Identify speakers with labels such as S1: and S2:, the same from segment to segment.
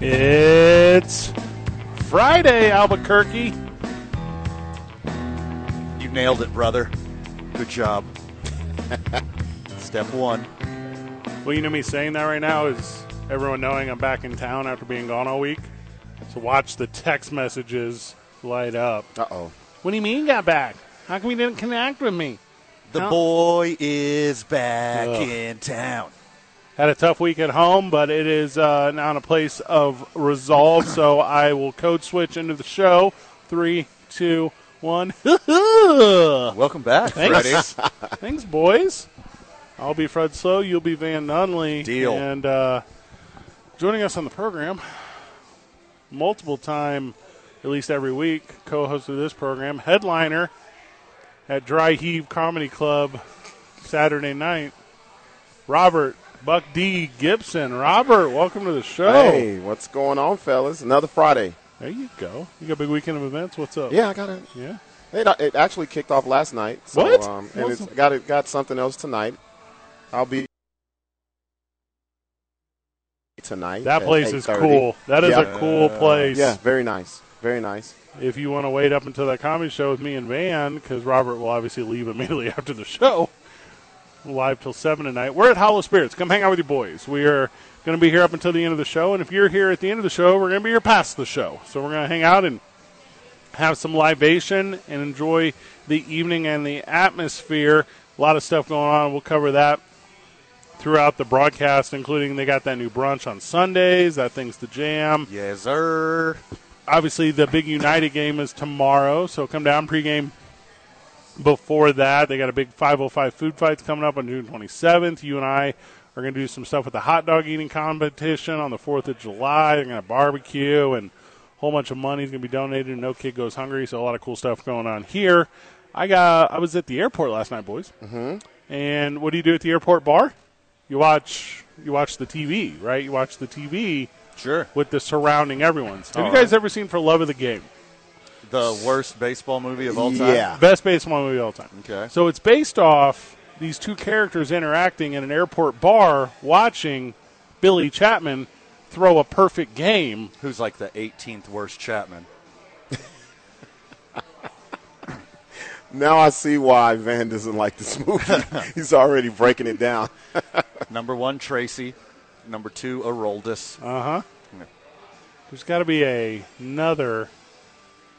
S1: It's Friday, Albuquerque.
S2: You nailed it, brother. Good job. Step one.
S1: Well, you know me saying that right now is everyone knowing I'm back in town after being gone all week. So watch the text messages light up.
S2: Uh oh.
S1: What do you mean got back? How come you didn't connect with me?
S2: The
S1: No.
S2: boy is back
S1: Ugh.
S2: in town.
S1: Had a tough week at home, but it is uh, now in a place of resolve. so I will code switch into the show. Three, two, one.
S2: Welcome back,
S1: Thanks. Thanks, boys. I'll be Fred Slow. You'll be Van Nunley.
S2: Deal.
S1: And uh, joining us on the program, multiple time, at least every week, co host of this program, headliner at Dry Heave Comedy Club Saturday night, Robert Buck D. Gibson. Robert, welcome to the show.
S3: Hey, what's going on, fellas? Another Friday.
S1: There you go. You got a big weekend of events. What's up?
S3: Yeah, I got it.
S1: Yeah.
S3: It, uh, it actually kicked off last night. So,
S1: What?
S3: Um, and it's got it got something else tonight. I'll be tonight.
S1: That
S3: at
S1: place is
S3: 8:30.
S1: cool. That is
S3: Yeah.
S1: a cool place.
S3: Yeah, very nice. Very nice.
S1: if you want to wait up until that comedy show with me and Van, because Robert will obviously leave immediately after the show. Live till seven tonight. We're at Hollow Spirits. Come hang out with your boys. We are going to be here up until the end of the show, and if you're here at the end of the show, we're going to be here past the show. So we're going to hang out and have some libation and enjoy the evening and the atmosphere. A lot of stuff going on. We'll cover that throughout the broadcast, including they got that new brunch on Sundays. That thing's the jam
S2: Yes, sir.
S1: obviously the big United game is tomorrow, so come down pregame. Before that, they got a big 505 food fights coming up on June 27th. You and I are going to do some stuff with the hot dog eating competition on the 4th of July. They're going to barbecue and a whole bunch of money is going to be donated. and No kid goes hungry, so a lot of cool stuff going on here. I got I was at the airport last night, boys. Mm-hmm. And what do you do at the airport bar? You watch you watch the TV, right? You watch the TV
S2: Sure.
S1: with the surrounding everyone's. Have you guys ever seen For Love of the Game?
S2: The worst baseball movie of all time.
S3: Yeah.
S1: Best baseball movie of all time.
S2: Okay.
S1: So it's based off these two characters interacting in an airport bar watching Billy Chapman throw a perfect game.
S2: Who's like the 18th worst Chapman?
S3: Now I see why Van doesn't like this movie. He's already breaking it down.
S2: Number one, Tracy. Number two, Aroldis.
S1: Uh huh. There's got to be a, another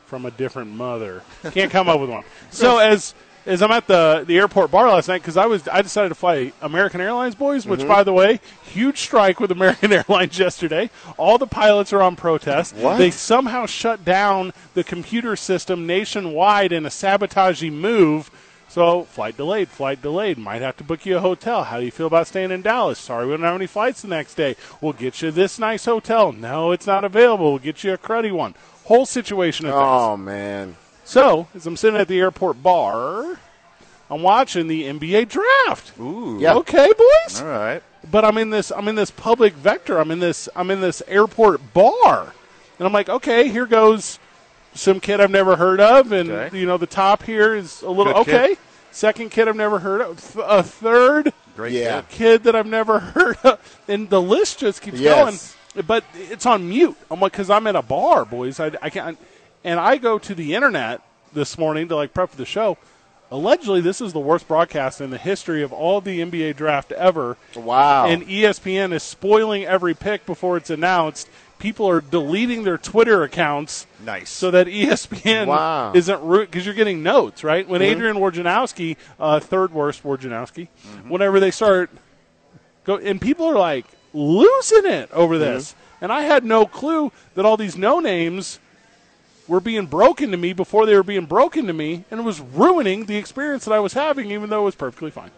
S1: from a different mother. Can't come up with one. So as as I'm at the the airport bar last night because I was I decided to fly American Airlines boys, which by the way, huge strike with American Airlines yesterday. All the pilots are on protest.
S3: What?
S1: They somehow shut down the computer system nationwide in a sabotaging move. So flight delayed, flight delayed. Might have to book you a hotel. How do you feel about staying in Dallas? Sorry, we don't have any flights the next day. We'll get you this nice hotel. No, it's not available. We'll get you a cruddy one. Whole situation of things.
S3: Oh man.
S1: So, as I'm sitting at the airport bar, I'm watching the NBA draft.
S2: Ooh.
S3: Yeah.
S1: Okay, boys.
S2: All right.
S1: But I'm in this I'm in this public vector. I'm in this I'm in this airport bar. And I'm like, "Okay, here goes some kid I've never heard of and
S2: Okay.
S1: you know, the top here is a little
S2: Good kid.
S1: okay. Second kid I've never heard of, th- a third
S2: Great.
S3: Yeah.
S2: kid.
S1: kid that I've never heard of, and the list just keeps
S3: Yes.
S1: going. But it's on mute. I'm like, because I'm at a bar, boys. I, I can't. And I go to the internet this morning to like prep for the show. Allegedly, this is the worst broadcast in the history of all the NBA draft ever.
S3: Wow.
S1: And E ESPN is spoiling every pick before it's announced. People are deleting their Twitter accounts
S2: Nice.
S1: so that E ESPN
S3: Wow. Mm-hmm.
S1: isn't root because you're getting notes right when Adrian Wojnarowski, uh, third worst Wojnarowski,
S3: Mm-hmm.
S1: whenever they start go and people are like losing it over
S3: Mm-hmm.
S1: this, and I had no clue that all these no names were being broken to me before they were being broken to me, and it was ruining the experience that I was having, even though it was perfectly fine.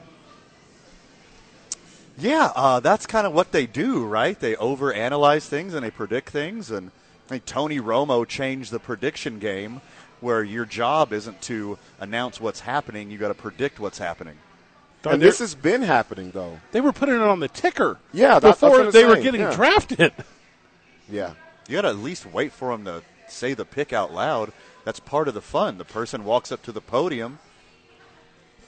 S2: Yeah, uh, that's kind of what they do, right? They overanalyze things and they predict things. And I think Tony Romo changed the prediction game, where your job isn't to announce what's happening; you got to predict what's happening.
S3: And this has been happening though.
S1: They were putting it on the ticker.
S3: Yeah, that- that's what
S1: before
S3: I'm
S1: they were
S3: saying,
S1: getting
S3: yeah.
S1: drafted.
S3: Yeah.
S2: You got to at least wait for them to say the pick out loud. That's part of the fun. The person walks up to the podium.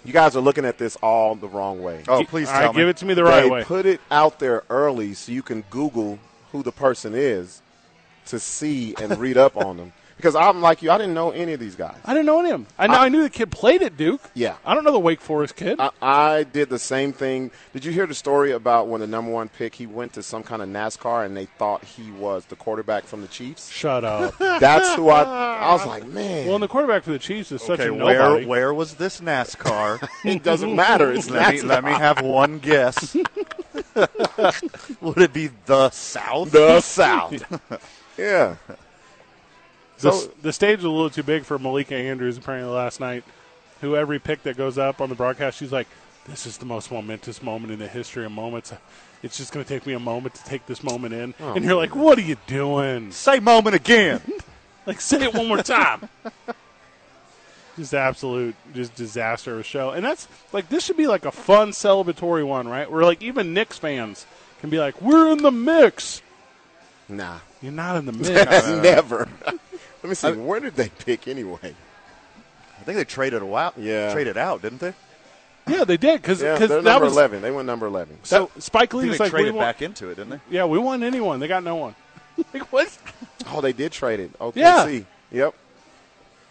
S3: You guys are looking at this all the wrong way.
S2: Oh, please
S1: All right,
S2: tell me.
S1: give it to me the right
S3: they
S1: way.
S3: put it out there early so you can Google who the person is to see and read up on them. Because I'm like you, I didn't know any of these guys.
S1: I didn't know him. I know I, knew the kid played at Duke.
S3: Yeah.
S1: I don't know the Wake Forest kid.
S3: I, I did the same thing. Did you hear the story about when the number one pick he went to some kind of NASCAR and they thought he was the quarterback from the Chiefs?
S1: Shut up.
S3: That's who I. I was like, man,
S1: well, and the quarterback for the Chiefs is such
S2: okay,
S1: a
S2: where
S1: nobody.
S2: where was this NASCAR?
S3: it doesn't matter. It's
S2: let me
S3: NASCAR.
S2: let me have one guess. Would it be the South?
S3: the South. yeah,
S1: the,
S3: so-
S1: the stage was a little too big for Malika Andrews apparently last night. Who every pick that goes up on the broadcast, she's like, "This is the most momentous moment in the history of moments. It's just going to take me a moment to take this moment in."
S3: Oh.
S1: and you're like, "What are you doing?
S2: Say moment again.
S1: Like, say it one more time." just absolute, just disaster of a show. And that's like this should be like a fun celebratory one, right? Where like even Knicks fans can be like, "We're in the mix."
S3: nah,
S1: You're not in the mix.
S3: never. Let me see. Where did they pick anyway?
S2: I think they traded a while.
S3: Yeah.
S2: traded out, didn't they?
S1: yeah, they did because
S3: Yeah, they're
S1: that
S3: number
S1: was
S3: eleven. They went number eleven.
S1: so Spike
S2: I
S1: Lee
S2: think
S1: was
S2: they
S1: like, we
S2: traded
S1: want-
S2: back into it, didn't they?
S1: Yeah, we won anyone. They got no one. like what?
S3: Oh, they did trade it. OKC. Yep.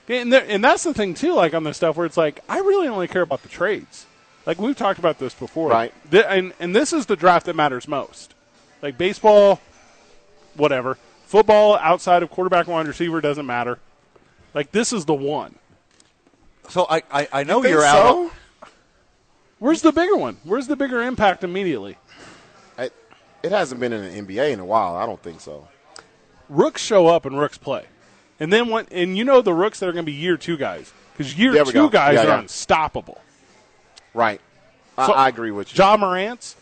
S1: And, there, and that's the thing too. Like on this stuff where it's like I really only care about the trades. Like we've talked about this before,
S3: Right.
S1: Th- and and this is the draft that matters most. Like baseball, whatever. Football outside of quarterback and wide receiver doesn't matter. Like this is the one.
S2: So I I, I know
S3: Think
S2: are
S3: so?
S2: out.
S1: Where's the bigger one? Where's the bigger impact immediately?
S3: I, it hasn't been in the NBA in a while. I don't think so.
S1: Rooks show up and rooks play, and then when and you know the rooks that are going to be year two guys because year
S3: There we
S1: two
S3: go.
S1: guys
S3: Yeah,
S1: are
S3: yeah.
S1: unstoppable.
S3: Right. I,
S1: So-
S3: I agree with you.
S1: John Morant's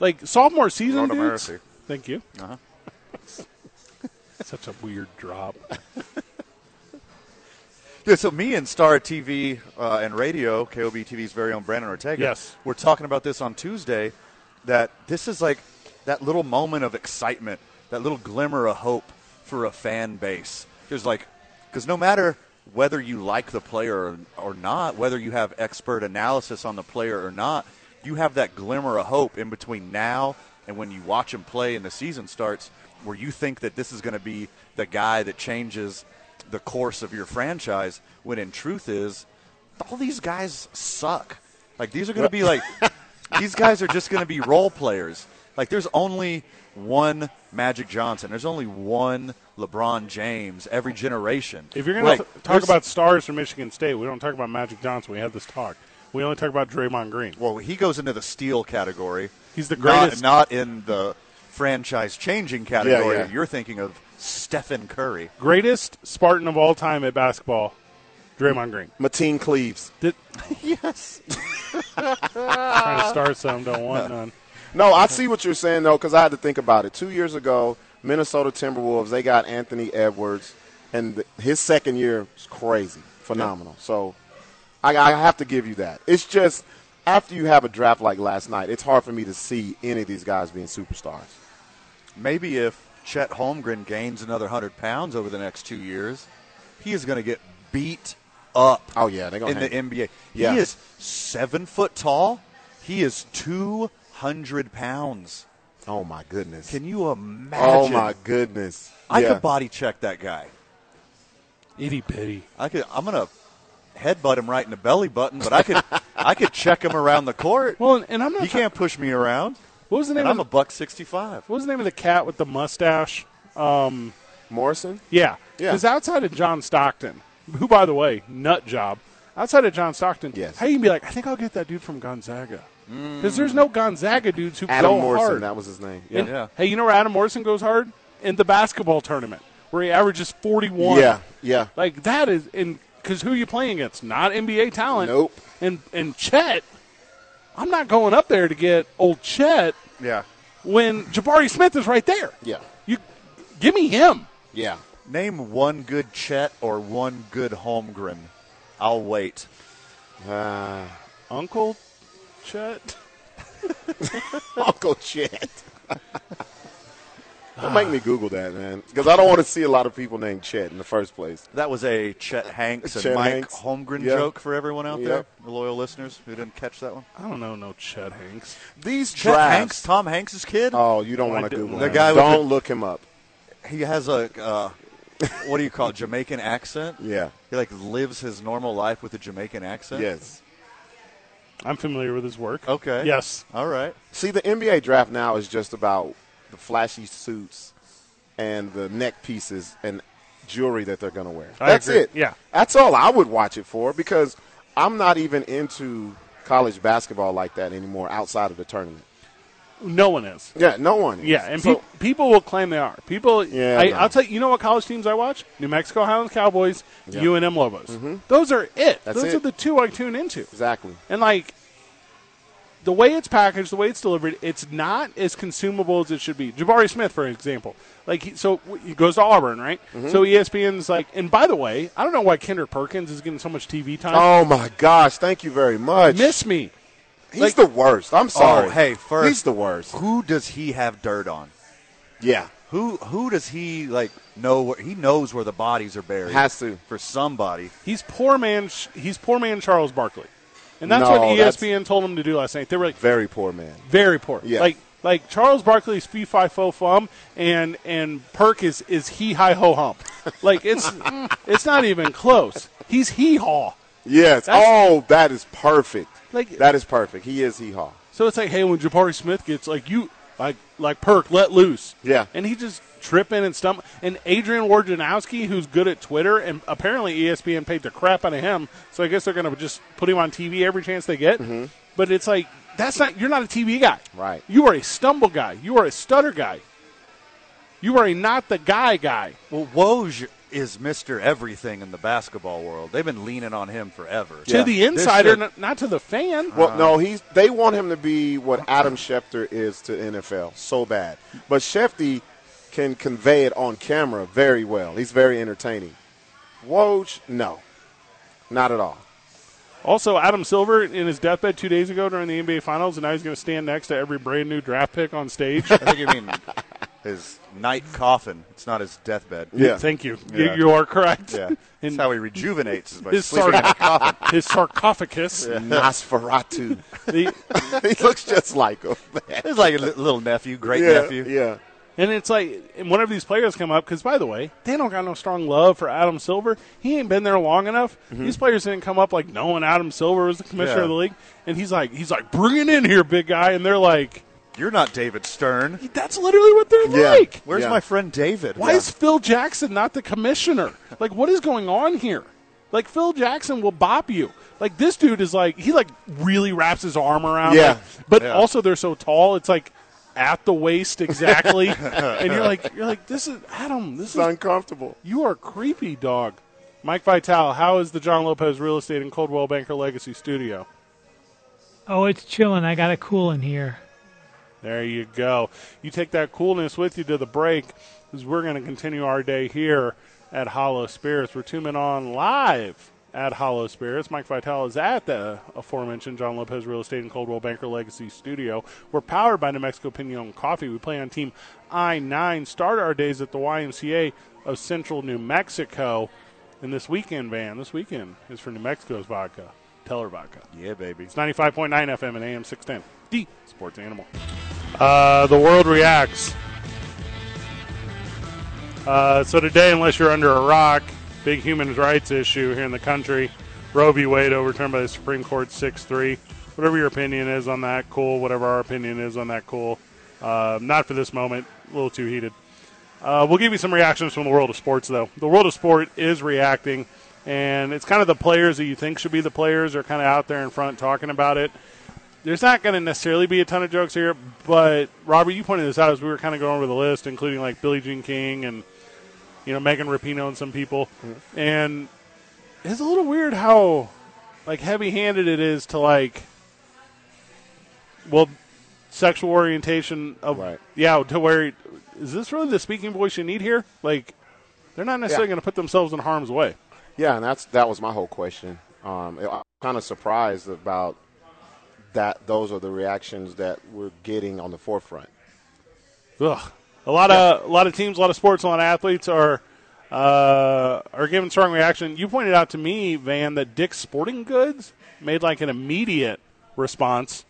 S1: like sophomore season.
S2: Lord have
S1: Dudes,
S2: mercy.
S1: Thank you.
S2: Uh-huh.
S1: Such a weird drop.
S2: Yeah, so me and Star TV uh, and radio, KOB TV's very own Brandon Ortega,
S1: Yes.
S2: we're talking about this on Tuesday. That this is like that little moment of excitement, that little glimmer of hope for a fan base. There's like, because no matter whether you like the player or, or not, whether you have expert analysis on the player or not, you have that glimmer of hope in between now and when you watch him play and the season starts, where you think that this is going to be the guy that changes the course of your franchise when in truth is all these guys suck. Like these are going to be like these guys are just going to be role players. Like there's only one Magic Johnson. There's only one LeBron James every generation.
S1: If you're going
S2: Like,
S1: to talk
S2: there's-
S1: about stars from Michigan State, we don't talk about Magic Johnson. We had this talk. We only talk about Draymond Green.
S2: well, he goes into the steal category.
S1: He's the
S2: Not-
S1: greatest.
S2: Not, in the franchise changing category.
S3: yeah.
S2: You're thinking of Stephen Curry.
S1: Greatest Spartan of all time at basketball, Draymond Green.
S3: Mateen Cleaves.
S1: Did,
S2: Yes.
S1: trying
S2: Uh-huh.
S1: to start some, don't want none.
S3: No, I see what you're saying though, because I had to think about it. Two years ago, Minnesota Timberwolves they got Anthony Edwards, and th- his second year was crazy, phenomenal. So I, I have to give you that. It's just after you have a draft like last night, it's hard for me to see any of these guys being superstars.
S2: Maybe if Chet Holmgren gains another 100 pounds over the next two years, he is going to get beat up.
S3: Oh, yeah, they're gonna
S2: in the
S3: hang-
S2: NBA.
S3: Yeah.
S2: He is seven foot tall. He is 200 pounds.
S3: Oh my goodness!
S2: Can you imagine?
S3: oh my goodness!
S2: I
S3: Yeah.
S2: could body check that guy.
S1: Itty bitty.
S2: I could. I'm gonna headbutt him right in the belly button, but I could. I could check him around the court.
S1: Well, and, and I'm not.
S2: he
S1: try-
S2: can't push me around.
S1: what was the name
S2: And
S1: of
S2: I'm
S1: the,
S2: a buck 65.
S1: What was the name of the cat with the mustache?
S3: Morrison.
S1: Yeah.
S3: Yeah.
S1: Because outside of John Stockton, who, by the way, nut job, outside of John Stockton,
S3: Yes. Mm.
S1: how you can be like, I think I'll get that dude from Gonzaga. Because there's no Gonzaga dudes who
S3: Adam
S1: go
S3: Morrison,
S1: hard.
S3: that was his name.
S1: And-
S2: Yeah.
S1: Hey, you know where Adam Morrison goes hard? In the basketball tournament, where he averages 41.
S3: Yeah, yeah.
S1: Like, that is, in because who you playing against? Not NBA talent.
S3: Nope.
S1: And, and Chet, I'm not going up there to get old Chet.
S2: Yeah.
S1: when Jabari Smith is right there.
S3: Yeah.
S1: You give me him.
S3: Yeah.
S2: Name one good Chet or one good Holmgren. I'll wait.
S3: Uh,
S1: Uncle Chet.
S3: Uncle Chet. Don't make me Google that, man, because I don't want to see a lot of people named Chet in the first place.
S2: That was a Chet Hanks and
S3: Chet
S2: Mike
S3: Hanks.
S2: Holmgren
S3: Yeah.
S2: joke for everyone out
S3: Yeah.
S2: there, the loyal listeners who didn't catch that one.
S1: I don't know no Chet Hanks.
S3: These
S2: Chet
S3: drafts.
S2: Hanks, Tom Hanks' kid.
S3: Oh, you don't
S1: I
S3: want to
S1: didn't
S3: Google
S1: know
S2: that.
S3: him.
S2: The guy with
S3: don't look him up.
S2: Uh, He has a uh, what do you call it, Jamaican accent?
S3: Yeah.
S2: He like lives his normal life with a Jamaican accent.
S3: Yes.
S1: I'm familiar with his work.
S2: Okay.
S1: Yes.
S2: All right.
S3: See, the NBA draft now is just about the flashy suits and the neck pieces and jewelry that they're going to wear.
S1: I
S3: That's
S1: agree.
S3: it.
S1: Yeah.
S3: That's all I would watch it for because I'm not even into college basketball like that anymore outside of the tournament.
S1: No one is.
S3: Yeah, no one. Is.
S1: Yeah, and
S3: So-
S1: peop people will claim they are. People,
S3: Yeah,
S1: I,
S3: no.
S1: I'll tell you, you know what college teams I watch? New Mexico Highlands Cowboys,
S3: Yeah. Mm-hmm.
S1: UNM Lobos. Those are it.
S3: That's
S1: Those
S3: it.
S1: are the two I tune into.
S3: exactly.
S1: And like the way it's packaged, the way it's delivered, it's not as consumable as it should be. Jabari Smith, for example, like he, so he goes to Auburn, right?
S3: Mm-hmm.
S1: So E ESPN's like, and by the way, I don't know why Kendrick Perkins is getting so much TV time.
S3: Oh my gosh! Thank you very much.
S1: Miss me.
S3: He's
S1: like-
S3: the worst. I'm sorry.
S2: Oh, hey, first
S3: he's the worst.
S2: Who does he have dirt on?
S3: Yeah,
S2: Who who does he like know? Where, he knows where the bodies are buried.
S3: Has to.
S2: for somebody.
S1: He's poor man. He's poor man Charles Barkley, and that's
S3: No,
S1: what E
S3: that's-
S1: ESPN told him to do last night. They were like,
S3: very poor man.
S1: very poor.
S3: Yeah.
S1: Like like Charles Barkley's fee fi fo fum and and Perk is is he hi ho hump. Like it's it's not even close. He's hee haw.
S3: Yes.
S1: That's-
S3: oh, that is perfect.
S1: Like-
S3: that is perfect. He is hee haw.
S1: So it's like, hey, when Jabari Smith gets like you like like Perk, let loose.
S3: Yeah.
S1: And he just tripping and stump and Adrian Wojnarowski, who's good at Twitter, and apparently E ESPN paid the crap out of him. So I guess they're gonna just put him on TV every chance they get. But it's like that's not you're not a TV guy.
S3: Mm-hmm. Right.
S1: You are a stumble guy. You are a stutter guy. You are a not the guy guy.
S2: Well, Woj is Mister Everything in the basketball world. They've been leaning on him forever.
S3: Yeah.
S1: To the
S2: This
S1: insider,
S2: should-
S1: n- not to the fan.
S3: Well,
S2: Uh,
S3: no, he's. They want him to be what Adam Schefter is to NFL so bad, but Schefty can convey it on camera very well. He's very entertaining. Woj, no, not at all.
S1: Also, Adam Silver in his deathbed two days ago during the NBA Finals, and now he's going to stand next to every brand new draft pick on stage.
S2: I think you mean his night coffin. It's not his deathbed.
S3: Yeah.
S1: Thank you.
S2: Yeah.
S1: You, you are correct.
S2: Yeah. That's
S1: And
S2: how he rejuvenates is by
S1: his,
S2: sleeping
S1: sarc-
S2: in a coffin.
S1: his sarcophagus.
S3: Nosferatu.
S1: the-
S3: he looks just like him.
S2: It's like a li- little nephew, great
S3: yeah,
S2: nephew.
S3: yeah.
S1: and it's like, and whenever these players come up, because by the way, they don't got no strong love for Adam Silver. He ain't been there long enough. These players didn't come up like knowing Adam Silver was the commissioner
S2: Mm-hmm. Yeah.
S1: of the league. And he's like, he's like, bring it in here, big guy. And they're like,
S2: You're not David Stern.
S1: that's literally what they're
S3: Yeah.
S1: like.
S2: Where's
S3: Yeah.
S2: my friend David?
S1: Why is Phil Jackson not the commissioner? Like, what is going on here? Like, Phil Jackson will bop you. Like, this dude is like, he like really wraps his arm around.
S3: Yeah.
S1: like- but
S2: Yeah.
S1: also, they're so tall, it's like at the waist exactly. and you're like, you're like, this is Adam. This
S3: It's
S1: is
S3: uncomfortable.
S1: you are creepy, dog. Mike Vital, how is the John Lopez Real Estate and Coldwell Banker Legacy Studio?
S4: Oh, it's chilling. I got it cool in here.
S1: There you go. You take that coolness with you to the break because we're going to continue our day here at Hollow Spirits. We're two men on live at Hollow Spirits. Mike Vitale is at the aforementioned John Lopez Real Estate and Coldwell Banker Legacy Studio. We're powered by New Mexico Pinon Coffee. We play on Team I 9. Start our days at the YMCA of Central New Mexico. And this weekend, Van, this weekend is for New Mexico's vodka, Teller Vodka.
S2: Yeah, baby.
S1: It's 95.9 FM and AM 610. D Sports Animal. Uh, the world reacts. Uh, so today, unless you're under a rock, big human rights issue here in the country. Roe v. Wade overturned by the Supreme Court 6-3. Whatever your opinion is on that, cool. Whatever our opinion is on that, cool. Uh, not for this moment. A little too heated. Uh, we'll give you some reactions from the world of sports, though. The world of sport is reacting, and it's kind of the players that you think should be the players are kind of out there in front talking about it. There's not going to necessarily be a ton of jokes here, but Robert, you pointed this out as we were kind of going over the list, including like Billie Jean King and you know Megan Rapinoe and some people,
S3: Mm-hmm.
S1: and it's a little weird how like heavy-handed it is to like, well, sexual orientation of
S3: Right.
S1: yeah to where is this really the speaking voice you need here? Like they're not necessarily
S3: Yeah.
S1: going to put themselves in harm's way.
S3: Yeah, and that's that was my whole question. Um, I- I'm kind of surprised about that. Those are the reactions that we're getting on the forefront.
S1: Ugh. A lot of a lot of teams, a lot of sports, a lot of athletes are uh, are giving strong reaction. You pointed out to me, Van, that Dick's Sporting Goods made like an immediate response,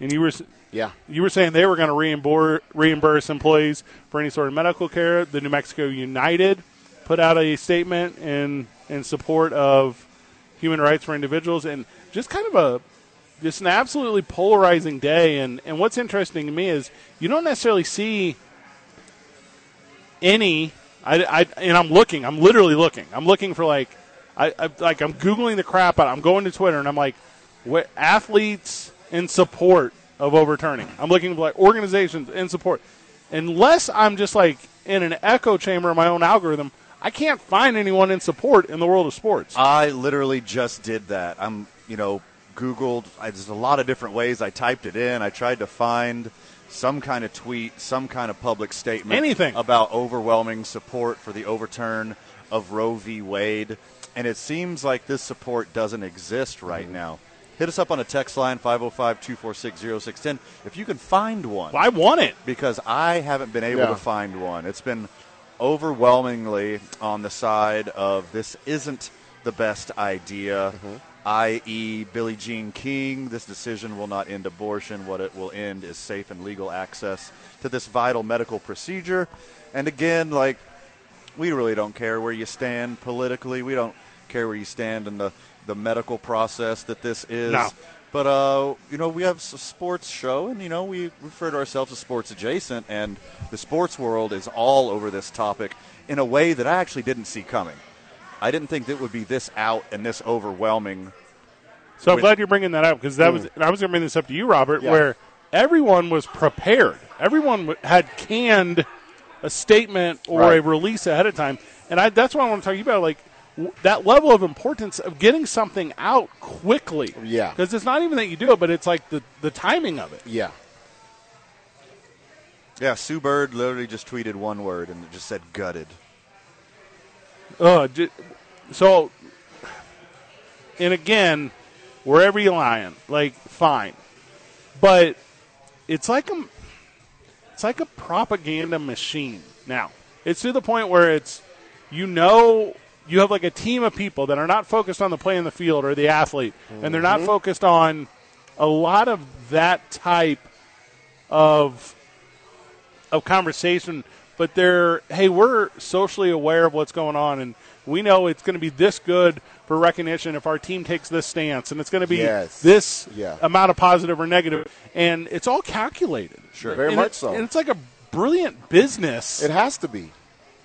S1: and you were s-
S3: Yeah,
S1: you were saying they were going to reimburse, reimburse employees for any sort of medical care. The New Mexico United put out a statement in in support of human rights for individuals, and just kind of a just an absolutely polarizing day. And and what's interesting to me is you don't necessarily see any. I, I and I'm looking. I'm literally looking. I'm looking for like, I, I like I'm googling the crap out. I'm going to Twitter and I'm like, what athletes in support of overturning. I'm looking for like organizations in support. Unless I'm just like in an echo chamber of my own algorithm, I can't find anyone in support in the world of sports.
S2: I literally just did that. I'm, you know, Googled. I, there's a lot of different ways. I typed it in. I tried to find some kind of tweet, some kind of public statement,
S1: Anything.
S2: about overwhelming support for the overturn of Roe v. Wade. And it seems like this support doesn't exist right now. Hit us up on a text line 505-246-0610 if you can find one
S1: I want it.
S2: because I haven't been able
S3: Yeah.
S2: to find one. It's been overwhelmingly on the side of this isn't the best idea, i.e., Billie Jean King. This decision will not end abortion. What it will end is safe and legal access to this vital medical procedure. And again, like, we really don't care where you stand politically. We don't care where you stand in the, the medical process that this is.
S1: No.
S2: But, uh, you know, we have a sports show, and, you know, we refer to ourselves as sports adjacent, and the sports world is all over this topic in a way that I actually didn't see coming. I didn't think that it would be this out and this overwhelming.
S1: So I'm
S2: With-
S1: glad you're bringing that up because that was and I was going to bring this up to you, Robert, where everyone was prepared. Everyone w- had canned a statement or
S3: Right.
S1: a release ahead of time, and I, that's what I want to talk to you about. Like w- that level of importance of getting something out quickly.
S3: Yeah.
S1: because it's not even that you do it, but it's like the the timing of it.
S3: yeah,
S2: Yeah, Sue Bird literally just tweeted one word, and it just said gutted.
S1: Uh, ju- so, and again, wherever you're lying, like fine, but it's like a, it's like a propaganda machine. Now it's to the point where it's, you know, you have like a team of people that are not focused on the play in the field or the athlete, and they're
S3: Mm-hmm.
S1: not focused on a lot of that type of of conversation, but they're hey, we're socially aware of what's going on, and we know it's going to be this good for recognition if our team takes this stance, and it's going to be
S3: Yes.
S1: this
S3: Yeah.
S1: amount of positive or negative, and it's all calculated.
S2: Sure.
S3: Very
S1: And
S3: much
S1: it-
S3: so.
S1: And it's like a brilliant business.
S3: it has to be.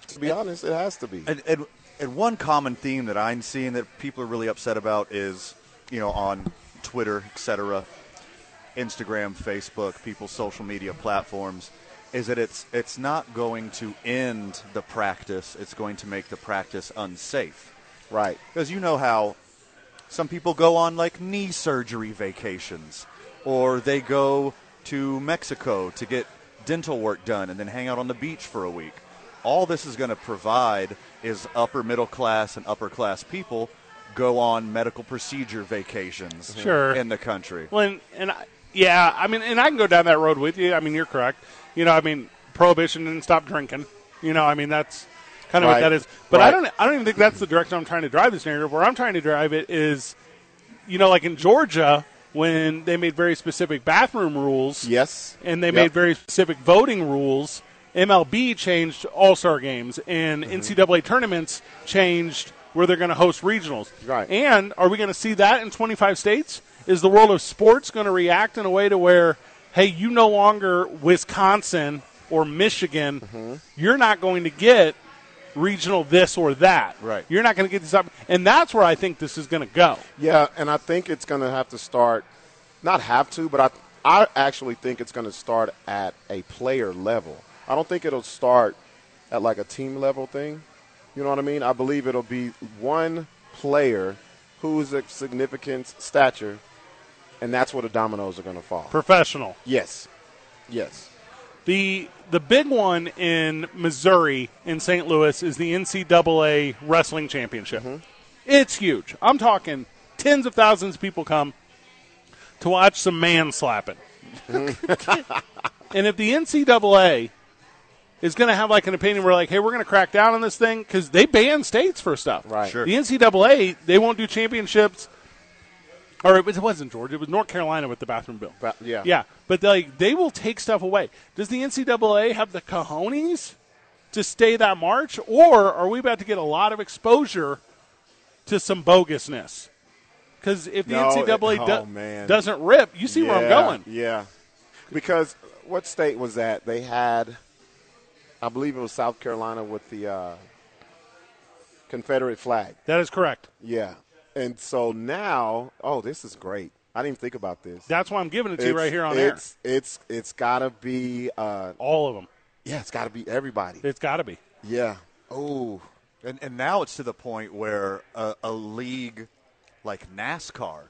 S3: To be honest, it has to be.
S2: And, and, and one common theme that I'm seeing that people are really upset about is, you know, on Twitter, et cetera, Instagram, Facebook, people's social media platforms, is that it's it's not going to end the practice. It's going to make the practice unsafe
S3: Right.
S2: because you know how some people go on like knee surgery vacations or they go to Mexico to get dental work done and then hang out on the beach for a week. All this is going to provide is upper middle class and upper class people go on medical procedure vacations
S1: Sure.
S2: in the country.
S1: Well, and, and I, yeah, I mean, and I can go down that road with you. I mean, you're correct. You know, I mean, prohibition and stop drinking. You know, I mean, that's kind of what
S3: Right.
S1: that is. But I
S3: Right.
S1: don't, I don't even think that's the direction I'm trying to drive this narrative. Where I'm trying to drive it is, you know, like in Georgia when they made very specific bathroom rules.
S3: Yes.
S1: And they
S3: Yep.
S1: made very specific voting rules. MLB changed All Star games, and NCAA tournaments changed where they're going to host regionals.
S3: Right.
S1: And are we going to see that in 25 states? Is the world of sports going to react in a way to where, hey, you no longer Wisconsin or Michigan, you're not going to get regional this or that.
S2: Right.
S1: You're not going to get this up. And that's where I think this is going to go.
S3: Yeah, and I think it's going to have to start, not have to, but I, I actually think it's going to start at a player level. I don't think it'll start at like a team level thing. You know what I mean? I believe it'll be one player who's of significant stature and that's where the dominoes are going to fall.
S1: Professional.
S3: yes, yes.
S1: The the big one in Missouri in St. Louis is the NCAA wrestling championship.
S3: Mm-hmm.
S1: It's huge. I'm talking tens of thousands of people come to watch some man slapping.
S3: Mm-hmm.
S1: and if the NCAA is going to have like an opinion, we're like, hey, we're going to crack down on this thing because they ban states for stuff.
S3: Right. Sure.
S1: The NCAA they won't do championships. Or it was- it wasn't Georgia. It was North Carolina with the bathroom bill.
S3: Ba- yeah.
S1: Yeah. But like they will take stuff away. Does the NCAA have the cojones to stay that march, or are we about to get a lot of exposure to some bogusness? Because if the
S3: No, it-
S1: NCAA do-
S3: oh, man.
S1: doesn't rip, you see where I'm
S3: Yeah,
S1: going.
S3: Yeah. Because what state was that? They had, I believe it was South Carolina with the uh, Confederate flag.
S1: That is correct.
S3: Yeah. And so now, oh, this is great. I didn't even think about this.
S1: That's why I'm giving it to you right here on air.
S3: it's, It's it's gotta be uh,
S1: All of them.
S3: yeah, it's gotta be everybody.
S1: It's got to be.
S3: Yeah. Oh,
S2: And, and now it's to the point where a, a league like NASCAR,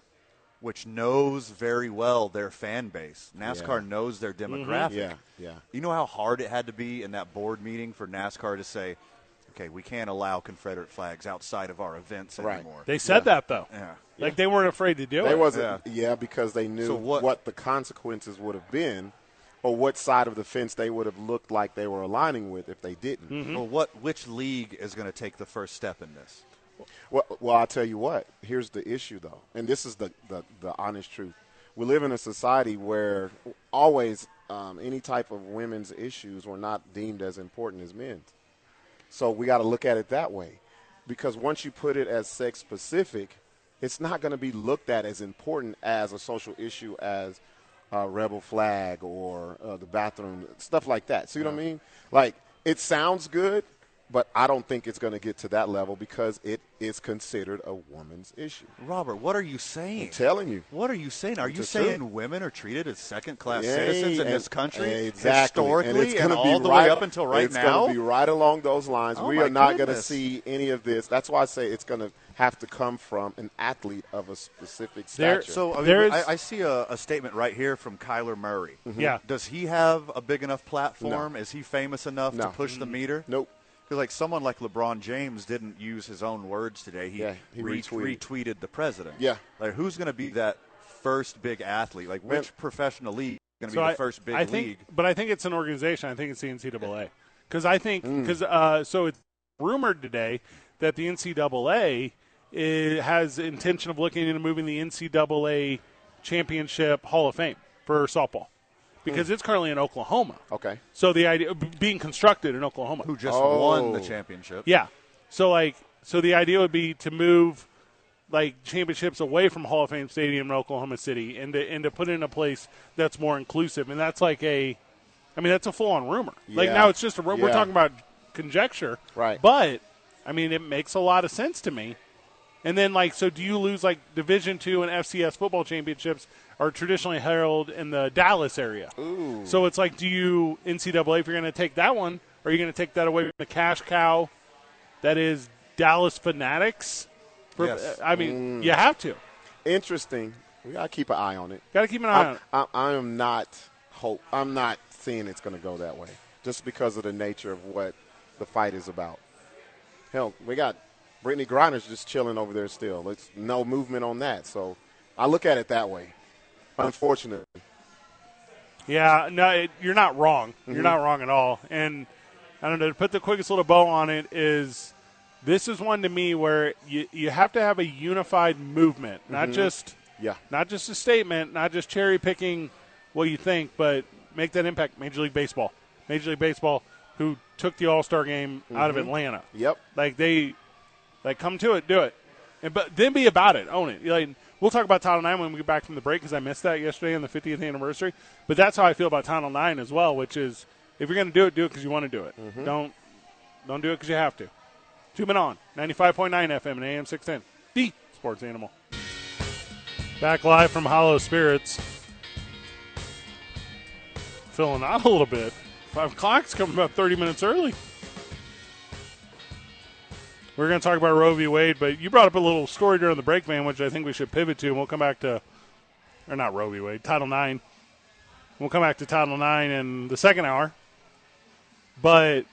S2: which knows very well their fan base, NASCAR knows their demographic.
S3: Mm-hmm. yeah, yeah.
S2: You know how hard it had to be in that board meeting for NASCAR to say, okay, we can't allow Confederate flags outside of our events
S3: Right.
S2: anymore.
S1: They said that though.
S2: Yeah.
S1: Like they weren't afraid to do
S3: They
S1: it.
S3: wasn't. Yeah. because they knew
S2: So
S3: what?
S2: what-
S3: the consequences would have been, or what side of the fence they would have looked like they were aligning with if they didn't.
S1: Mm-hmm.
S2: Well, what which league is going to take the first step in this?
S3: Well, well, I'll tell you what. Here's the issue, though, and this is the, the, the honest truth. We live in a society where always um, any type of women's issues were not deemed as important as men's. So we got to look at it that way, because once you put it as sex specific, it's not going to be looked at as important as a social issue as uh, rebel flag or uh, the bathroom stuff like that. See what I mean? Like it sounds good, but I don't think it's going to get to that level because it is considered a woman's issue.
S2: Robert, what are you saying?
S3: I'm telling you.
S2: What are you saying? Are you
S3: It's the
S2: saying
S3: truth.
S2: women are treated as second-class
S3: Yeah,
S2: citizens in
S3: and-
S2: this country
S3: exactly.
S2: historically and,
S3: it's gonna
S2: all
S3: be
S2: the
S3: right,
S2: way up until right
S3: it's
S2: now?
S3: going to be right along those lines.
S2: Oh
S3: we
S2: my
S3: are not going to
S2: goodness.
S3: see any of this. That's why I say it's going to have to come from an athlete of a specific
S1: There-
S3: stature.
S2: So I, mean,
S1: There is-
S2: I, I see a, a statement right here from Kyler Murray.
S3: Mm-hmm.
S1: Yeah.
S2: Does he have a big enough platform? Is he famous enough to
S3: No.
S2: push the meter?
S3: Nope.
S2: Because like someone like LeBron James didn't use his own words today. He,
S3: Yeah, he
S2: re-
S3: retweeted.
S2: retweeted the president.
S3: Yeah.
S2: Like who's going to be that first big athlete? Like which professional league is going to be the first big
S1: I think,
S2: league?
S1: But I think it's an organization. I think it's the NCAA because I think
S2: Mm.
S1: because uh, so it's rumored today that the NCAA i has intention of looking into moving the NCAA championship Hall of Fame for softball
S2: Mm.
S1: because it's currently in Oklahoma.
S3: okay.
S1: So the idea b- being constructed in Oklahoma.
S2: Who just
S3: Oh.
S2: won the championship?
S1: Yeah. So like so the idea would be to move like championships away from Hall of Fame Stadium in Oklahoma City and to and to put in a place that's more inclusive. And that's like a I mean that's a full on rumor. Like
S3: Yeah.
S1: now it's just a ru- we're
S3: Yeah.
S1: talking about conjecture.
S3: Right.
S1: But I mean it makes a lot of sense to me. And then like so do you lose like Division 2 and FCS football championships are traditionally held in the Dallas area. Ooh. So it's like do you NCAA if you're going to take that one are you going to take that away from the cash cow that is Dallas Fanatics. For-
S2: Yes.
S1: I mean, you have to.
S3: Interesting. We got to keep an eye on it.
S1: Got to keep an eye on
S3: I,
S1: it.
S3: I, I am not hope. I'm not seeing it's going to go that way, just because of the nature of what the fight is about. Hell, we got Brittany Griner's just chilling over there still. It's no movement on that. So I look at it that way. Unfortunately,
S1: Yeah, no, it, you're not wrong. You're not wrong at all. And I don't know. To put the quickest little bow on it is this is one to me where you you have to have a unified movement, not just
S3: Yeah.
S1: not just a statement, not just cherry picking what you think, but make that impact. Major League Baseball, Major League Baseball, who took the All Star game out of Atlanta.
S3: Yep.
S1: Like they, like come to it, do it, and but then be about it, own it. Like we'll talk about Title Nine when we get back from the break because I missed that yesterday on the 50th anniversary. But that's how I feel about Title Nine as well, which is if you're going to do it, do it because you want to do it. Don't don't do it because you have to. Two men on 95.9 FM and AM 610. The Sports Animal. Back live from Hollow Spirits. Filling out a little bit. Five o'clock's coming about 30 minutes early. We're going to talk about Roe v. Wade, but you brought up a little story during the break, man, which I think we should pivot to, and we'll come back to or not Roe v. Wade, Title IX. We'll come back to Title IX in the second hour. But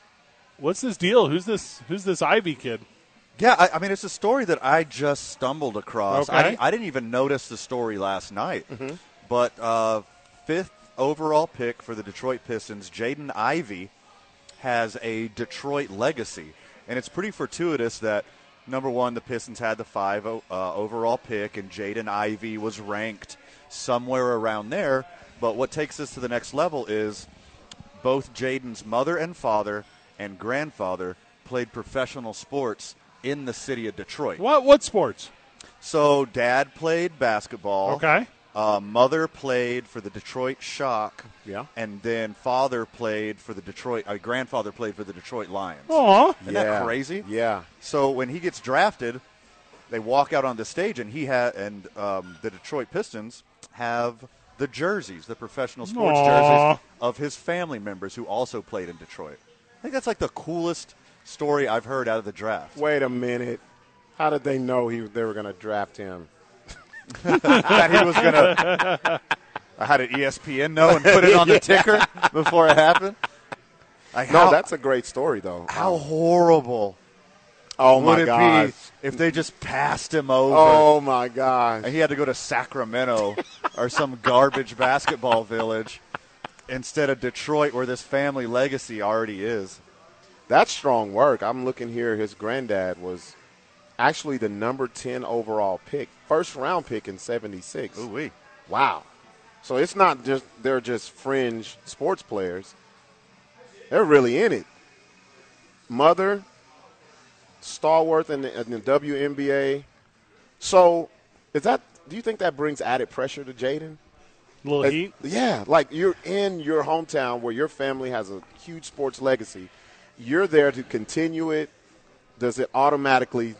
S1: what's this deal? Who's this? Who's this Ivy kid?
S2: Yeah, I, I mean, it's a story that I just stumbled across. I,
S1: Okay.
S2: didn't- I didn't even notice the story last night. But uh, fifth overall pick for the Detroit Pistons, Jaden Ivey, has a Detroit legacy. And it's pretty fortuitous that, number one, the Pistons had the five o- uh, overall pick, and Jaden Ivey was ranked somewhere around there. But what takes us to the next level is both Jaden's mother and father and grandfather played professional sports in the city of Detroit.
S1: What? What sports?
S2: So dad played basketball.
S1: Okay.
S2: Uh, mother played for the Detroit Shock.
S1: Yeah.
S2: And then father played for the Detroit. Uh, grandfather played for the Detroit Lions.
S1: Aw.
S2: Isn't
S3: Yeah.
S2: that crazy?
S3: Yeah.
S2: So when he gets drafted, they walk out on the stage, and he ha- and um, the Detroit Pistons have the jerseys, the professional sports
S1: Aw.
S2: jerseys of his family members who also played in Detroit. I think that's like the coolest story I've heard out of the draft.
S3: Wait a minute. How did they know he they were going to draft him?
S2: that he was going to. How did ESPN know and put it on the ticker before it happened? Like,
S3: No,
S2: how,
S3: that's a great story though.
S2: how horrible
S3: oh
S2: would
S3: my
S2: it
S3: god.
S2: be if they just passed him over
S3: Oh my gosh.
S2: and he had to go to Sacramento or some garbage basketball village instead of Detroit, where this family legacy already is.
S3: That's strong work. I'm looking here. His granddad was actually the number 10 overall pick, first round pick in 76.
S2: wee.
S3: Wow. So it's not just they're just fringe sports players. They're really in it. Mother, stalwart in the, in the WNBA. So is that? Do you think that brings added pressure to Jaden?
S1: Little
S3: Like,
S1: heat.
S3: Yeah, like you're in your hometown where your family has a huge sports legacy. You're there to continue it. Does it automatically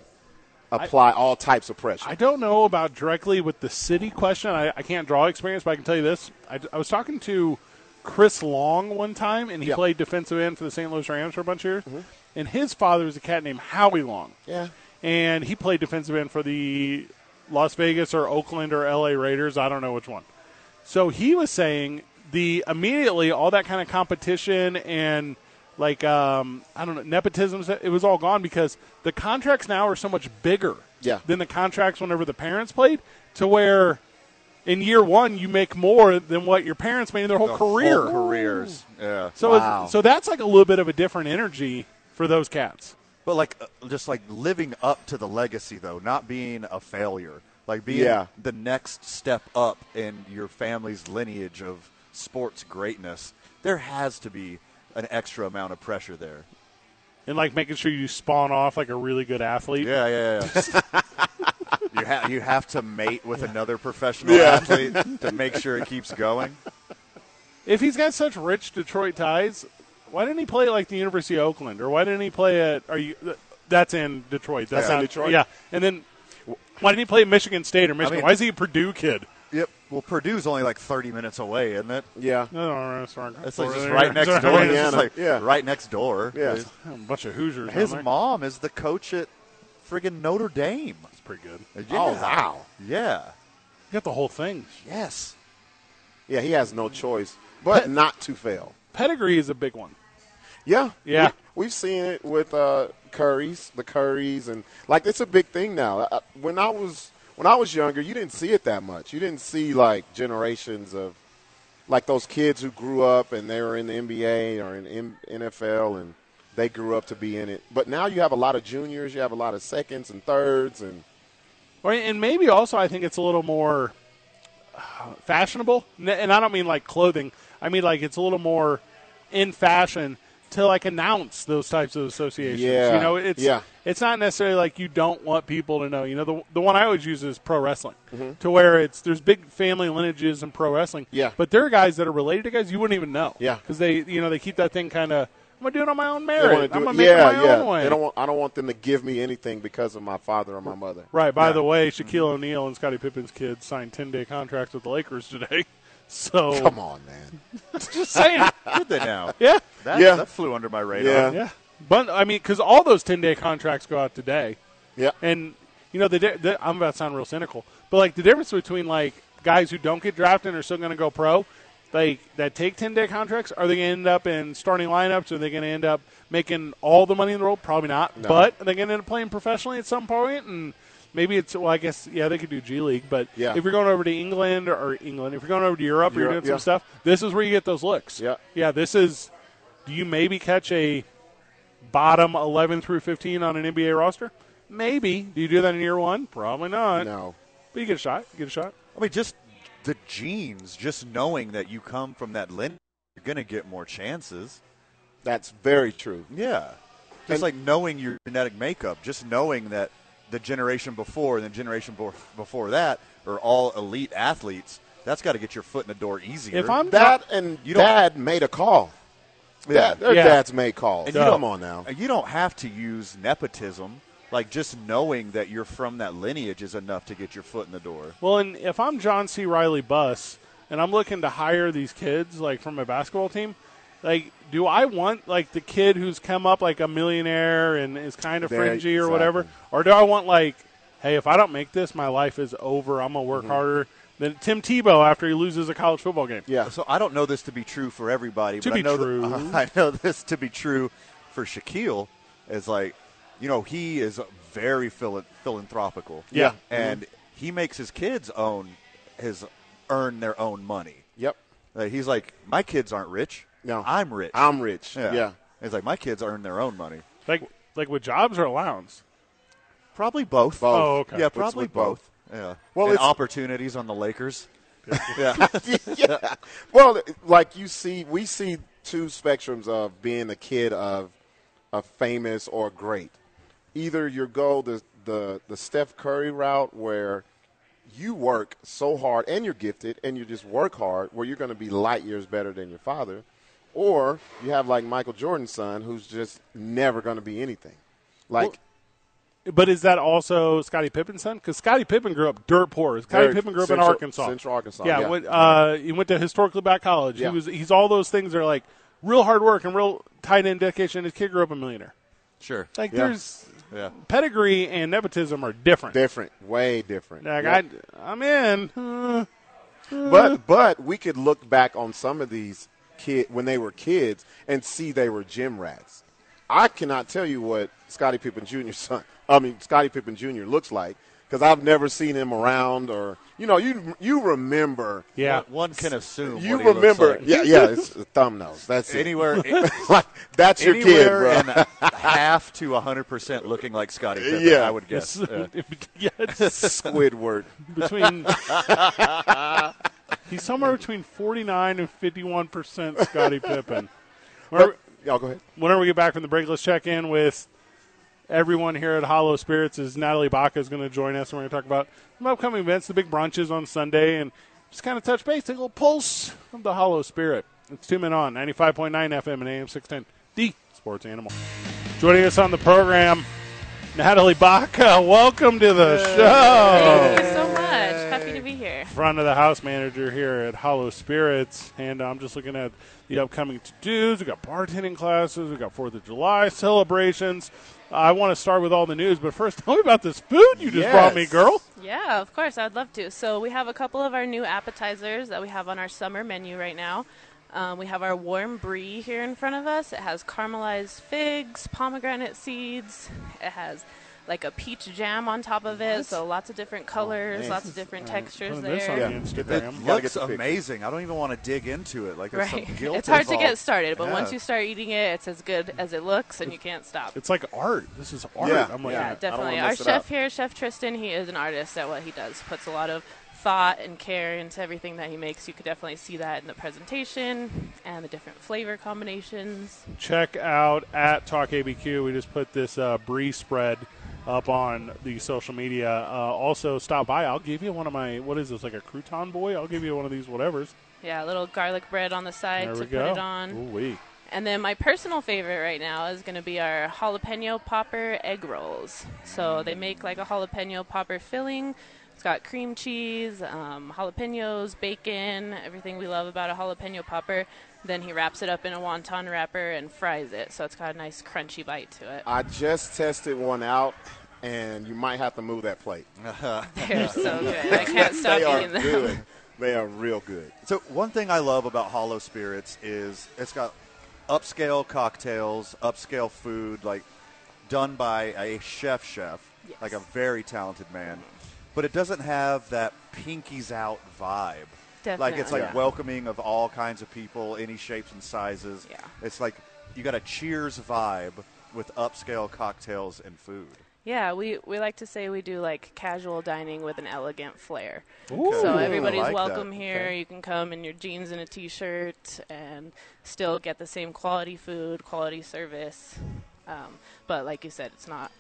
S3: apply all types of pressure?
S1: I don't know about directly with the city question. I, I can't draw experience, but I can tell you this. I, I was talking to Chris Long one time, and he
S3: Yeah.
S1: played defensive end for the St. Louis Rams for a bunch of years. And his father was a cat named Howie Long.
S3: yeah.
S1: And he played defensive end for the Las Vegas or Oakland or LA Raiders. I don't know which one. So he was saying the immediately all that kind of competition and like um, I don't know nepotism it was all gone because the contracts now are so much bigger
S3: Yeah.
S1: than the contracts whenever the parents played to where in year one you make more than what your parents made in their whole career.
S2: Whole careers. Yeah.
S1: So
S3: Wow.
S1: it's, so that's like a little bit of a different energy for those cats.
S2: But like, uh, just like living up to the legacy, though, not being a failure, like being
S3: Yeah.
S2: the next step up in your family's lineage of sports greatness. There has to be an extra amount of pressure there.
S1: And like making sure you spawn off like a really good athlete.
S2: Yeah, yeah, yeah. you, ha- you have to mate with another professional athlete to make sure it keeps going.
S1: If he's got such rich Detroit ties, why didn't he play at like the University of Oakland, or why didn't he play at? Are you? th- That's in Detroit. That's
S3: That's in
S1: not-
S3: Detroit?
S1: Yeah, and then why didn't he play at Michigan State or Michigan?
S2: mean-
S1: why is he a Purdue kid?
S2: Yep. Well, Purdue's only like 30 minutes away, isn't it?
S3: Yeah.
S1: No, no, no, sorry.
S2: It's like just
S1: Sorry.
S2: right next
S1: Sorry.
S2: door. It's just
S3: Indiana.
S2: like
S3: Yeah.
S2: right next door.
S3: Yeah.
S1: A bunch of Hoosiers.
S2: His
S1: down there.
S2: mom is the coach at friggin' Notre Dame.
S1: It's pretty good. You
S2: Yeah.
S3: Oh wow.
S2: Yeah.
S1: got the whole thing.
S2: Yes.
S3: Yeah, he has no choice but not to fail.
S1: Pedigree is a big one.
S3: Yeah,
S1: Yeah.
S3: We, have seen it with uh, curries, the curries, and like it's a big thing now. Uh, When I was when I was younger, you didn't see it that much. You didn't see like generations of like those kids who grew up and they were in the NBA or in M- NFL and they grew up to be in it. But now you have a lot of juniors, you have a lot of seconds and thirds, and
S1: Right, and maybe also I think it's a little more uh, fashionable, N- and I don't mean like clothing. I mean like it's a little more in fashion to like announce those types of associations.
S3: Yeah.
S1: You know, it's
S3: Yeah.
S1: it's not necessarily like you don't want people to know. You know, the the one I always use is pro wrestling, to where it's there's big family lineages in pro wrestling.
S3: Mm-hmm. Yeah.
S1: but there are guys that are related to guys you wouldn't even know.
S3: Yeah.
S1: because they you know they keep that thing kind of. I'm gonna do it on my own
S3: they wanna
S1: merit.
S3: do
S1: I'm gonna
S3: it.
S1: make
S3: yeah,
S1: it my
S3: yeah.
S1: own way.
S3: They don't want, I don't want them to give me anything because of my father or my mother.
S1: Right. By the way, Shaquille O'Neal and Scottie Pippen's kids signed ten day contracts with the Lakers today. So
S3: Come on, man.
S1: just saying,
S2: Did they now?
S1: yeah,
S2: That,
S3: Yeah.
S2: that flew under my radar.
S3: Yeah.
S1: yeah. But I mean, because all those ten day contracts go out today,
S3: Yeah.
S1: and you know the, di- the I'm about to sound real cynical, but like the difference between like guys who don't get drafted and are still going to go pro, like that take ten day contracts, are they going to end up in starting lineups? Are they going to end up making all the money in the world? Probably not. But are they going to end up playing professionally at some point? And maybe it's well, I guess yeah, they could do G League. But
S3: Yeah.
S1: if you're going over to England or, or England, if you're going over to Europe, or you're doing
S3: Europe,
S1: some
S3: yeah.
S1: stuff, this is where you get those looks.
S3: Yeah.
S1: yeah. This is. Do you maybe catch a bottom 11 through 15 on an NBA roster? Maybe. Do you do that in year one? Probably not.
S3: No.
S1: But you get a shot. You get a shot.
S2: I mean, just the genes, just knowing that you come from that lineage, you're going to get more chances.
S3: That's very true.
S2: Yeah. Just
S3: And-
S2: like knowing your genetic makeup, just knowing that the generation before and the generation bef- before that are all elite athletes, that's got to get your foot in the door easier.
S1: If I'm
S3: That and
S2: You don't-
S3: dad made a call.
S2: Yeah.
S3: Dad, their
S1: Yeah.
S3: dads made calls.
S2: And
S3: And
S2: you don't-
S3: Come on now.
S2: Uh, you don't have to use nepotism. Like just knowing that you're from that lineage is enough to get your foot in the door.
S1: Well, and if I'm John C. Riley Bus and I'm looking to hire these kids like from a basketball team, like do I want like the kid who's come up like a millionaire and is kind of
S3: There-
S1: fringy or
S3: exactly.
S1: whatever, or do I want like, hey, if I don't make this, my life is over. I'm gonna work
S3: Mm-hmm.
S1: harder than Tim Tebow after he loses a college football game.
S3: Yeah.
S2: So I don't know this to be true for everybody,
S1: To
S2: but
S1: be
S2: I know th-
S1: true.
S2: I know this to be true for Shaquille. Is like, you know, he is very phil- philanthropical.
S1: Yeah.
S2: and
S3: Mm-hmm.
S2: he makes his kids own his earn their own money.
S3: Yep.
S2: Like, he's like, my kids aren't rich.
S3: No.
S2: I'm rich.
S3: I'm rich. Yeah.
S2: It's like my kids earn their own money.
S1: Like like with jobs or allowance.
S2: Probably both.
S3: Both.
S1: Oh, okay.
S2: Yeah,
S1: It's
S2: probably
S3: with both.
S2: Yeah.
S3: Well,
S2: and
S3: it's-
S2: opportunities on the Lakers.
S3: yeah. Well, like you see, we see two spectrums of being a kid of a famous or great. Either you go the the the Steph Curry route where you work so hard and you're gifted and you just work hard where you're going to be light years better than your father, or you have like Michael Jordan's son who's just never going to be anything. Like
S1: But is that also Scottie Pippen's son? Because Scottie Pippen grew up dirt poor. Scottie
S3: Very
S1: Pippen grew up
S3: central-
S1: in Arkansas.
S3: central Arkansas,
S1: Yeah,
S3: yeah.
S1: Went, uh, he went to historically black college.
S3: Yeah.
S1: He was. He's all those things that are like real hard work and real tight end dedication. His kid grew up a millionaire.
S2: Sure.
S1: Like
S3: Yeah.
S1: there's
S2: Yeah.
S1: pedigree and nepotism are different.
S3: different, way different.
S1: Like
S3: Yep.
S1: I, I'm in. Uh,
S3: But but we could look back on some of these kid when they were kids and see they were gym rats. I cannot tell you what Scottie Pippen Jr. 's son, I mean Scottie Pippen Jr. looks like because I've never seen him around or you know you you remember
S1: yeah.
S2: One, one can assume.
S3: you
S2: what he looks
S3: remember
S2: like.
S3: yeah yeah it's thumbnails that's it.
S2: anywhere.
S3: like that's your kid
S2: anywhere
S3: bro
S2: and half to 100% looking like Scotty Pippen,
S3: Yeah.
S2: I would guess. Yeah.
S1: yeah. It's
S3: Squidward
S1: between. he's somewhere between 49 and 51 percent Scottie Pippen. Remember-
S3: y'all go ahead
S1: whenever we get back from the break, let's check in with everyone here at Hollow Spirits. Is Natalie Baca is going to join us, and we're going to talk about some upcoming events, the big brunches on Sunday, and just kind of touch base, take a little pulse of the Hollow Spirit. It's two men on ninety-five point nine FM and AM six ten. The Sports Animal joining us on the program, Natalie Baca. Welcome to the show.
S5: Thank you so much. Happy to be here.
S1: Front of the house manager here at Hollow Spirits, and I'm just looking at the upcoming to dos. We got bartending classes, we got Fourth of July celebrations. I want to start with all the news, but first, tell me about this food you just brought me,
S3: Yes.
S1: girl.
S5: Yeah, of course. I would love to. So we have a couple of our new appetizers that we have on our summer menu right now. Um, we have our warm brie here in front of us. It has caramelized figs, pomegranate seeds. It has like a peach jam on top of it. So lots of different colors,
S3: man.
S5: lots of different textures
S1: Putting this
S5: there.
S1: on
S3: Yeah.
S1: the
S2: It
S1: Instagram.
S3: gotta get
S2: looks
S3: the picture.
S2: amazing. I don't even want to dig into it. Like there's
S5: Right.
S2: some guilt
S5: It's hard to
S2: involved.
S5: get started, but
S2: Yeah.
S5: once you start eating it, it's as good as it looks and you can't stop.
S1: It's like art. This is art.
S3: Yeah,
S1: I'm like,
S3: yeah. don't
S5: Yeah,
S3: wanna
S5: definitely. Our
S3: mess it
S5: chef
S3: up.
S5: here, Chef Tristan, he is an artist at what he does. Puts a lot of thought and care into everything that he makes. You could definitely see that in the presentation and the different flavor combinations.
S1: check out at Talk ABQ. We just put this uh, brie spread up on the social media. Uh, also, stop by. I'll give you one of my what is this like a crouton boy? I'll give you one of these whatever's.
S5: Yeah, a little garlic bread on the side
S1: There
S5: to
S1: we
S5: put
S1: go.
S5: it on.
S1: Ooh wee.
S5: And then my personal favorite right now is going to be our jalapeno popper egg rolls. So they make like a jalapeno popper filling. It's got cream cheese, um, jalapenos, bacon, everything we love about a jalapeno popper. Then he wraps it up in a
S3: Ah.
S5: wonton wrapper and fries it. So it's got a nice crunchy bite to it.
S3: I just tested one out and you might have to move that plate.
S5: They're so good. I can't stop
S3: they are
S5: eating them.
S3: good. They are real good.
S2: So one thing I love about Hollow Spirits is it's got upscale cocktails, upscale food, like done by a chef chef,
S5: Yes.
S2: like a very talented man. But it doesn't have that pinkies out vibe. Like it's like
S5: Definitely.
S2: welcoming of all kinds of people, any shapes and sizes.
S5: Yeah.
S2: It's like you got a cheers vibe with upscale cocktails and food.
S5: Yeah, we, we like to say we do like casual dining with an elegant flair.
S2: Ooh,
S5: so
S2: I
S5: everybody's
S2: like that.
S5: welcome here.
S2: Okay.
S5: You can come in your jeans and a t-shirt and still get the same quality food, quality service. Um, but like you said, it's not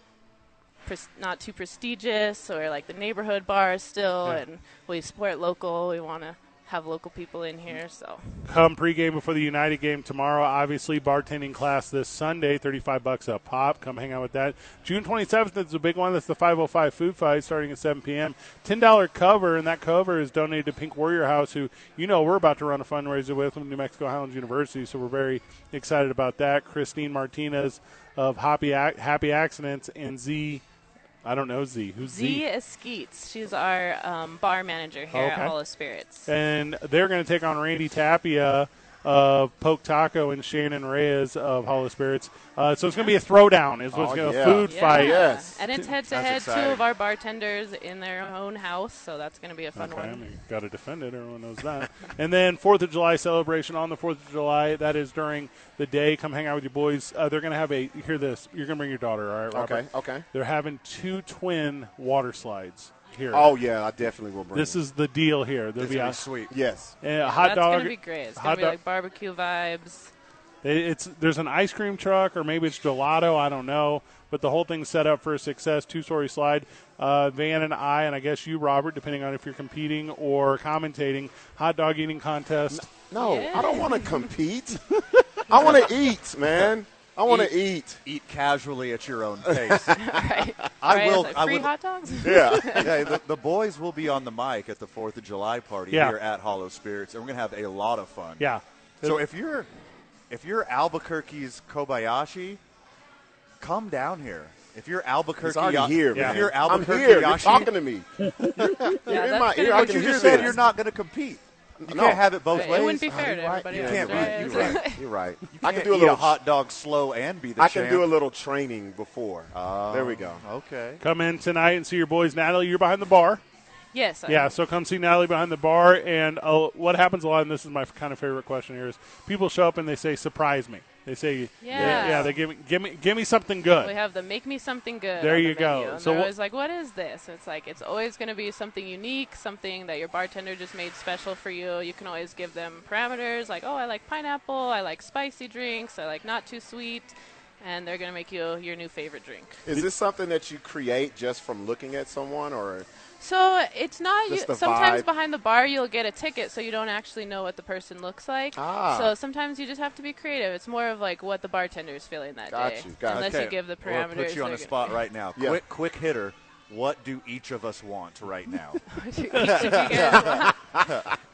S5: pres- not too prestigious or like the neighborhood bar still. And we support local. We want to have local people in here. So
S1: Come pregame before the United game tomorrow. Obviously, bartending class this Sunday, thirty-five bucks a pop. Come hang out with that. June twenty-seventh is a big one. That's the five hundred five food fight starting at seven p.m. Ten dollar cover, and that cover is donated to Pink Warrior House, who you know we're about to run a fundraiser with from New Mexico Highlands University. So we're very excited about that. Christine Martinez of Happy Ac- Happy Accidents and Z, I don't know Z, who's
S5: Z Eskeets, she's our um, bar manager here
S1: Okay.
S5: at Hollow Spirits.
S1: and they're going to take on Randy Tapia of Poke Taco and Shannon Reyes of Hollow Spirits. Uh, so it's going to be a throwdown. It's what's
S3: Oh,
S1: going to
S3: yeah.
S1: food
S5: Yeah.
S1: fight.
S3: Yes.
S5: And it's head to head,
S2: That's
S5: two
S2: exciting.
S5: of our bartenders in their own house, so that's going to be a fun
S1: Okay, I
S5: one.
S1: mean, got to defend it. Everyone knows that. and then Fourth of July celebration on the Fourth of July. That is during the day. Come hang out with your boys. Uh, they're going to have a. Hear this. You're going to bring your daughter. All right, Robert.
S3: Okay, okay.
S1: They're having two twin water slides here.
S3: Oh yeah, I definitely will bring.
S1: this
S3: it.
S1: is the deal here. There'll
S2: It's
S1: be
S2: gonna
S1: a,
S2: be sweet.
S3: yes.
S1: a hot
S5: that's
S1: dog.
S5: going to be great. It's going
S1: hot
S5: to be
S1: dog-
S5: like barbecue vibes.
S1: It- It's there's an ice cream truck or maybe it's gelato. I don't know, but the whole thing's set up for success. Two story slide. Uh, Van and I, and I guess you, Robert, depending on if you're competing or commentating, hot dog eating contest.
S3: No,
S5: Yeah.
S3: I don't want to compete. I want to eat, man. I want to eat.
S2: Eat casually at your own pace.
S5: Right?
S2: I
S5: right?
S2: will-
S5: It's like
S2: I
S5: free
S2: would-
S5: hot dogs?
S3: Yeah.
S2: yeah, the, the boys will be on the mic at the Fourth of July party
S1: Yeah.
S2: here at Hollow Spirits, and we're gonna have a lot of fun.
S1: Yeah.
S2: So if you're if you're Albuquerque's Kobayashi, come down here. If you're Albuquerque,
S3: It's already here,
S2: if
S3: man.
S2: you're
S3: I'm
S2: Albuquerque,
S3: here. You're
S2: Yashi,
S3: talking to me.
S5: yeah,
S3: in
S5: that's
S3: my
S5: gonna
S3: ear.
S5: be
S3: I
S2: but
S3: can
S2: you
S3: hear
S2: just said
S3: this.
S2: you're not going to compete. You
S3: No.
S2: can't have it both
S5: It
S2: ways.
S5: wouldn't be fair to
S3: you're right.
S5: everybody
S3: You
S5: else.
S2: can't
S5: right?
S2: be-
S5: It's
S2: you're
S5: like-
S2: right. You're right. You
S3: I
S2: can't
S3: can do a
S2: eat
S3: little-
S2: a hot dog slow and be the
S3: I can
S2: champ. Ah.
S3: do a little training before. there we go.
S2: Okay.
S1: Come in tonight and see your boys. Natalie, you're behind the bar.
S5: Yes. I-
S1: Yeah, so come see Natalie behind the bar. And uh, what happens a lot, and this is my kind of favorite question here, is people show up and they say, "Surprise me." They say,
S5: Yeah.
S1: yeah they give me, give me, give me something good."
S5: We have the make me something good.
S1: There
S5: on
S1: you
S5: the
S1: go.
S5: menu, And
S1: So
S5: they're
S1: wha-
S5: always like, what is this? It's like it's always going to be something unique, something that your bartender just made special for you. You can always give them parameters like, oh, I like pineapple, I like spicy drinks, I like not too sweet, and they're going to make you your new favorite drink.
S3: Is this something that you create just from looking at someone, or
S5: So it's not. You,
S3: Just the
S5: sometimes
S3: vibe.
S5: behind the bar, you'll get a ticket, so you don't actually know what the person looks like.
S3: Ah.
S5: So sometimes you just have to be creative. It's more of like what the bartender is feeling that
S3: Got
S5: day.
S3: you, got you.
S5: Unless
S2: okay.
S5: you give the
S2: We're
S5: parameters.
S2: gonna put you on
S5: they're
S2: the spot
S5: gonna-
S2: right now.
S3: Yeah.
S2: Quick, quick hitter. What do each of us want right now?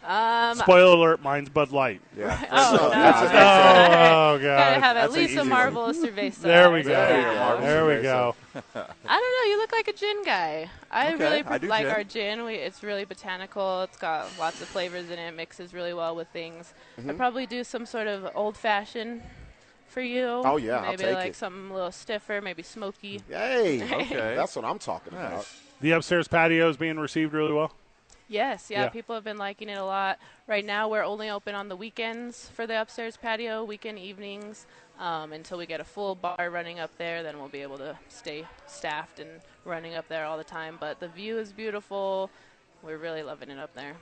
S5: um,
S1: Spoiler alert: mine's Bud Light.
S2: yeah.
S5: Oh,
S3: That's-
S5: no.
S1: Oh
S5: Gotta
S1: God.
S5: have at
S2: That's an
S5: least
S2: easy
S5: a
S2: one.
S5: marvelous cerveza.
S1: There we go.
S5: Yeah.
S1: There we go.
S5: I don't know. You look like a gin guy. I
S2: Okay,
S5: really
S2: I do
S5: like
S2: gin.
S5: our gin. We, it's really botanical. It's got lots of flavors in it. Mixes really well with things.
S3: Mm-hmm.
S5: i probably do some sort of old fashioned for you.
S3: Oh, yeah, I'll
S5: maybe
S3: take
S5: like
S3: it.
S5: something a little stiffer, maybe smoky.
S3: hey,
S2: Okay.
S3: that's what I'm talking about.
S2: Nice.
S1: The upstairs patio is being received really well.
S5: Yes, yeah,
S1: Yeah.
S5: People have been liking it a lot. Right now, we're only open on the weekends for the upstairs patio, weekend evenings. Um, until we get a full bar running up there, then we'll be able to stay staffed and running up there all the time. But the view is beautiful. We're really loving it up there.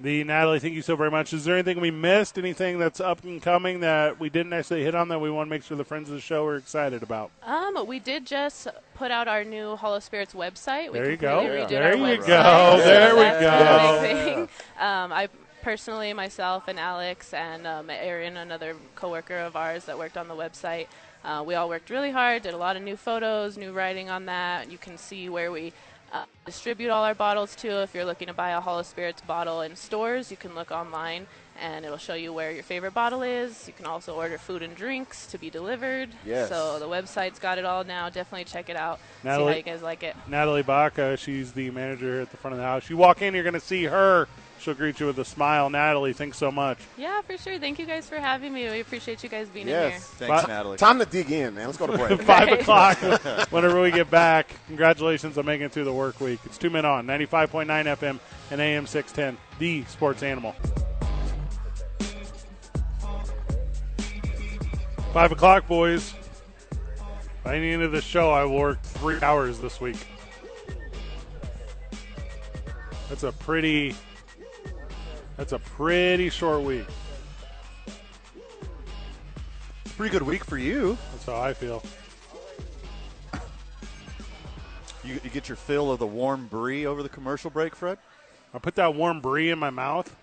S1: The Natalie, thank you so very much. Is there anything we missed? Anything that's up and coming that we didn't actually hit on that we want to make sure the friends of the show are excited about?
S5: Um, we did just put out our new Hollow Spirits website. We
S1: There you go.
S5: completely redid
S1: There
S5: our
S1: you
S5: website.
S1: go.
S5: So
S1: There we
S5: that's a big thing. Um, I personally, myself and Alex and um, Erin, another coworker of ours that worked on the website, uh, we all worked really hard. Did a lot of new photos, new writing on that. You can see where we. Uh, distribute all our bottles to. If you're looking to buy a Hollow Spirits bottle in stores, you can look online and it'll show you where your favorite bottle is. You can also order food and drinks to be delivered.
S3: Yes.
S5: So the website's got it all now. Definitely check it out. See
S1: Natalie-
S5: how you guys like it.
S1: Natalie Baca, she's the manager here at the front of the house. You walk in, you're going to see her. She'll greet you with a smile. Natalie, thanks so much.
S5: Yeah, for sure. Thank you guys for having me. We appreciate you guys being in here.
S3: Yes.
S2: Thanks,
S1: Bye.
S2: Natalie.
S3: Time to dig in, man. Let's go to break.
S1: Five
S5: Right.
S1: o'clock, whenever we get back. Congratulations on making it through the work week. It's two men on 95.9 FM and AM 610, the sports animal. Five o'clock, boys. By the end of the show, I worked three hours this week. That's a pretty. That's a pretty short week.
S2: It's a pretty good week for you.
S1: That's how I feel.
S2: you. You get your fill of the warm brie over the commercial break, Fred.
S1: I put that warm brie in my mouth.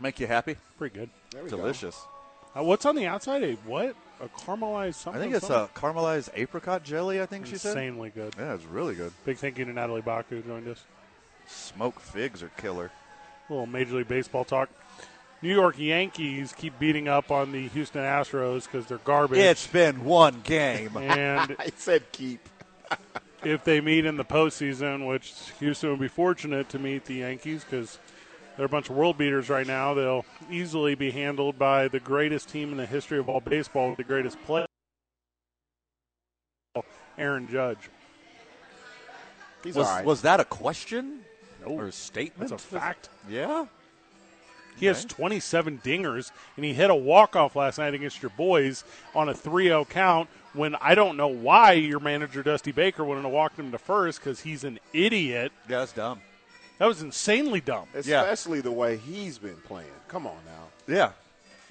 S2: Make you happy.
S1: Pretty good.
S2: Delicious.
S1: Uh, what's on the outside? A what? A caramelized
S2: I
S1: something?
S2: think it's a
S1: something?
S2: caramelized apricot jelly. I think she said.
S1: insanely good.
S2: Yeah, it's really good.
S1: Big thank you to Natalie Bach who joined us.
S2: Smoked figs are killer.
S1: A little Major League Baseball talk. New York Yankees keep beating up on the Houston Astros because they're garbage.
S2: It's been one game.
S1: and
S3: I said keep.
S1: if they meet in the postseason, which Houston would be fortunate to meet the Yankees because they're a bunch of world beaters right now, they'll easily be handled by the greatest team in the history of all baseball with the greatest play, Aaron Judge.
S3: He's
S2: Was,
S3: all right.
S2: was that a question or a statement?
S1: That's a fact.
S2: Yeah.
S1: He has 27 dingers, and he hit a walk-off last night against your boys on a 3-0 count when I don't know why your manager, Dusty Baker, wouldn't have walked him to first because he's an idiot.
S2: Yeah, that's dumb.
S1: That was insanely dumb.
S2: Yeah.
S3: Especially the way he's been playing. Come on now.
S2: Yeah.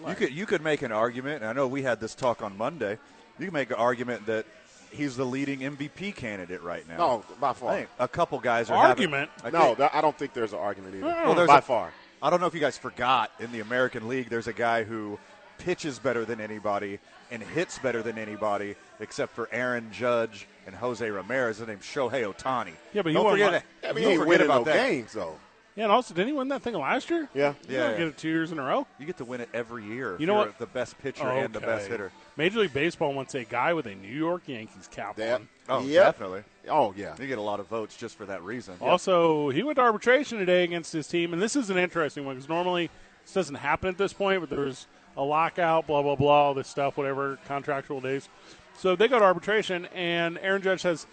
S2: You could you could make an argument, and I know we had this talk on Monday. You can make an argument that he's the leading MVP candidate right now.
S3: No, by far.
S2: I think a couple guys are
S1: Argument?
S2: Having, I
S3: No,
S2: think-
S3: that, I don't think there's an argument either.
S1: Well,
S2: there's
S3: by
S2: a-
S3: far.
S2: I don't know if you guys forgot in the American League. There's a guy who pitches better than anybody and hits better than anybody, except for Aaron Judge and Jose Ramirez. His name's Shohei Otani.
S1: Yeah, but he
S2: don't
S1: won
S2: forget
S1: la-
S2: that.
S3: I mean, he
S2: don't
S3: ain't
S2: forget
S3: winning
S2: about
S3: no
S2: that.
S3: games, though.
S1: Yeah, and also, didn't he win that thing last year?
S3: Yeah.
S1: You
S2: Yeah,
S1: don't
S2: yeah.
S1: get it two years in a row.
S2: You get to win it every year. if
S1: You know
S2: you're
S1: what? Oh,
S2: The best pitcher and the
S1: Okay.
S2: best hitter.
S1: Major League Baseball wants a guy with a New York Yankees cap
S3: That,
S1: on.
S2: Oh,
S3: yep.
S2: definitely.
S3: Oh, yeah.
S2: You get a lot of votes just for that reason.
S1: Also, he went to arbitration today against his team, and this is an interesting one because normally this doesn't happen at this point, but there's a lockout, blah, blah, blah, all this stuff, whatever, contractual days. So they go to arbitration, and Aaron Judge says,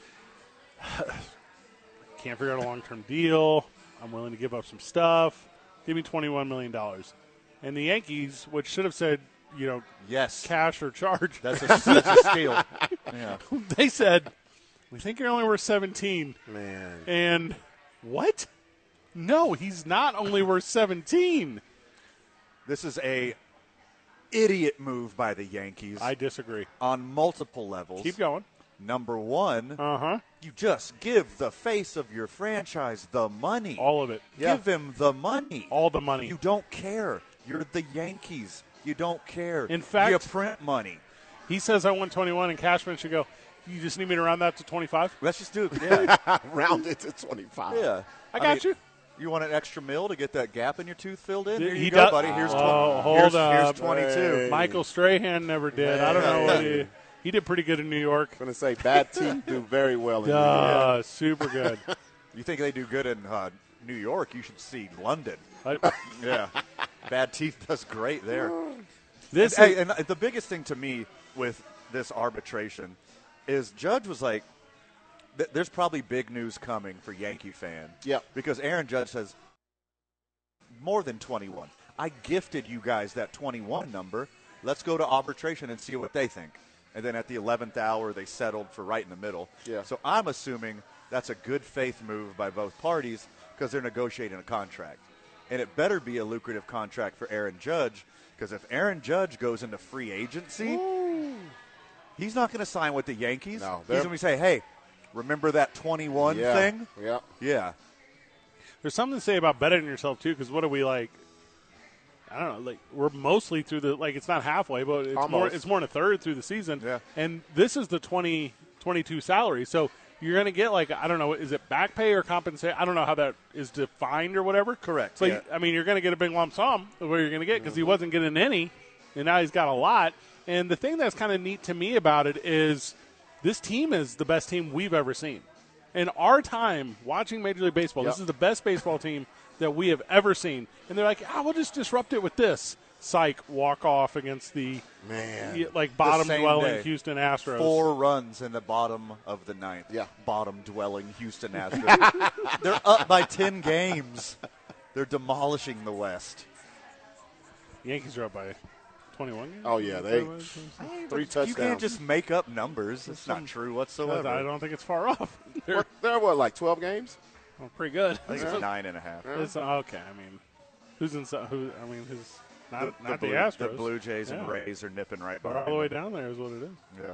S1: can't figure out a long term deal. I'm willing to give up some stuff. Give me $21 million. And the Yankees, which should have said, you know,
S2: Yes.
S1: cash or charge,
S2: That's a, that's a steal. Yeah.
S1: they said, we think you're only worth 17.
S3: Man.
S1: And what? No, he's not only worth 17.
S2: This is a idiot move by the Yankees
S1: I disagree.
S2: on multiple levels.
S1: Keep going.
S2: Number one,
S1: Uh huh.
S2: you just give the face of your franchise the money.
S1: All of it.
S2: Give him the money.
S1: All the money.
S2: You don't care. You're the Yankees. You don't care.
S1: In fact-
S2: you print money.
S1: He says I won 21, and Cashman should go. You just need me to round that to 25.
S2: Let's just do it. Yeah.
S3: Round it to 25.
S2: yeah.
S1: I got you.
S2: You want an extra meal to get that gap in your tooth filled in?
S1: Did-
S2: Here you
S1: he
S2: go,
S1: do-
S2: buddy. Here's, tw-
S1: Oh, hold
S2: here's,
S1: up.
S2: here's 22.
S1: Michael Strahan never did. I don't know what he. He did pretty good in New York.
S3: going to say, bad teeth do very well in
S1: Duh,
S3: New York.
S1: super good.
S2: You think they do good in uh, New York? You should see London.
S1: I-
S2: Yeah, Bad Teeth does great there.
S1: this
S2: Hey,
S1: is,
S2: and uh, the biggest thing to me with this arbitration is Judge was like, th- "There's probably big news coming for Yankee fan."
S3: Yep.
S2: because Aaron Judge says more than 21. I gifted you guys that 21 number. Let's go to arbitration and see what they think. And then at the 11th hour, they settled for right in the middle.
S3: Yeah.
S2: So I'm assuming that's a good faith move by both parties because they're negotiating a contract. And it better be a lucrative contract for Aaron Judge because if Aaron Judge goes into free agency, he's not going to sign with the Yankees.
S3: No,
S2: he's
S3: they're-
S2: going to say, hey, remember that 21
S3: yeah.
S2: thing?
S3: Yeah.
S2: Yeah.
S1: there's something to say about betting yourself too, because what are we like? I don't know. Like we're mostly through the like it's not halfway, but it's more
S3: Almost.
S1: it's more than a third through the season.
S2: Yeah.
S1: And this is the 20, 22 salary, so you're going to get like I don't know, is it back pay or compensation? I don't know how that is defined or whatever.
S2: Correct,
S1: So
S2: yeah.
S1: you- I mean, you're going to get a big lump sum of what you're going to get because he wasn't getting any, and now he's got a lot. And the thing that's kind of neat to me about it is this team is the best team we've ever seen. In our time watching Major League Baseball, this
S3: Yep.
S1: is the best baseball team that we have ever seen. And they're like, ah, we'll just disrupt it with this. Psych walk off against the
S3: Man.
S1: yeah, like bottom
S2: same
S1: dwelling
S2: day.
S1: Houston Astros.
S2: Four runs in the bottom of the ninth.
S3: Yeah.
S2: Bottom dwelling Houston Astros. They're up by 10 games. They're demolishing the West.
S1: Yankees are up by 21 games.
S3: Oh, yeah, they- Three
S2: You can't
S3: touchdowns.
S2: just make up numbers. It's not true whatsoever.
S1: I don't think it's far off. They're
S3: What, there were like 12 games?
S1: pretty good.
S2: I think it's nine and a half.
S1: It's- okay, I mean, who's in? Who? I mean, who's not not the,
S2: Blue,
S1: Astros?
S2: the Blue Jays and
S1: Yeah.
S2: Rays are nipping right
S1: They're all
S2: behind.
S1: the way
S2: them.
S1: down there is what it is.
S2: Yeah.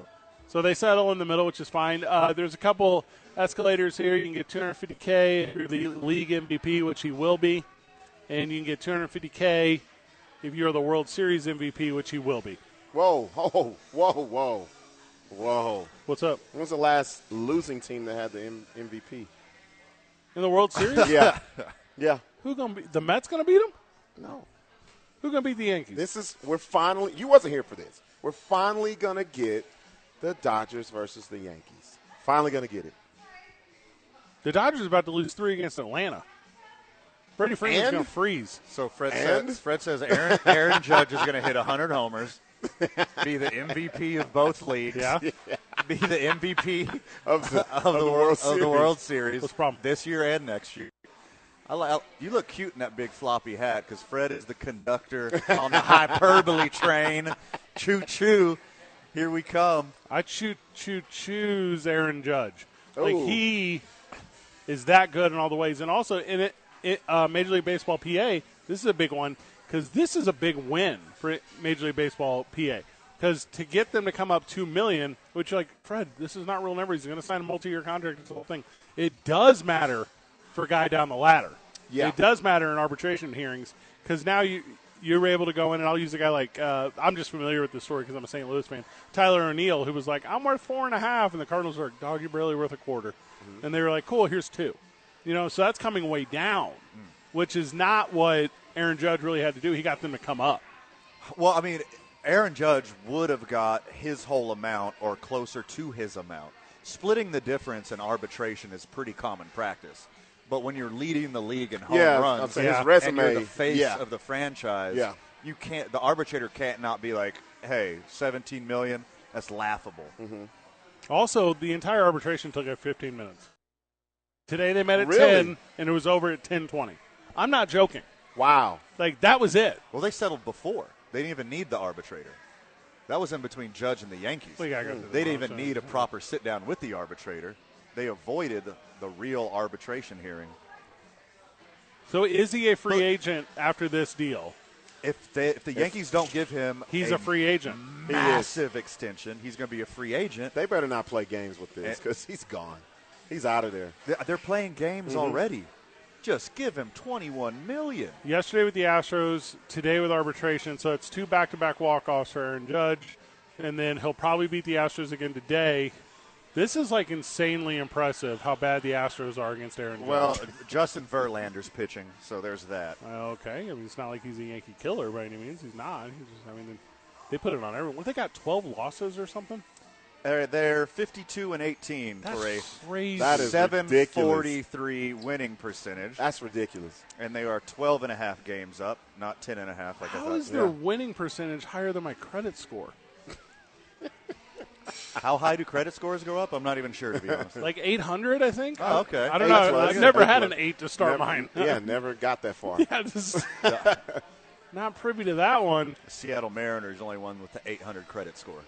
S1: So they settle in the middle, which is fine. Uh, there's a couple escalators here. You can get 250k if you're the league MVP, which he will be, and you can get 250k if you're the World Series MVP, which he will be.
S3: Whoa, whoa, whoa, whoa, whoa.
S1: What's up
S3: When's the last losing team that had the M- MVP?
S1: in the World Series?
S3: Yeah. yeah.
S1: Who gonna be the Mets? Gonna beat them?
S3: No.
S1: Who gonna beat the Yankees?
S3: This is, we're finally, you wasn't here for this. We're finally going to get the Dodgers versus the Yankees. Finally going to get it.
S1: The Dodgers are about to lose three against Atlanta. Brady Freeman's
S3: And-
S1: gonna freeze.
S2: So Fred
S3: And?
S2: says, Fred says Aaron, Aaron Judge is going to hit 100 homers, be the MVP of both leagues,
S1: Yeah.
S2: be the MVP
S3: Of the,
S2: of, the, World of the World Series
S1: What's the problem?
S2: this year and next year. I li- you look cute in that big floppy hat because Fred is the conductor on the hyperbole train. Choo choo, here we come.
S1: I choo choo choose Aaron Judge. Like
S3: Ooh.
S1: he is that good in all the ways, and also in it, it uh, Major League Baseball PA. This is a big one because this is a big win for Major League Baseball PA. Because to get them to come up two million, which like Fred, this is not real numbers. He's going to sign a multi-year contract. This whole thing. It does matter for a guy down the ladder.
S3: Yeah.
S1: It does matter in arbitration hearings because now you you're able to go in and I'll use a guy like uh, I'm just familiar with this story because I'm a St. Louis fan. Tyler O'Neill, who was like, I'm worth four and a half, and the Cardinals were like, dog, you're barely worth a quarter, and they were like, cool, here's two, you know. So that's coming way down, which is not what Aaron Judge really had to do. He got them to come up.
S2: Well, I mean, Aaron Judge would have got his whole amount or closer to his amount. Splitting the difference in arbitration is pretty common practice. But when you're leading the league in home
S3: Yeah, I'm
S2: runs,
S3: saying his
S2: and
S3: resume,
S2: you're the face
S3: yeah.
S2: of the franchise,
S3: Yeah.
S2: you can't. The arbitrator can't not be like, "Hey, 17 million, that's laughable."
S3: Mm-hmm.
S1: Also, the entire arbitration took up 15 minutes. Today they met at
S3: Really?
S1: 10, and it was over at 10:20. I'm not joking.
S3: Wow.
S1: Like that was it.
S2: Well, they settled before. They didn't even need the arbitrator. That was in between Judge and the Yankees.
S1: We gotta go through the
S2: they didn't even
S1: motions.
S2: need a proper sit down with the arbitrator. They avoided the real arbitration hearing.
S1: So is he a free agent after this deal?
S2: If, they, if the Yankees don't give him
S1: He's a, free agent.
S2: massive extension, he's going to be a free agent.
S3: They better not play games with this because he's gone. He's out of there.
S2: They- They're playing games
S1: Mm-hmm.
S2: already. Just give him 21 million.
S1: Yesterday with the Astros, today with arbitration. So it's two back-to-back walk-offs for Aaron Judge, and then he'll probably beat the Astros again today. This is like insanely impressive how bad the Astros are against Aaron Judge.
S2: Well, Justin Verlander's pitching, so there's that.
S1: Uh, okay. I mean, it's not like he's a Yankee killer by any means. He's not. He's just, I mean, they, they put it on everyone. What, They got 12 losses or something.
S2: They're, they're 52 and 18
S1: That's
S2: for a
S1: crazy.
S3: That is-
S2: 743 winning percentage.
S3: That's ridiculous.
S2: and they are 12 and a half games up, not 10 and a half like I
S1: How
S2: thought.
S1: is their
S3: yeah.
S1: winning percentage higher than my credit score?
S2: How high do credit scores go up? I'm not even sure to be honest.
S1: Like 800, I think.
S2: Oh, okay.
S1: I don't
S3: Hey, that's
S1: know.
S3: what I
S1: I've
S3: said.
S1: never
S3: That's
S1: had
S3: what-
S1: an eight to start
S3: Never-
S1: mine.
S3: yeah, never got that far.
S1: Yeah, this is- not privy to that one.
S2: Seattle Mariners only one with the 800 credit score,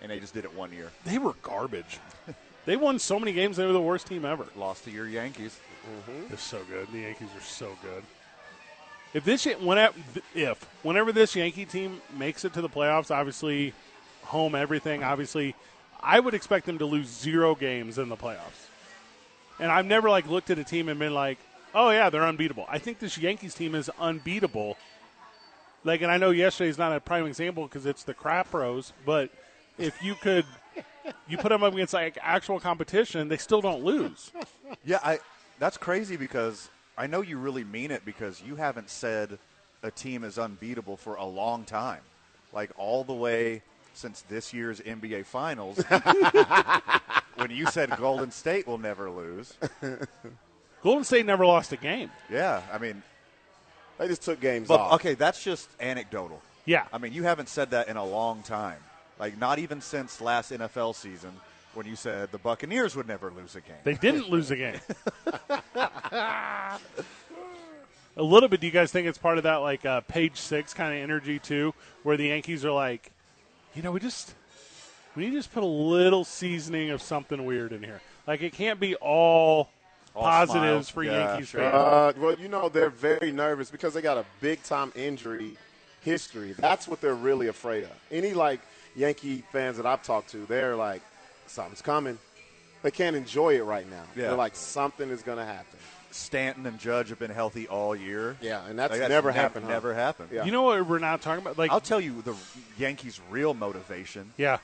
S2: and they just did it one year.
S1: They were garbage. They won so many games. They were the worst team ever.
S2: Lost to your Yankees.
S1: They're so good. The Yankees are so good. If this Yan- whenever if whenever this Yankee team makes it to the playoffs, obviously home everything. Obviously, I would expect them to lose zero games in the playoffs. And I've never like looked at a team and been like, "Oh yeah, they're unbeatable." I think this Yankees team is unbeatable. Like, and I know yesterday's not a prime example because it's the crap pros, but if you could You put them up against like actual competition, they still don't lose.
S2: Yeah, I. That's crazy because I know you really mean it because you haven't said a team is unbeatable for a long time, like all the way since this year's NBA Finals. when you said Golden State will never lose,
S1: Golden State never lost a game.
S2: yeah, I mean,
S3: They just took games
S2: but
S3: off.
S2: okay, that's just anecdotal.
S1: Yeah.
S2: I mean, you haven't said that in a long time, like not even since last NFL season when you said the Buccaneers would never lose a game.
S1: They didn't lose a game. a little bit. Do you guys think it's part of that like uh, page six kind of energy too, where the Yankees are like, you know, we just we need to just put a little seasoning of something weird in here. Like it can't be all,
S2: All
S1: positives
S2: smiles.
S1: for
S2: Yeah,
S1: Yankees
S2: sure.
S1: fans.
S3: Uh, well, you know, they're very nervous because they got a big time injury history. That's what they're really afraid of. Any like Yankee fans that I've talked to, they're like, something's coming. They can't enjoy it right now.
S2: Yeah.
S3: They're like, something is going to happen.
S2: Stanton and Judge have been healthy all year.
S3: Yeah, and that's
S2: Like,
S3: never
S2: nev-
S3: happened, huh?
S2: Never happened.
S3: Yeah.
S1: You know what we're not talking about? Like,
S2: I'll tell you, the Yankees' real motivation
S1: yeah,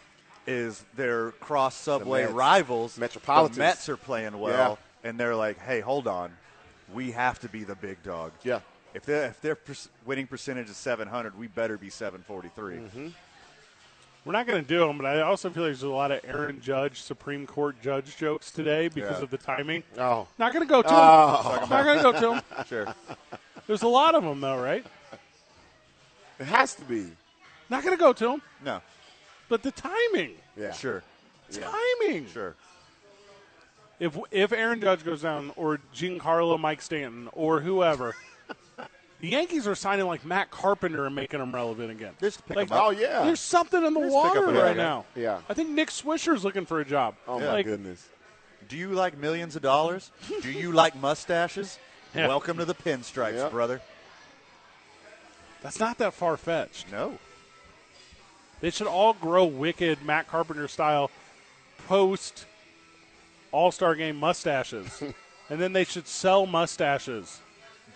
S2: is their cross subway
S3: The Mets.
S2: rivals.
S3: Metropolitans.
S2: The Mets are playing well, and they're like, "Hey, hold on, we have to be the big dog."
S3: Yeah.
S2: If their if their per- winning percentage is 700, we better be 743.
S3: Mm-hmm.
S1: we're not going to do them. But I also feel like there's a lot of Aaron Judge, Supreme Court judge jokes today because
S2: Yeah. Oh.
S1: of the timing.
S3: Oh.
S1: Not going to go to 'em. Not going to go to 'em.
S2: Sure.
S1: There's a lot of them though, right?
S3: It has to be.
S1: Not going to go to them.
S2: No.
S1: But the timing,
S3: Yeah.
S2: Sure.
S1: timing.
S2: Sure.
S1: If if Aaron Judge goes down, or Giancarlo, Mike Stanton, or whoever, the Yankees are signing like Matt Carpenter and making him relevant again.
S2: Just pick
S1: Like,
S2: 'em up.
S3: Oh, yeah.
S1: There's something in the
S2: Just pick
S1: water
S2: up
S1: right
S2: another guy.
S1: now.
S3: Yeah.
S1: I think Nick Swisher's looking for a job.
S3: Oh, my
S1: Like,
S3: goodness.
S2: Do you like millions of dollars? Do you like mustaches?
S1: Yeah.
S2: Welcome to the pinstripes,
S3: Yep.
S2: brother.
S1: That's not that far fetched.
S2: No.
S1: They should all grow wicked Matt Carpenter style post All Star Game mustaches, and then they should sell mustaches.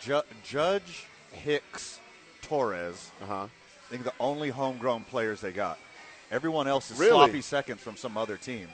S2: Ju- Judge Hicks Torres.
S3: Uh-huh.
S2: I think the only homegrown players they got. Everyone else is
S3: Really?
S2: sloppy seconds from some other team.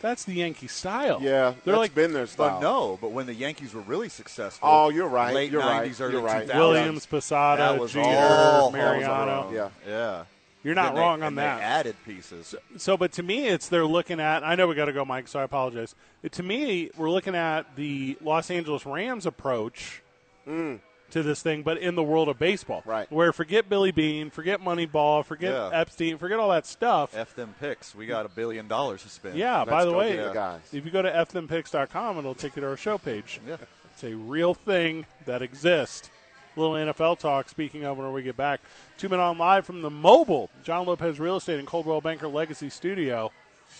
S1: That's the Yankee style.
S3: Yeah.
S1: they're
S3: that's
S1: like
S3: been their
S2: But
S3: style.
S2: no, but when the Yankees were really successful,
S3: Oh, you're right.
S2: Late
S3: You're right.
S2: 90s, early
S3: You're right.
S2: 2000s.
S1: Williams, Posada,
S2: that was
S1: Jeter,
S2: all
S1: Mariano.
S2: homegrown.
S3: Yeah.
S2: yeah.
S1: You're not
S2: And they-
S1: wrong on
S2: and they
S1: that.
S2: added pieces.
S1: So, but to me, it's they're looking at. I know we got to go, Mike. So I apologize. It- to me, we're looking at the Los Angeles Rams approach
S2: Mm.
S1: to this thing, but in the world of baseball,
S3: Right.
S1: Where forget Billy Bean, forget Moneyball, forget
S2: Yeah.
S1: Epstein, forget all that stuff.
S2: F them picks. We got a billion dollars to spend.
S1: yeah. By the
S3: go
S1: way,
S3: get it, guys.
S1: if you go to fthempicks.com, it'll take you to our show page.
S2: Yeah.
S1: It's a real thing that exists. Little NFL talk. Speaking of, when we get back, two men on live from the mobile John Lopez Real Estate and Coldwell Banker Legacy Studio.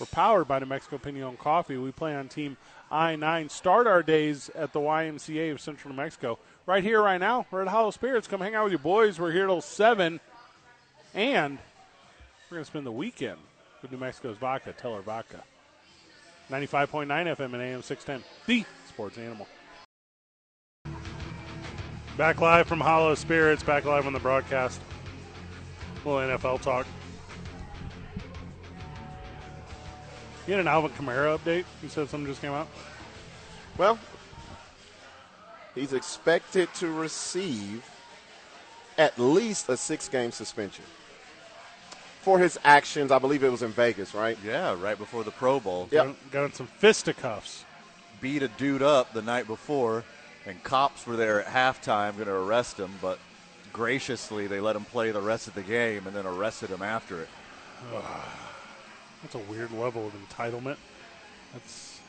S1: We're powered by New Mexico Pinion Coffee. We play on Team I nine. Start our days at the YMCA of Central New Mexico. Right here, right now, we're at Hollow Spirits. Come hang out with your boys. We're here till seven, and we're going to spend the weekend with New Mexico's vodka, Teller Vodka. 95.9 FM and AM 610, the sports animal. Back live from Hollow Spirits, back live on the broadcast. Little NFL talk. You had an Alvin Kamara update? You said something just came out?
S3: Well, he's expected to receive at least a six game suspension for his actions. I believe it was in Vegas, right?
S2: Yeah, right before the Pro Bowl.
S3: Yep.
S1: Got, got in some fisticuffs.
S2: Beat a dude up the night before, and cops were there at halftime going to arrest him, but graciously they let him play the rest of the game and then arrested him after it.
S1: That's a weird level of entitlement. That's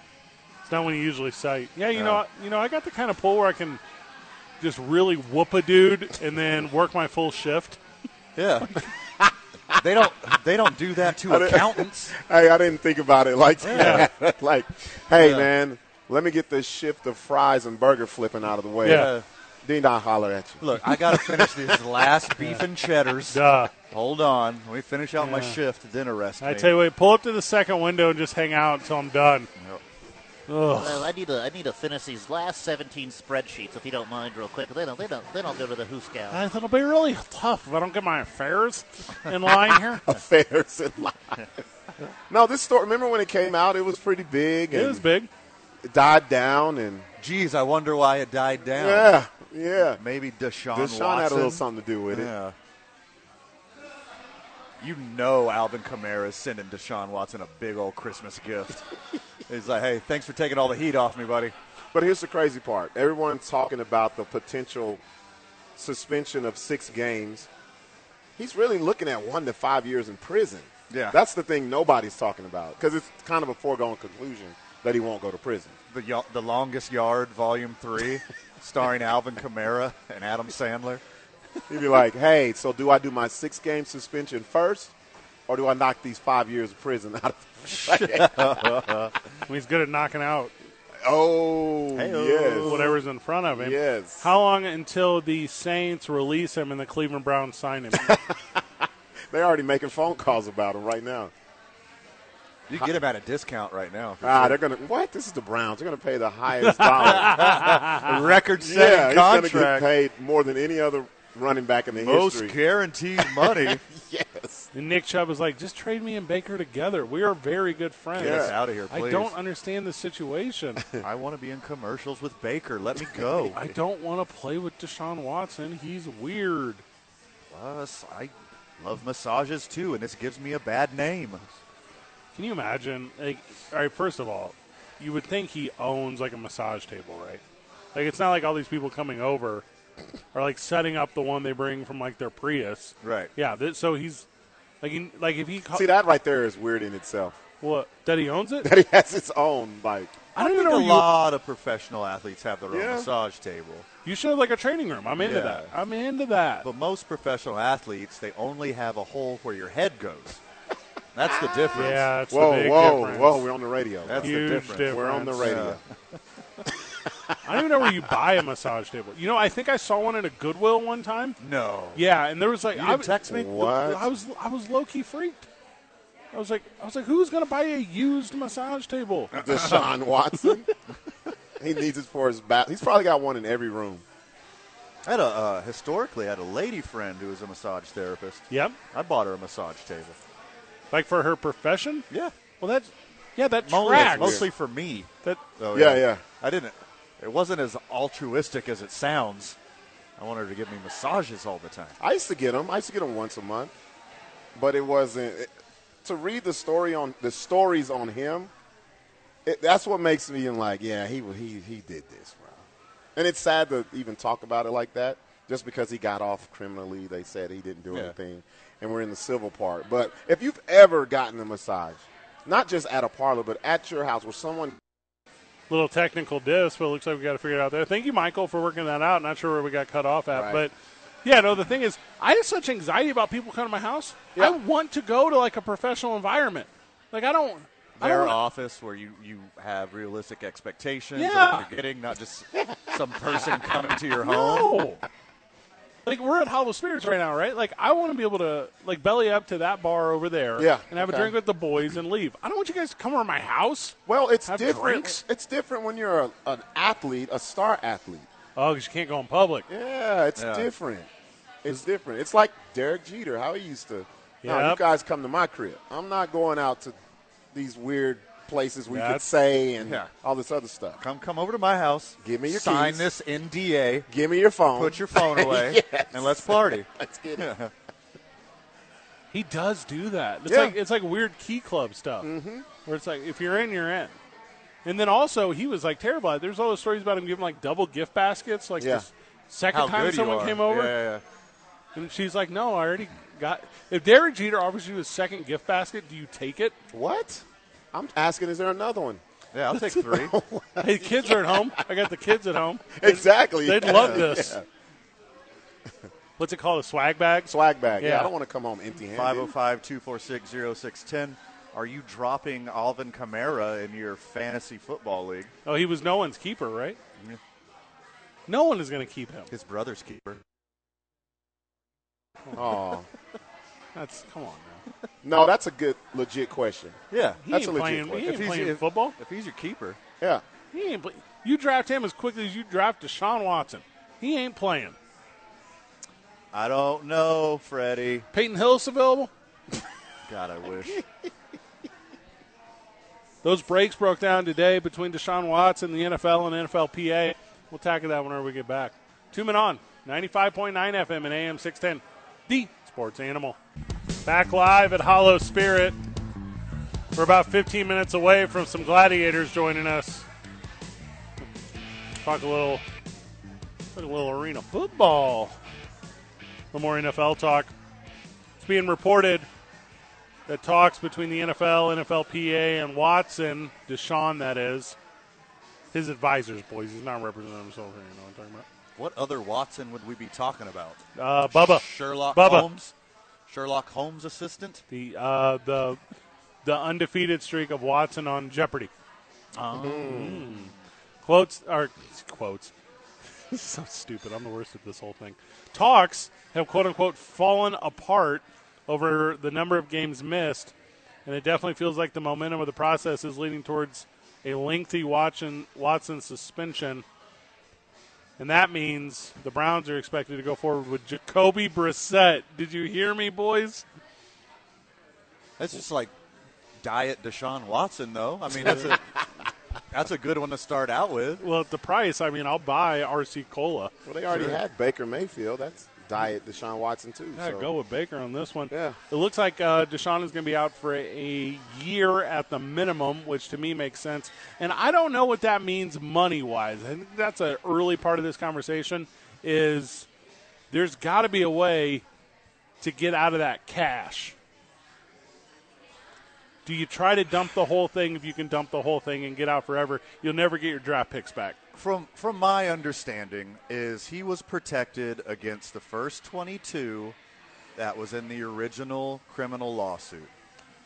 S1: it's not one you usually cite. Yeah, you
S2: No.
S1: know, you know, I got the kind of pull where I can just really whoop a dude and then work my full shift.
S2: Yeah. they don't they don't do that to accountants.
S3: Hey, I didn't think about it like that. like, hey, man, let me get this shift of fries and burger flipping out of the way.
S1: Yeah.
S3: Then I holler at you.
S2: Look, I got to finish this last beef and cheddars.
S1: Duh.
S2: Hold on. Let me finish out my
S1: Yeah.
S2: shift, then arrest
S1: I
S2: me.
S1: tell you what, pull up to the second window and just hang out until I'm done.
S6: Well, I need to I need to finish these last 17 spreadsheets if you don't mind, real quick. Then I'll, then I'll, then I'll go to the Hooskow.
S1: I- It'll be really tough if I don't get my affairs in line here.
S3: affairs in life. no, this story. Remember when it came out? It was pretty big.
S1: It
S3: and
S1: was big.
S3: It died down, and
S2: Geez, I wonder why it died down.
S3: yeah, yeah.
S2: Maybe Deshaun,
S3: Deshaun
S2: Watson.
S3: had a little something to do with it.
S2: Yeah. You know Alvin Kamara is sending Deshaun Watson a big old Christmas gift. He's like, hey, thanks for taking all the heat off me, buddy.
S3: But here's the crazy part. Everyone's talking about the potential suspension of six games. He's really looking at one to five years in prison.
S2: Yeah.
S3: That's the thing nobody's talking about because it's kind of a foregone conclusion that he won't go to prison.
S2: The, y- the Longest Yard, Volume 3, starring Alvin Kamara and Adam Sandler.
S3: He'd be like, hey, so do I do my six game suspension first or do I knock these five years of prison out of
S1: He's good at knocking out
S3: Oh, yes.
S1: whatever's in front of him.
S3: Yes.
S1: How long until the Saints release him and the Cleveland Browns sign him?
S3: They're already making phone calls about him right now.
S2: You get him at a discount right now.
S3: Ah, they're going to, what? This is the Browns. They're going to pay the highest dollar.
S2: Record
S3: yeah,
S2: setting
S3: he's going to get
S2: contract.
S3: paid more than any other running back in the
S2: Most
S3: history.
S2: guaranteed money.
S3: Yes.
S1: and Nick Chubb is like, just trade me and Baker together. We are very good friends.
S2: Get us out of here, please.
S1: I don't understand the situation.
S2: I want to be in commercials with Baker. Let me go.
S1: I don't want to play with Deshaun Watson. He's weird.
S2: Plus, I love massages too, and this gives me a bad name.
S1: Can you imagine? Like, all right, first of all, you would think he owns like a massage table, right? Like, it's not like all these people coming over are like setting up the one they bring from like their Prius,
S2: Right.
S1: Yeah. Th- so he's like, he, like if he ca-
S3: See, that right there is weird in itself.
S1: what that he owns it.
S3: That he has his own, like,
S1: I don't even
S2: think
S1: know.
S2: a
S1: You,
S2: lot of professional athletes have their own
S3: Yeah.
S2: massage table,
S1: you should have like a training room. I'm into
S2: Yeah.
S1: that. I'm into that.
S2: but most professional athletes they only have a hole where your head goes. That's the difference.
S1: yeah. It's
S3: whoa,
S1: the big
S3: whoa,
S1: difference.
S3: whoa, we're on the radio.
S2: That's the
S1: Huge
S2: difference.
S1: difference.
S3: we're on the radio.
S1: I don't even know where you buy a massage table. You know, I think I saw one at a Goodwill one time.
S2: No.
S1: Yeah, and there was like
S2: You
S1: I
S2: didn't
S1: was-
S2: text me?
S3: What?
S1: I was I was low key freaked. I was like I was like, who's gonna buy a used massage table?
S3: Deshaun Watson. he needs it for his back. He's probably got one in every room.
S2: I had a uh, historically I had a lady friend who was a massage therapist.
S1: yep,
S2: I bought her a massage table.
S1: like for her profession.
S2: Yeah.
S1: Well, that's yeah, that
S2: Mostly,
S1: tracks.
S2: mostly for me.
S1: that
S2: though,
S3: Yeah, yeah.
S2: I didn't. It wasn't as altruistic as it sounds. I wanted her to give me massages all the time.
S3: I used to get them. I used to get them once a month, but it wasn't. It, to read the story on the stories on him, it, that's what makes me like, yeah, he wa- he he did this, bro. And it's sad to even talk about it like that, just because he got off criminally. They said he didn't do
S2: Yeah.
S3: anything, and we're in the civil part. But if you've ever gotten a massage, not just at a parlor, but at your house, where someone
S1: little technical disc, but it looks like we got to figure it out there. Thank you, Michael, for working that out. Not sure where we got cut off at,
S3: Right.
S1: but yeah, no. The thing is, I have such anxiety about people coming to my house. I want to go to like a professional environment. Like I don't. I don't
S2: their
S1: wanna-
S2: office where you, you have realistic expectations of
S1: Yeah.
S2: what you're getting, not just some person coming to your home.
S1: No. like we're at Hollow Spirits right now, right? Like I want to be able to like belly up to that bar over there,
S3: Yeah,
S1: and have a drink with the boys and leave. I don't want you guys to come over my house.
S3: well, it's
S1: Have
S3: different.
S1: drinks?
S3: It's different when you're a, an athlete, a star athlete.
S1: Oh, because you can't go in public.
S3: Yeah, it's
S2: Yeah.
S3: different. It's different. It's like Derek Jeter, how he used to. No, you
S1: Yep.
S3: guys come to my crib. I'm not going out to these weird places we could
S1: That's-
S3: say and
S2: Yeah.
S3: all this other stuff.
S2: Come come over to my house.
S3: Give me your
S2: sign
S3: keys.
S2: this NDA.
S3: Give me your phone.
S2: Put your phone away and let's party.
S3: Let's get it.
S1: He does do that. It's
S3: Yeah.
S1: like it's like weird key club stuff, mm-hmm. where it's like if you're in, you're in. And then also he was like terrible. at it. There's all those stories about him giving like double gift baskets, like
S3: Yeah.
S1: this second
S2: How
S1: time
S2: good you
S1: someone
S2: are.
S1: came over,
S2: Yeah, yeah, yeah.
S1: and she's like, "No, I already got." If Derek Jeter offers you a second gift basket, do you take it?
S3: What? I'm asking, is there another one?
S2: Yeah, I'll take three.
S1: Hey, kids are at home. I got the kids at home.
S3: Exactly.
S1: They'd
S3: Yeah.
S1: love this. What's it called? A swag bag?
S3: Swag bag. Yeah.
S1: Yeah.
S3: I don't want to come home empty handed.
S2: 505-246-0610. Are you dropping Alvin Kamara in your fantasy football league?
S1: Oh, he was no one's keeper, right? No one is going to keep him.
S2: His brother's keeper.
S3: Oh,
S1: That's come on now.
S3: No, that's a good, legit question.
S2: Yeah.
S1: He
S3: That's
S1: ain't
S3: a legit
S1: playing,
S3: question.
S1: he ain't playing football.
S2: If he's your keeper,
S3: Yeah.
S1: He ain't play- you draft him as quickly as you draft Deshaun Watson. He ain't playing.
S2: I don't know, Freddie.
S1: Peyton Hillis available.
S2: God, I wish.
S1: Those breaks broke down today between Deshaun Watson, the NFL, and NFLPA. We'll tackle that whenever we get back. Two men on, 95.9 FM and AM 610, the sports animal. Back live at Hollow Spirit. We're about 15 minutes away from some gladiators joining us. Talk a little, talk a little arena football. The more NFL talk. It's being reported that talks between the NFL, NFLPA, and Watson, Deshaun, that is, his advisors, boys. He's not representing himself here. You know what I'm talking about?
S2: What other Watson would we be talking about?
S1: Uh, Bubba.
S2: Sherlock
S1: Bubba.
S2: Holmes. Sherlock Holmes assistant.
S1: The uh, the the undefeated streak of Watson on Jeopardy. Mm. Quotes are quotes. so stupid. I'm the worst at this whole thing. Talks have quote unquote fallen apart over the number of games missed, and it definitely feels like the momentum of the process is leading towards a lengthy Watson Watson suspension. And that means the Browns are expected to go forward with Jacoby Brissett. Did you hear me, boys?
S2: That's just like diet Deshaun Watson, though. I mean, that's a that's a good one to start out with.
S1: Well, at the price, I mean, I'll buy RC Cola.
S3: Well, they already had Baker Mayfield. That's diet Deshaun Watson, too.
S1: Gotta
S3: so.
S1: go with Baker on this one.
S3: Yeah.
S1: It looks like uh, Deshaun is going to be out for a year at the minimum, which to me makes sense. And I don't know what that means money wise. I think that's an early part of this conversation. Is there's got to be a way to get out of that cash. Do you try to dump the whole thing if you can dump the whole thing and get out forever? You'll never get your draft picks back.
S2: From from my understanding, is he was protected against the first 22 that was in the original criminal lawsuit,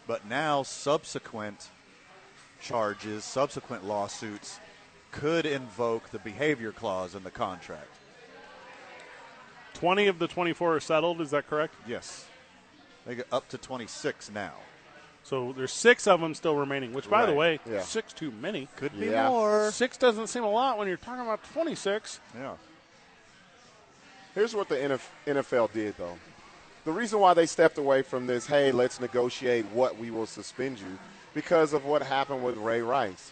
S2: but now subsequent charges, subsequent lawsuits could invoke the behavior clause in the contract.
S1: 20 of the 24 are settled. Is that correct?
S2: Yes, they get up to 26 now.
S1: So there's six of them still remaining, which, by the way,
S2: Right,
S3: yeah.
S1: six too many.
S2: Could be
S3: Yeah.
S2: more.
S1: Six doesn't seem a lot when you're talking about 26.
S2: Yeah.
S3: Here's what the NF NFL did, though. The reason why they stepped away from this, hey, let's negotiate what we will suspend you, because of what happened with Ray Rice.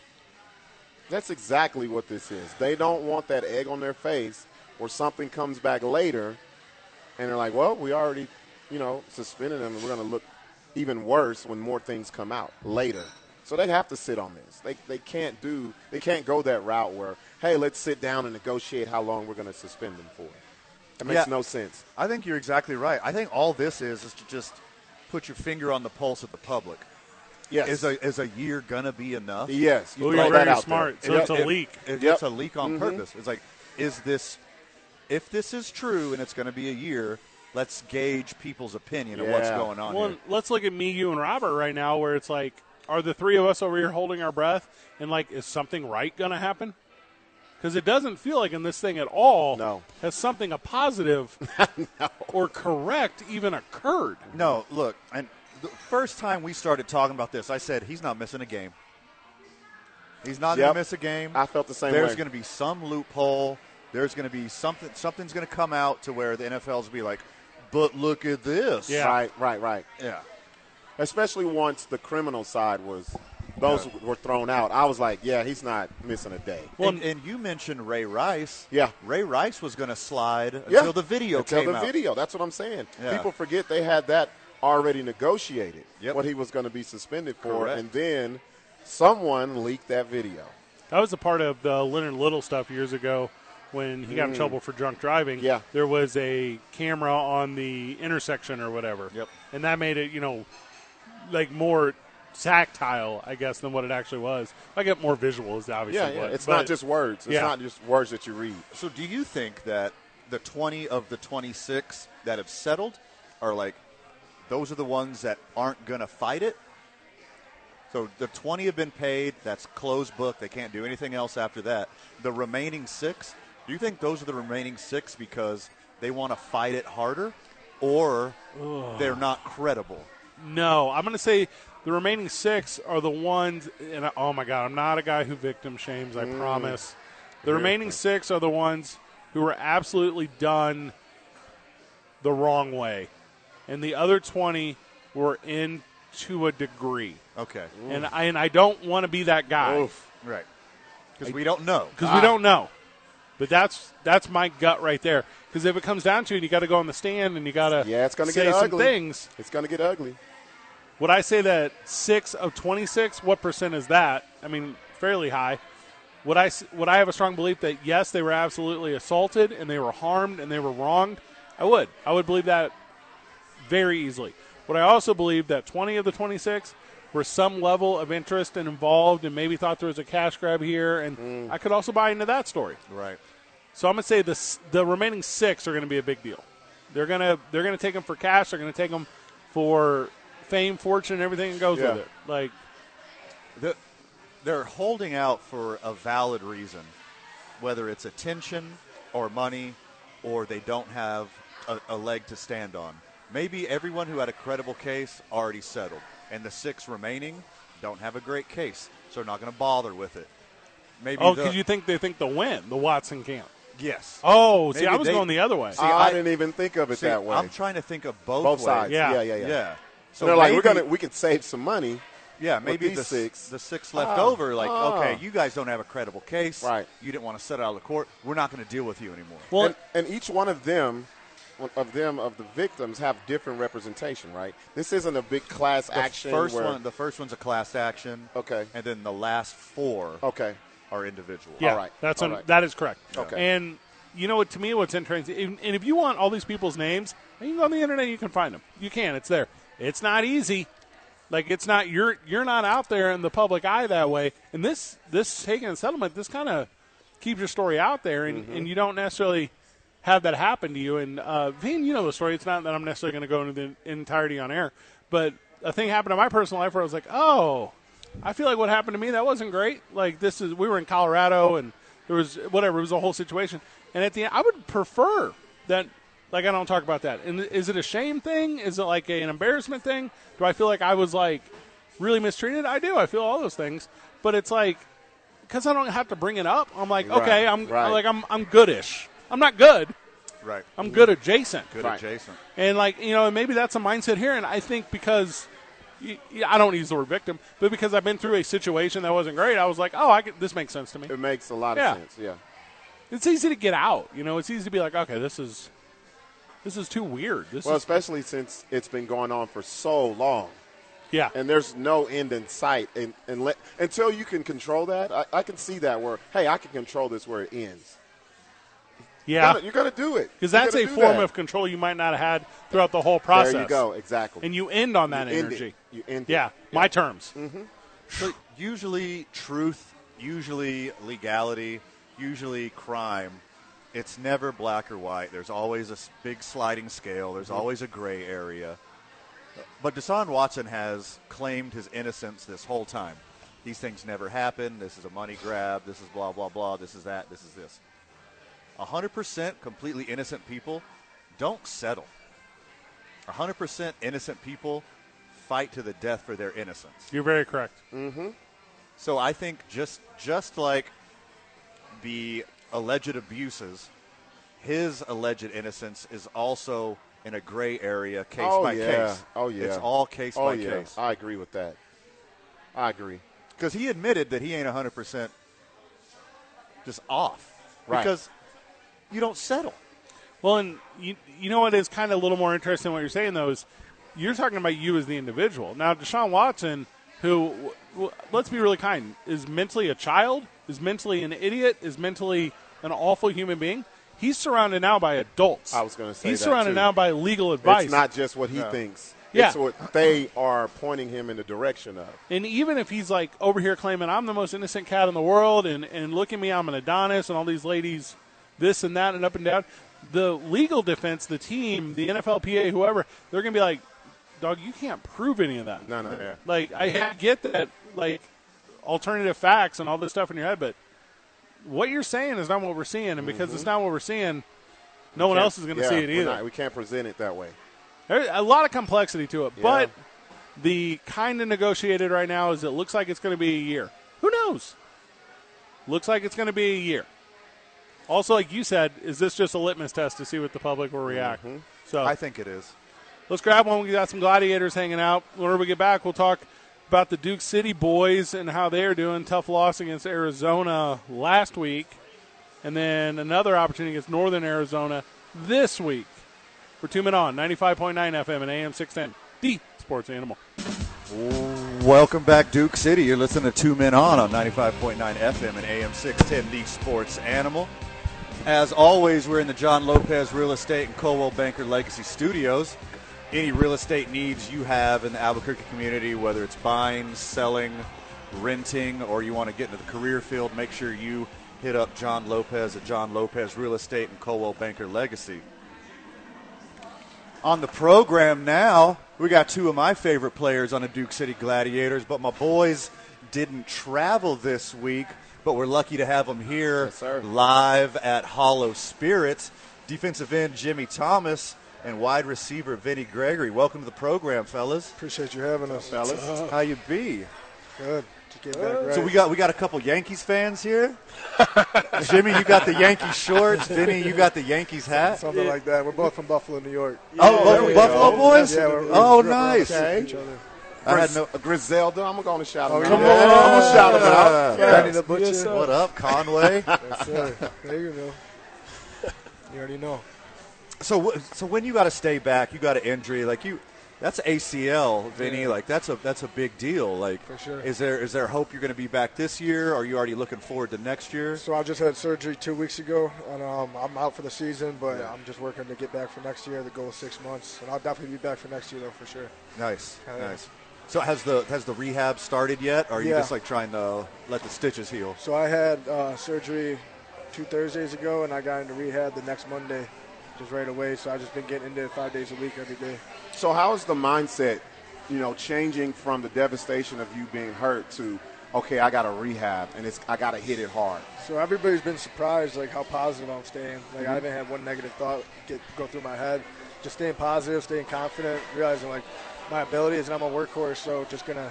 S3: That's exactly what this is. They don't want that egg on their face where something comes back later and they're like, well, we already, you know, suspended him and we're going to look even worse when more things come out later. So they have to sit on this. They, they can't do, they can't go that route where, hey, let's sit down and negotiate how long we're going to suspend them for. That makes
S2: Yeah.
S3: no sense.
S2: I think you're exactly right. I think all this is is to just put your finger on the pulse of the public.
S3: Yes.
S2: Is a is a year gonna be enough?
S3: yes.
S1: Oh,
S3: You
S1: you're
S3: throw that
S1: very
S3: out
S1: smart.
S3: There.
S1: So it's a leak.
S2: It,
S3: Yep. Mm-hmm.
S2: It's a leak on purpose. It's like, is this? If this is true and it's gonna be a year, let's gauge people's opinion of what's
S3: Yeah.
S2: going on.
S1: Well,
S2: here.
S1: let's look at me, you, and Robert right now, where it's like, are the three of us over here holding our breath? And, like, is something right going to happen? Because it doesn't feel like in this thing at all
S3: No.
S1: has something a positive or correct even occurred.
S2: No, look, and the first time we started talking about this, I said he's not missing a game. He's not
S3: Yep.
S2: gonna miss a game.
S3: I felt the same
S2: There's
S3: way.
S2: going to be some loophole. There's going to be something. Something's going to come out to where the NFL's be like, but look at this.
S1: Yeah.
S3: Right, right, right.
S2: Yeah.
S3: Especially once the criminal side was, those were thrown out. I was like, yeah, he's not missing a day.
S1: Well,
S2: and, and you mentioned Ray Rice.
S3: Yeah.
S2: Ray Rice was going to slide
S3: Yeah.
S2: until the video
S3: until
S2: came
S3: the
S2: out.
S3: video. That's what I'm saying.
S2: Yeah.
S3: People forget they had that already negotiated.
S2: Yep.
S3: What he was going to be suspended for,
S2: Correct.
S3: and then someone leaked that video.
S1: That was a part of the Leonard Little stuff years ago when he got in trouble for drunk driving.
S3: Mm. Yeah.
S1: There was a camera on the intersection or whatever.
S2: Yep.
S1: And that made it, you know, like more tactile, I guess, than what it actually was. I get more visual is obviously
S3: Yeah, yeah.
S1: what.
S3: It's
S1: but
S3: not just words. It's
S1: yeah.
S3: not just words that you read.
S2: So do you think that the 20 of the 26 that have settled are like those are the ones that aren't going to fight it? So the 20 have been paid. That's closed book. They can't do anything else after that. The remaining six, do you think those are the remaining six because they want to fight it harder or they're not credible?
S1: No, I'm going to say the remaining six are the ones. And I, oh my God, I'm not a guy who victim shames.
S3: Mm.
S1: I promise. The remaining six are the ones who were absolutely done the wrong way, and the other 20 were in to a degree.
S2: Okay.
S1: And I, and I don't want to be that guy
S2: Right. Because we don't know.
S1: because
S3: Ah.
S1: we don't know. But that's that's my gut right there. Because if it comes down to it, you got to go on the stand and you got to
S3: Yeah, it's going to
S1: say
S3: get
S1: some
S3: ugly.
S1: things.
S3: It's going to get ugly.
S1: Would I say that six of twenty six? What percent is that? I mean, fairly high. Would I s- would I have a strong belief that yes, they were absolutely assaulted and they were harmed and they were wronged? I would. I would believe that very easily. Would I also believe that twenty of the twenty six were some level of interest and involved and maybe thought there was a cash grab here? And I could also buy into that story.
S2: Right.
S1: So I'm gonna say the s- the remaining six are gonna be a big deal. They're gonna they're gonna take them for cash. They're gonna take them for fame, fortune, and everything that goes
S3: Yeah.
S1: with it. Like
S2: The- They're holding out for a valid reason, whether it's attention or money or they don't have a, a leg to stand on. Maybe everyone who had a credible case already settled, and the six remaining don't have a great case, so they're not going to bother with it. Maybe
S1: oh,
S2: the-
S1: because you think they think they'll win the Watson camp.
S2: yes.
S1: Oh, see,
S2: Maybe
S1: I was
S2: they-
S1: going the other way.
S2: See,
S3: I, I
S2: I-
S3: didn't even think of it
S2: See,
S3: that way.
S2: I'm trying to think of both,
S3: Both
S2: ways.
S3: sides.
S1: Yeah.
S3: Yeah, yeah, yeah.
S2: Yeah.
S3: So they're like,
S2: maybe-
S3: we're gonna, we can save some money.
S2: Yeah,
S3: With
S2: maybe
S3: these
S2: the
S3: six.
S2: six, the six left
S3: Ah,
S2: over. Like,
S3: ah.
S2: okay, you guys don't have a credible case.
S3: Right.
S2: You didn't want to settle out of the court. We're not going to deal with you anymore.
S1: well,
S3: and, and each one of them, of them of the victims, have different representation, right? This isn't a big class
S2: the
S3: action.
S2: first
S3: where-
S2: one, the first one's a class action.
S3: Okay.
S2: And then the last four
S3: Okay.
S2: are individual.
S1: yeah,
S3: all right,
S1: that's
S3: all
S1: un-
S3: right.
S1: that is correct.
S3: Okay.
S1: and you know what? To me, what's interesting, and and if you want all these people's names, you can go on the internet. You can find them. You can. It's there. It's not easy. Like it's not you're you're not out there in the public eye that way. And this this taking and settlement this kind of keeps your story out there, and,
S3: Mm-hmm.
S1: and you don't necessarily have that happen to you. And uh, Vin, you know the story. It's not that I'm necessarily going to go into the entirety on air, but a thing happened in my personal life where I was like, oh, I feel like what happened to me that wasn't great. Like this is we were in Colorado and there was whatever it was a whole situation. And at the end, I would prefer that like I don't talk about that. And is it a shame thing? Is it like a, an embarrassment thing? Do I feel like I was like really mistreated? I do. I feel all those things, but it's like because I don't have to bring it up. I'm like,
S3: Right,
S1: okay, I'm
S3: right.
S1: like I'm I'm goodish. I'm not good.
S2: Right.
S1: I'm good adjacent.
S2: Good
S3: Right.
S2: adjacent.
S1: And like you know, and maybe that's a mindset here. And I think because y- y- I don't use the word victim, but because I've been through a situation that wasn't great, I was like, oh, I could, this makes sense to me.
S3: It makes a lot
S1: Yeah.
S3: of sense. Yeah.
S1: It's easy to get out. You know, it's easy to be like, okay, this is this is too weird. This
S3: Well,
S1: is
S3: especially since it's been going on for so long,
S1: yeah.
S3: and there's no end in sight, and, and let, until you can control that, I, I can see that where, hey, I can control this where it ends.
S1: yeah.
S3: You're gonna do it
S1: Because
S3: You're
S1: that's
S3: gonna
S1: a
S3: do
S1: form
S3: that.
S1: of control you might not have had throughout the whole process.
S3: There you go. Exactly.
S1: And you end on that
S3: You end
S1: energy.
S3: it. You end it. Mm-hmm.
S1: yeah, my terms.
S2: But usually truth, usually legality, usually crime. It's never black or white. There's always a s- big sliding scale. There's always a gray area. But Deshaun Watson has claimed his innocence this whole time. These things never happened. This is a money grab. This is blah, blah, blah. This is that. This is this. 100% completely innocent people don't settle. 100% innocent people fight to the death for their innocence.
S1: You're very correct.
S2: So I think just just like the alleged abuses, his alleged innocence is also in a gray area, case
S3: oh,
S2: by
S3: yeah.
S2: case.
S3: Oh yeah.
S2: it's all case
S3: oh,
S2: by
S3: yeah.
S2: case.
S3: I agree with that. I agree.
S2: Because he admitted that he ain't hundred percent just off.
S3: Right.
S2: Because you don't settle.
S1: Well, and you, you know what is kind of a little more interesting what you're saying though is you're talking about you as the individual. Now, Deshaun Watson, who w- w- let's be really kind, is mentally a child, is mentally an idiot, is mentally an awful human being. He's surrounded now by adults.
S3: I was gonna say
S1: he's
S3: that,
S1: surrounded
S3: too.
S1: now by legal advice.
S3: It's not just what he thinks.
S1: Yeah.
S3: It's what they are pointing him in the direction of.
S1: And even if he's like over here claiming I'm the most innocent cat in the world and, and look at me, I'm an Adonis and all these ladies this and that and up and down, the legal defense, the team, the NFLPA, whoever, they're going to be like, dog, you can't prove any of that.
S3: No, no, no.
S1: Like, I ha- get that, like, alternative facts and all this stuff in your head, but what you're saying is not what we're seeing. And because it's not what we're seeing, no one else is going to
S3: Mm-hmm. Yeah,
S1: see it
S3: we're
S1: either.
S3: not- we can't present it that way.
S1: There's a lot of complexity to it, but The kind of negotiated right now is it looks like it's going to be a year. Who knows? Looks like it's going to be a year. Also, like you said, is this just a litmus test to see what the public will react? So
S2: I think it is.
S1: Let's grab one. We got some gladiators hanging out. Whenever we get back, we'll talk about the Duke City boys and how they are doing. Tough loss against Arizona last week, and then another opportunity against Northern Arizona this week. We're two men on 95.9 FM and AM 610. The Sports Animal.
S2: Welcome back, Duke City. You're listening to Two Men On on 95.9 FM and AM 610, the sports animal. As always, we're in the John Lopez Real Estate and Coldwell Banker Legacy Studios. Any real estate needs you have in the Albuquerque community, whether it's buying, selling, renting, or you want to get into the career field, make sure you hit up John Lopez at John Lopez Real Estate and Coldwell Banker Legacy. On the program now, we got two of my favorite players on the Duke City Gladiators, but my boys didn't travel this week, but we're lucky to have them here live at Hollow Spirits. Defensive end Jimmy Thomas and wide receiver Vinny Gregory. Welcome to the program, fellas.
S7: Appreciate you having us,
S3: fellas?
S2: How you be?
S7: Good to get back right.
S2: So we got we got a couple Yankees fans here. Jimmy, you got the Yankee shorts. Vinny, you got the Yankees hat.
S7: something like that. We're both from Buffalo, New York.
S2: Oh, both from Buffalo boys.
S7: Yeah, we're, we
S2: oh,
S7: grew up around
S2: nice.
S7: each other.
S2: I had no.
S3: Griselda, I'm going to shout him out.
S7: Come
S2: on.
S3: I'm going to shout him out.
S2: Yeah.
S7: Benny the Butcher.
S2: What up, Conway?
S7: Yes, sir. There you go. You already know.
S2: So, wh- so when you got to stay back, you got an injury, like you, that's ACL, Vinny. Like that's a that's a big deal. Like,
S7: For sure.
S2: is there is there hope you're going to be back this year? Are you already looking forward to next year?
S7: So I just had surgery two weeks ago, and um, I'm out for the season, but I'm just working to get back for next year. The goal is six months, and I'll definitely be back for next year, though, for sure.
S2: Nice,
S7: Hell yeah.
S2: nice. So has the has the rehab started yet? Or are you
S7: Yeah.
S2: just like trying to let the stitches heal?
S7: So I had uh, surgery two Thursdays ago, and I got into rehab the next Monday, just right away. So I've just been getting into it five days a week every day.
S3: So how is the mindset, you know, changing from the devastation of you being hurt to, okay, I got to rehab and it's I got to hit it hard.
S7: So everybody's been surprised, like how positive I'm staying. Like I haven't had one negative thought get go through my head. Just staying positive, staying confident, realizing like my abilities, and I'm a workhorse. So just gonna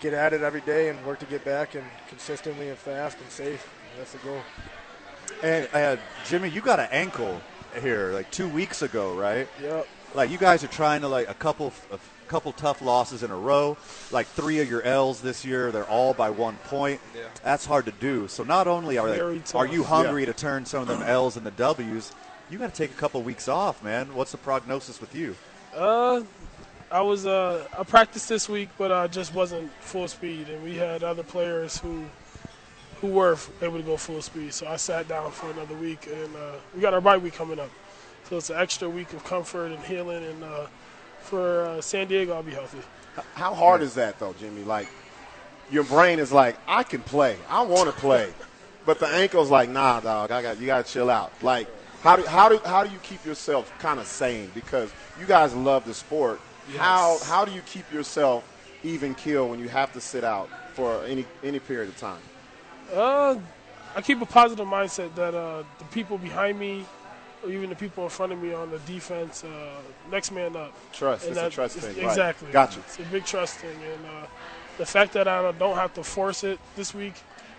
S7: get at it every day and work to get back and consistently and fast and safe. That's the goal.
S2: And uh, Jimmy, you got an ankle here like two weeks ago, right?
S7: Yep.
S2: Like you guys are trying to like a couple a couple tough losses in a row. Like three of your L's this year, they're all by one point.
S7: Yeah.
S2: That's hard to do. So not only are they,
S7: Very tough.
S2: are you hungry to turn some of them L's into W's, you got to take a couple weeks off, man. What's the prognosis with you?
S8: Uh, I was uh, I practiced this week, but I just wasn't full speed, and we had other players who who were f- able to go full speed. So I sat down for another week, and uh, we got our bye week coming up, so it's an extra week of comfort and healing. And uh, for uh, San Diego, I'll be healthy.
S3: How hard is that though, Jimmy? Like your brain is like, I can play. I want to play. but the ankle's like, nah, dog. I got you got to chill out. Like how do how do how do you keep yourself kind of sane because you guys love the sport. How how do you keep yourself even kill when you have to sit out for any any period of time?
S8: Uh, I keep a positive mindset that uh, the people behind me, or even the people in front of me on the defense, uh, next man up.
S3: Trust.
S8: And
S3: it's a
S8: that-
S3: trust
S8: it's-
S3: thing. right.
S8: Exactly.
S3: Gotcha.
S8: It's a big trust thing, and uh, the fact that I don't have to force it this week,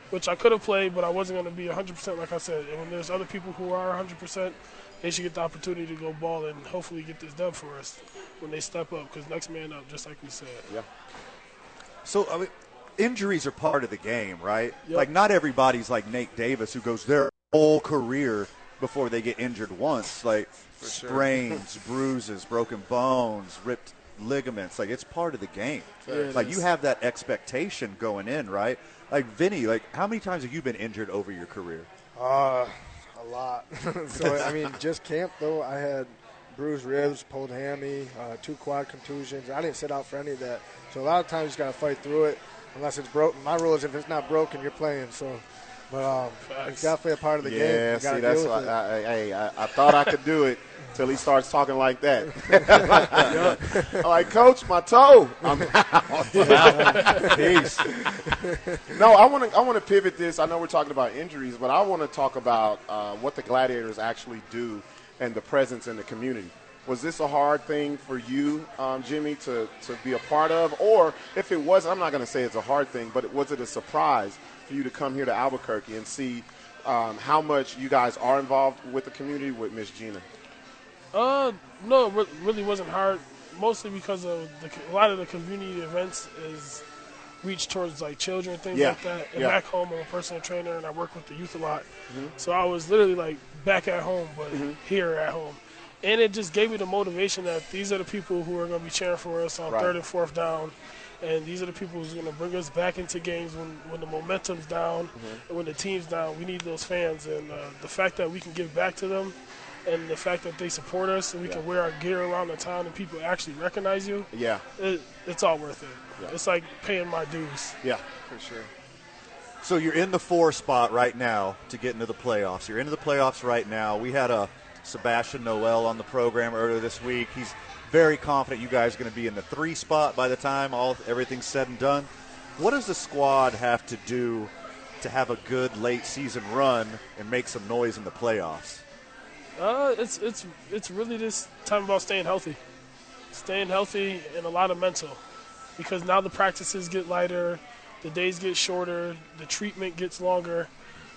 S8: which I could have played, but I wasn't going to be 100%. Like I said, and when there's other people who are 100%, they should get the opportunity to go ball and hopefully get this dub for us when they step up. Because next man up, just like we said.
S2: So I mean, injuries are part of the game, right?
S8: Yep.
S2: Like not everybody's like Nate Davis who goes their whole career before they get injured once, like sprains, bruises, broken bones, ripped ligaments. Like it's part of the game.
S8: it
S2: like
S8: is.
S2: you have that expectation going in, right? Like Vinny, like how many times have you been injured over your career?
S7: Uh, a lot. so I mean, just camp though. I had bruised ribs, pulled hammy, uh, two quad contusions. I didn't sit out for any of that. So a lot of times you just gotta fight through it unless it's broken. My rule is if it's not broken, you're playing. So, but um,
S8: Facts.
S7: it's definitely a part of the game.
S3: Yeah,
S7: You gotta
S3: see, that's
S7: deal
S3: why
S7: with it.
S3: I, I, I, I- I thought I could do it till he starts talking like that. I'm like, Coach, my toe. I'm out. No, I want to. I want to pivot this. I know we're talking about injuries, but I want to talk about uh, what the gladiators actually do and the presence in the community. Was this a hard thing for you, um, Jimmy, to, to be a part of? Or if it wasn't, I'm not going to say it's a hard thing, but was it a surprise for you to come here to Albuquerque and see um, how much you guys are involved with the community with Miss Gina?
S7: Uh, no, it re- really wasn't hard. Mostly because of the, co- a lot of the community events is reached towards like children, things
S3: Yeah.
S7: like that. And
S3: Yeah.
S7: back home, I'm a personal uh, trainer and I work with the youth a lot.
S3: Mm-hmm.
S7: So I was literally like back at home, but here at home. And it just gave me the motivation that these are the people who are going to be cheering for us on
S3: Right.
S7: third and fourth down. And these are the people who's going to bring us back into games when, when the momentum's down and when the team's down. We need those fans. And uh, the fact that we can give back to them and the fact that they support us and we
S3: Yeah.
S7: can wear our gear around the town and people actually recognize you,
S3: Yeah,
S7: it, it's all worth it.
S3: Yeah.
S7: It's like paying my dues.
S3: yeah.
S1: for sure.
S2: So you're in the four spot right now to get into the playoffs. You're into the playoffs right now. We had a Sebastian Noel on the program earlier this week. He's very confident you guys are going to be in the three spot by the time all everything's said and done. What does the squad have to do to have a good late season run and make some noise in the playoffs?
S7: Uh, it's it's it's really this time about staying healthy, staying healthy, and a lot of mental, because now the practices get lighter, the days get shorter, the treatment gets longer.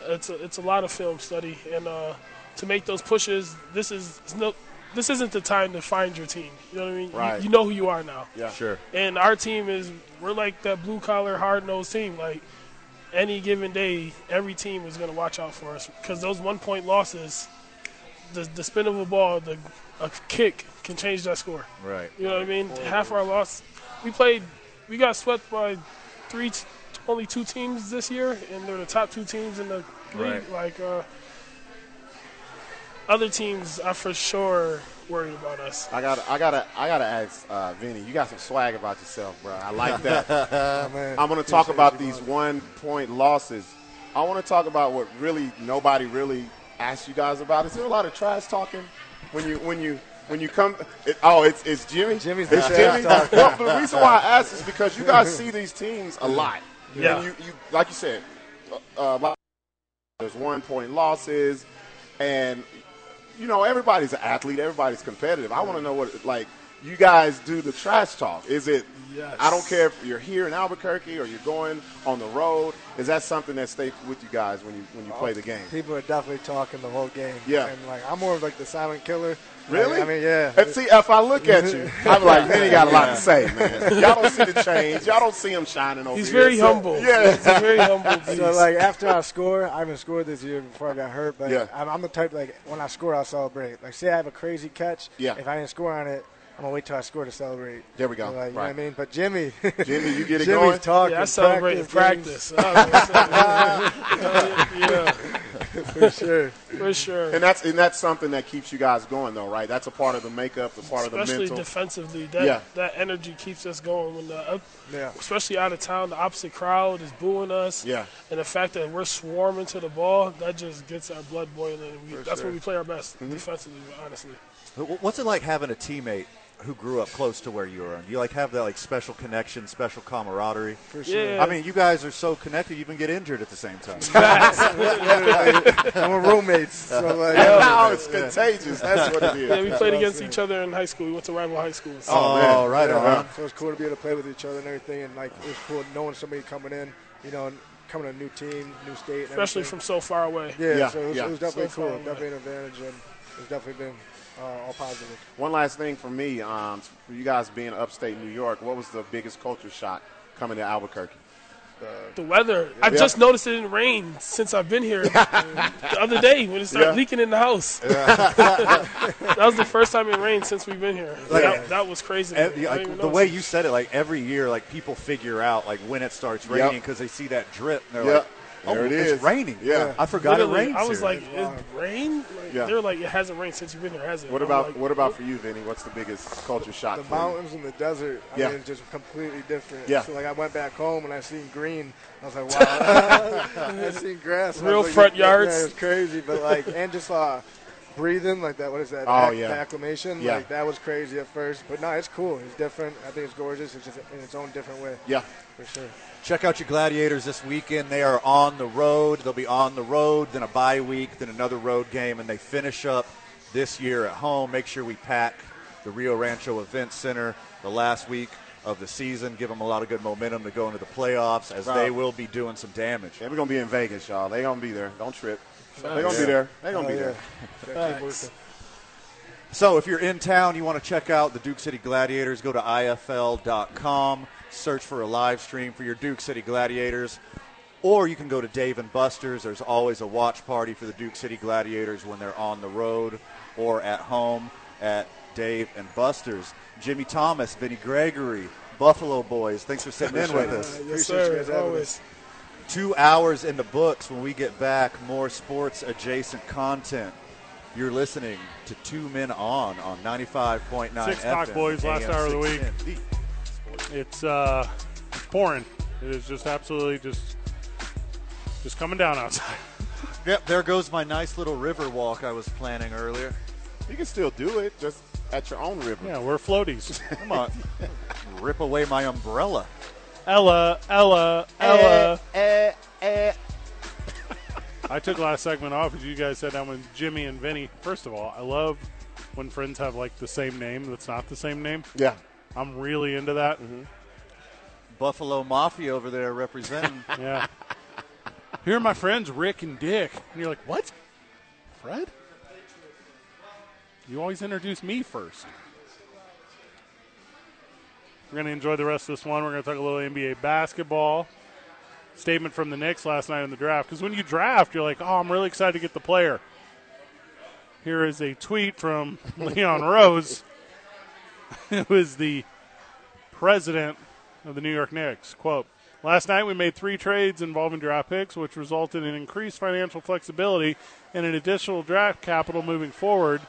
S7: It's a, it's a lot of film study, and uh, to make those pushes, this is it's no, this isn't the time to find your team. You know what I mean? You-
S3: Right.
S7: You, know who you are now.
S3: Yeah.
S2: Sure.
S7: And our team is we're like that blue collar, hard nosed team. Like any given day, every team is going to watch out for us because those one point losses, the the spin of a ball, the a kick can change that score.
S2: Right.
S7: You know what I mean? Half our loss, we played, we got swept by three, t- only two teams this year, and they're the top two teams in the league.
S2: Right.
S7: Like uh, other teams, are for sure worried about us.
S3: I gotta, I gotta, I gotta ask uh, Vinny. You got some swag about yourself, bro. I like that.
S1: Oh, man.
S3: I'm gonna talk
S1: Appreciate
S3: about
S1: you,
S3: these
S1: bro.
S3: one-point losses. I want to talk about what really nobody really asked you guys about. Is there a lot of trash talking when you when you when you come? It, oh, it's it's Jimmy.
S1: Jimmy's
S3: it's
S1: the
S3: Jimmy.
S1: trash talker.
S3: Well, the reason why I asked is because you guys see these teams a lot.
S7: Yeah.
S3: And you, you like you said, uh, uh, there's one-point losses, and you know, everybody's an athlete. Everybody's competitive. I want to know what, like, you guys do the trash talk. Is it,
S7: Yes.
S3: I don't care if you're here in Albuquerque or you're going on the road. Is that something that stays with you guys when you when you play the game?
S1: People are definitely talking the whole game.
S3: Yeah.
S1: And like I'm more of like the silent killer.
S3: Really?
S1: Like, I mean, yeah.
S3: And see, if I look at you, I'm like, man, he got a lot to say, man. Y'all don't see the change. Y'all don't see him shining over
S7: He's
S3: here.
S7: very
S3: So-
S7: humble.
S3: Yeah.
S7: He's a very humble. Beast.
S1: So like after I score, I haven't scored this year before I got hurt. But
S3: Yeah.
S1: I'm, I'm the type like when I score, I'll celebrate. Like say I have a crazy catch.
S3: Yeah.
S1: If I didn't score on it, I'm gonna wait till I score to celebrate.
S3: There we go.
S1: So, like, You know
S3: Right.
S1: what I mean? But Jimmy,
S3: Jimmy, you get it
S1: Jimmy's
S3: going?
S1: talking.
S7: yeah, I celebrate in
S1: practice,
S7: practice. I don't know. yeah,
S1: games, for sure.
S7: for sure.
S3: And that's and that's something that keeps you guys going, though, right? That's a part of the makeup, the part of the
S7: especially
S3: mental.
S7: defensively. That
S3: Yeah.
S7: that energy keeps us going when the up,
S1: Yeah.
S7: especially out of town, the opposite crowd is booing us.
S3: Yeah.
S7: And the fact that we're swarming to the ball, that just gets our blood boiling. We, that's when we play our best
S3: Mm-hmm.
S7: defensively, honestly.
S2: Wh- What's it like having a teammate who grew up close to where you are? Do you like have that like special connection, special camaraderie? For
S7: sure. Yeah.
S2: I mean, you guys are so connected. You even get injured at the same time.
S1: And we're roommates. So like,
S3: oh, it's contagious. That's what it is.
S7: Yeah, we played against each other in high school. We went to rival high schools.
S2: Oh,
S3: man.
S2: right on.
S1: So it's cool to be able to play with each other and everything, and like it was cool knowing somebody coming in, you know, and coming to a new team, new state, and
S7: especially
S1: everything.
S7: from so far away.
S1: yeah,
S3: Yeah,
S1: So it was,
S3: yeah.
S1: it was definitely
S7: So far
S1: cool,
S7: away.
S1: definitely an advantage, and it's definitely been uh, all positive.
S3: One last thing for me, um, for you guys being upstate New York, what was the biggest culture shock coming to Albuquerque?
S7: The weather. I just noticed it didn't rain since I've been here. the other day when it started
S3: Yeah.
S7: leaking in the house. that was the first time it rained since we've been here.
S2: Like-
S7: that, that was crazy.
S2: Ev-
S7: I didn't
S2: like,
S7: even
S2: the
S7: notice
S2: way
S7: it.
S2: you said it, like every year, like people figure out like when it starts
S3: Yep.
S2: raining because they see that drip and they're
S3: Yep.
S2: like, "Oh,
S3: There it
S2: it's
S3: is."
S2: raining."
S3: Yeah.
S2: I forgot it
S7: Literally,
S2: rains.
S7: I was
S2: here.
S7: like, it rained? Like,
S3: Yeah.
S7: They're like, it hasn't rained since you've been here, has it?
S3: What
S7: I'm
S3: about
S7: like,
S3: what about for you, Vinny? What's the biggest culture shock?
S1: The
S3: for you?
S1: mountains and the desert, I
S3: Yeah.
S1: mean, it's just completely different.
S3: Yeah.
S1: So like I went back home and I seen green. I was like, wow, I seen grass. and I
S7: Real
S1: was like,
S7: front
S1: yeah,
S7: yards.
S1: Yeah, it's crazy, but like and just uh, breathing like that. What is that?
S3: Oh,
S1: Ac-
S3: yeah.
S1: the acclimation.
S3: Yeah.
S1: Like that was crazy at first, but no, it's cool. It's different. I think it's gorgeous. It's just in its own different way.
S3: Yeah,
S1: For sure.
S2: Check out your Gladiators this weekend. They are on the road. They'll be on the road, then a bye week, then another road game, and they finish up this year at home. Make sure we pack the Rio Rancho Event Center the last week of the season. Give them a lot of good momentum to go into the playoffs as
S3: Right.
S2: they will be doing some damage.
S3: Yeah, we're gonna be in Vegas, y'all. They gonna be there. Don't trip. They gonna
S2: Yeah.
S3: be there. They gonna
S2: Oh,
S3: be
S1: Uh,
S2: yeah.
S3: there.
S9: Facts.
S2: So if you're in town, you want to check out the Duke City Gladiators, go to IFL.com, search for a live stream for your Duke City Gladiators, or you can go to Dave and Buster's. There's always a watch party for the Duke City Gladiators when they're on the road or at home at Dave and Buster's. Jimmy Thomas, Vinny Gregory, Buffalo Boys, thanks for sitting in with us.
S8: Yes,
S9: Appreciate you
S8: sir.
S9: guys having
S8: Always.
S2: Two hours in the books. When we get back, more sports adjacent content. You're listening to Two Men On on 95.9
S1: Six o'clock,
S2: FM,
S1: boys, last
S2: AM
S1: hour of the week.
S2: 610.
S1: It's uh, it's pouring. It is just absolutely just just coming down outside.
S2: Yep, there goes my nice little river walk I was planning earlier.
S3: You can still do it, just at your own river.
S1: Yeah, we're floaties.
S2: Come on, rip away my umbrella.
S1: Ella, Ella, Ella.
S2: Eh, eh.
S1: I took last segment off because you guys said I'm with Jimmy and Vinny. First of all, I love when friends have like the same name that's not the same name.
S3: Yeah.
S1: I'm really into that.
S2: Buffalo Mafia over there representing.
S1: Yeah. Here are my friends, Rick and Dick. And you're like, what? Fred? You always introduce me first. We're going to enjoy the rest of this one. We're going to talk a little NBA basketball. Statement from the Knicks last night in the draft. Because when you draft, you're like, oh, I'm really excited to get the player. Here is a tweet from Leon Rose, who is the president of the New York Knicks. Quote Last night we made three trades involving draft picks, which resulted in increased financial flexibility and an additional draft capital moving forward.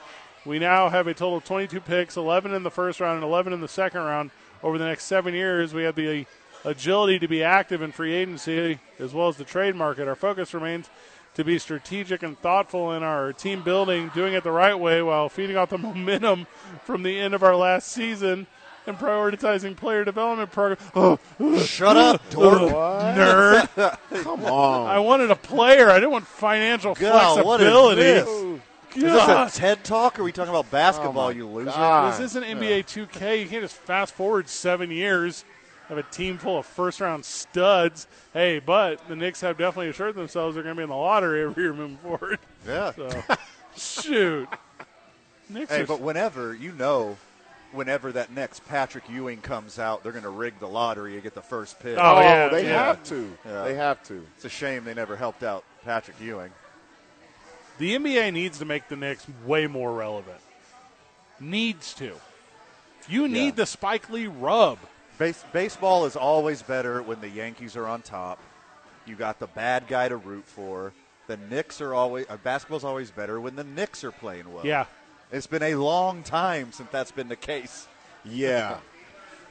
S1: We now have a total of 22 picks 11 in the first round and 11 in the second round. Over the next seven years, we have the agility to be active in free agency as well as the trade market. Our focus remains to be strategic and thoughtful in our team building, doing it the right way while feeding off the momentum from the end of our last season and prioritizing player development program. Oh,
S2: Shut up, dork.
S1: nerd.
S3: Come on.
S1: I wanted a player. I didn't want financial
S2: God, what is
S1: flexibility.
S2: this? Is
S1: God.
S2: this a TED talk? Or are we talking about basketball, you loser?
S3: Oh God.
S1: This isn't NBA 2K. You can't just fast forward seven years, have a team full of first round studs. Hey, but the Knicks have definitely assured themselves they're going to be in the lottery every year moving forward.
S2: Yeah.
S1: So, shoot. Knicks
S2: Hey,
S1: are-
S2: but whenever you know, whenever that next Patrick Ewing comes out, they're going to rig the lottery and get the first pick.
S1: Oh,
S3: Oh,
S1: yeah,
S3: they
S1: yeah.
S3: have to.
S2: Yeah.
S3: They have to.
S2: It's a shame they never helped out Patrick Ewing.
S1: the NBA needs to make the Knicks way more relevant. Needs to. You need the Spike Lee rub.
S2: Base- baseball is always better when the Yankees are on top. You got the bad guy to root for. The Knicks are always uh, basketball's always better when the Knicks are playing well.
S1: Yeah.
S2: it's been a long time since that's been the case.
S3: Yeah.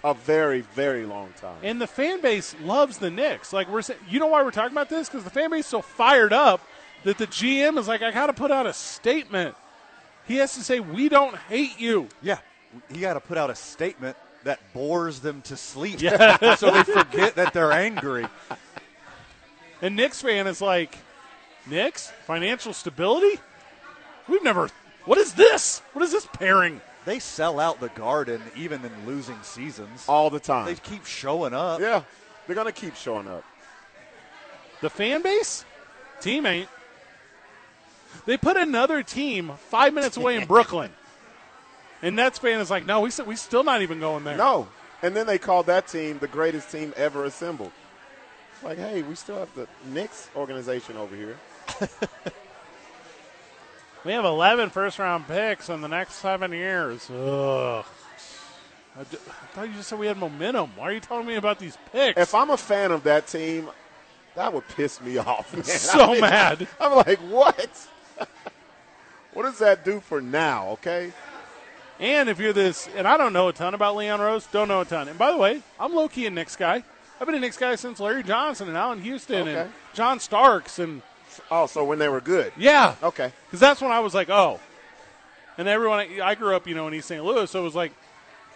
S3: A very, very long time.
S1: And the fan base loves the Knicks. Like we're, sa- you know why we're talking about this? Because the fan base is so fired up that the GM is like, I got to put out a statement. He has to say, we don't hate you.
S2: Yeah, you got to put out a statement that bores them to sleep, so they forget that they're angry.
S1: And Knicks fan is like, Knicks financial stability? We've never. What is this? What is this pairing?
S2: They sell out the Garden even in losing seasons.
S3: All the
S2: They
S3: time.
S2: keep showing up.
S3: Oh yeah. They're gonna keep showing up.
S1: The fan base? Team ain't. They put another team five minutes away in Brooklyn. And Nets fan is like, no, we, s- we still not even going there.
S3: No. And then they called that team the greatest team ever assembled. It's like, hey, we still have the Knicks organization over here.
S1: We have 11 first round picks in the next seven years. Ugh. I, d- I thought you just said we had momentum. Why are you telling me about these picks?
S3: If I'm a fan of that team, that would piss me off. Man.
S1: so
S3: I mean,
S1: mad.
S3: I'm like, what? what does that do for now? Okay.
S1: And if you're this, and I don't know a ton about Leon Rose, don't know a ton. And by the way, I'm low key a Knicks guy. I've been a Knicks guy since Larry Johnson and Allen Houston and
S3: Okay.
S1: John Starks and
S3: Oh, so when they were good.
S1: yeah,
S3: Okay.
S1: because that's when I was like, oh. And everyone, I grew up, you know, in East St. Louis, so it was like,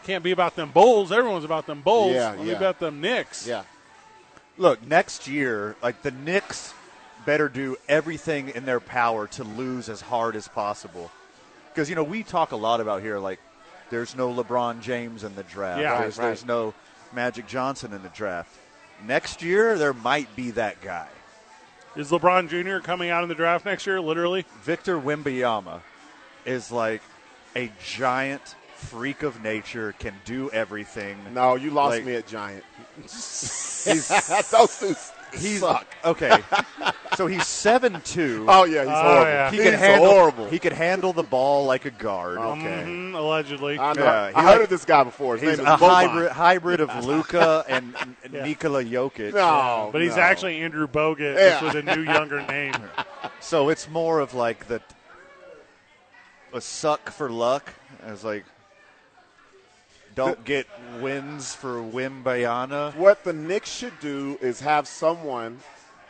S1: can't be about them Bulls. Everyone's about them Bulls.
S3: Yeah,
S1: Let me
S3: yeah.
S1: about them Knicks.
S3: Yeah.
S2: Look, next year, like the Knicks better do everything in their power to lose as hard as possible. Because, you know, we talk a lot about here, like, There's no LeBron James in the draft.
S1: Yeah,
S2: there's,
S1: right.
S2: there's no Magic Johnson in the draft. Next year, there might be that guy.
S1: Is LeBron Jr. coming out in the draft next year? Literally,
S2: Victor Wimbyama is like a giant freak of nature, can do everything.
S3: No, you lost
S2: Like-
S3: me at Giant.
S2: He's-
S3: Those two
S2: He's
S3: suck.
S2: okay. so he's seven two.
S3: Oh yeah, he's
S1: Oh,
S3: horrible.
S1: yeah.
S2: He
S3: He's
S2: can handle.
S3: horrible.
S2: He can handle the ball like a guard.
S3: okay.
S1: Mhm, allegedly.
S3: I, know.
S2: Yeah, he
S3: I heard
S2: like-
S3: of this guy before. His
S2: He's
S3: name
S2: a
S3: is Boban.
S2: hybrid, hybrid of Luca and Nikola Jokic.
S3: No,
S1: but he's
S3: no.
S1: actually Andrew Bogut,
S3: Yeah.
S1: just with a new, younger name.
S2: So it's more of like the a suck for luck. I was like, don't get wins for Wimbayana.
S3: What the Knicks should do is have someone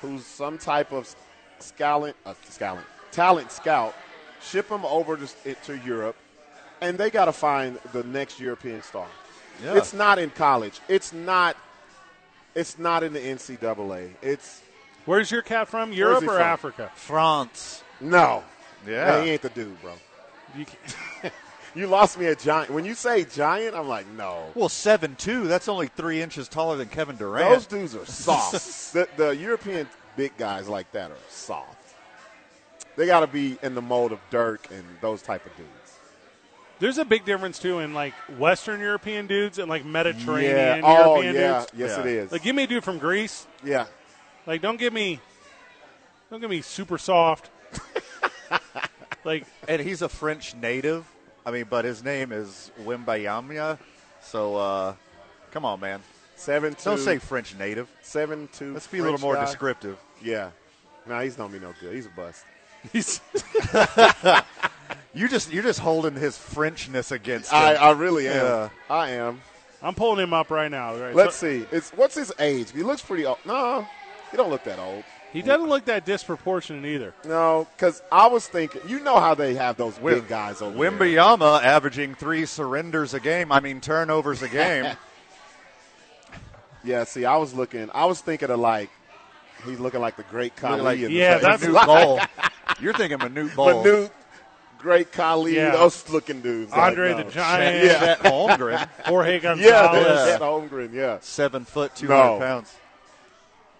S3: who's some type of scouting, uh, scouting talent scout, ship him over to, to Europe, and they got to find the next European star.
S2: Yeah.
S3: It's not in college. It's not. It's not in the NCAA. It's
S1: Where's your cat from?
S3: Where is
S1: Europe
S3: he
S1: or
S3: from?
S1: Africa?
S2: France.
S3: no.
S2: Yeah.
S3: Man, he ain't the dude, bro.
S1: You can-
S3: You lost me at giant. When you say giant, I'm like, no.
S2: Well, seven two. That's only three inches taller than Kevin Durant.
S3: Those dudes are soft. the, the European big guys like that are soft. They got to be in the mold of Dirk and those type of dudes.
S1: There's a big difference too in like Western European dudes and like Mediterranean
S3: Oh,
S1: European
S3: yeah.
S1: dudes.
S3: Yes,
S2: Yeah.
S3: it is.
S1: Like, give me a dude from Greece.
S3: yeah.
S1: Like, don't give me, don't give me super soft. like,
S2: and he's a French native. I mean, but his name is Wimbayama. So, uh, come on, man.
S3: Seven two.
S2: Don't say French native.
S3: seven two.
S2: Let's be a little
S3: French
S2: more
S3: guy.
S2: descriptive.
S3: Yeah. Nah, he's not me no good. He's a bust.
S1: he's
S2: You just you're just holding his Frenchness against him.
S3: I, I really am.
S2: Yeah.
S3: I am.
S1: I'm pulling him up right now. Right?
S3: Let's
S1: So-
S3: see. It's what's his age? He looks pretty old. No, he don't look that old.
S1: he doesn't look that disproportionate either.
S3: No, because I was thinking. You know how they have those big guys over there.
S2: Wimbayama averaging three surrenders a game. I mean turnovers a game.
S3: Yeah, see, I was looking. I was thinking of like he's looking like the great Khali.
S2: Looking like-
S3: in the
S1: Yeah,
S3: second-
S1: that's- Oh.
S2: Manute Bol. You're thinking Manute Bol.
S3: Manute, great Khali,
S1: Yeah.
S3: those looking dudes. They're
S1: Andre
S3: like,
S1: the
S3: no.
S1: Giant,
S3: Yeah.
S2: Chet Holmgren,
S1: Jorge
S3: Yeah,
S1: Gonzalez.
S3: that's
S2: Yeah.
S3: that Holmgren. Yeah.
S2: seven foot, two hundred
S3: No.
S2: pounds.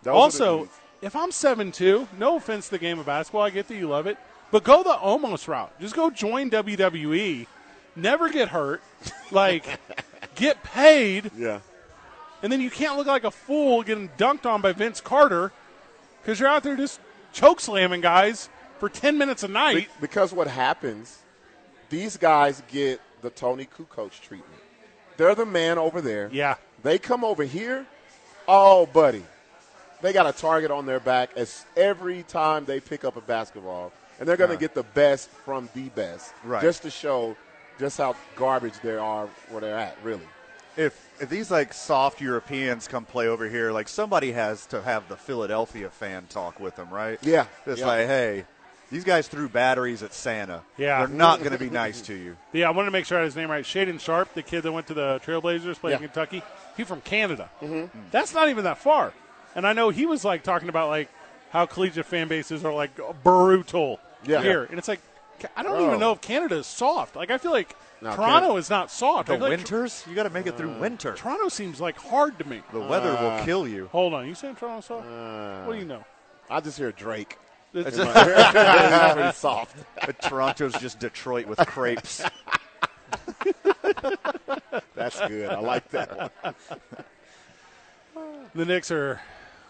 S3: Those are the
S1: Also,
S3: dudes.
S1: if I'm seven two, no offense to the game of basketball, I get that you love it, but go the almost route. Just go join WWE. Never get hurt. Like, get paid,
S3: yeah,
S1: and then you can't look like a fool getting dunked on by Vince Carter because you're out there just choke slamming guys for ten minutes a night.
S3: Be- because what happens, these guys get the Tony Kukoc treatment. They're the man over there.
S1: Yeah.
S3: They come over here, oh buddy, they got a target on their back as every time they pick up a basketball, and they're going to get the best from the best,
S2: Right.
S3: Just to show just how garbage they are where they're at, really.
S2: If, if these like soft Europeans come play over here, like somebody has to have the Philadelphia fan talk with them, right?
S3: Yeah.
S2: It's
S3: Yeah.
S2: like, hey, these guys threw batteries at Santa.
S1: Yeah.
S2: They're not going to be nice to you.
S1: Yeah, I wanted to make sure I had his name right. Shaden Sharp, the kid that went to the Trailblazers, played in
S3: Yeah.
S1: Kentucky. He from Canada. Mm-hmm. That's not even that far. And I know he was like talking about like how collegiate fan bases are like brutal
S3: Yeah.
S1: here, and it's like I don't
S3: Bro.
S1: even know if Canada is soft. Like I feel like
S3: No,
S1: Toronto
S3: Canada-
S1: is not soft. I
S2: The
S1: feel like
S2: winters? You got to make it through winter.
S1: Tr- Toronto seems like hard to me.
S2: The weather will kill you.
S1: Hold on, you saying Toronto's soft?
S3: Uh,
S1: what do you know?
S3: I just hear Drake.
S1: It's-
S3: He's pretty soft.
S2: But Toronto's just Detroit with crepes.
S3: That's good. I like that. one.
S1: the Knicks are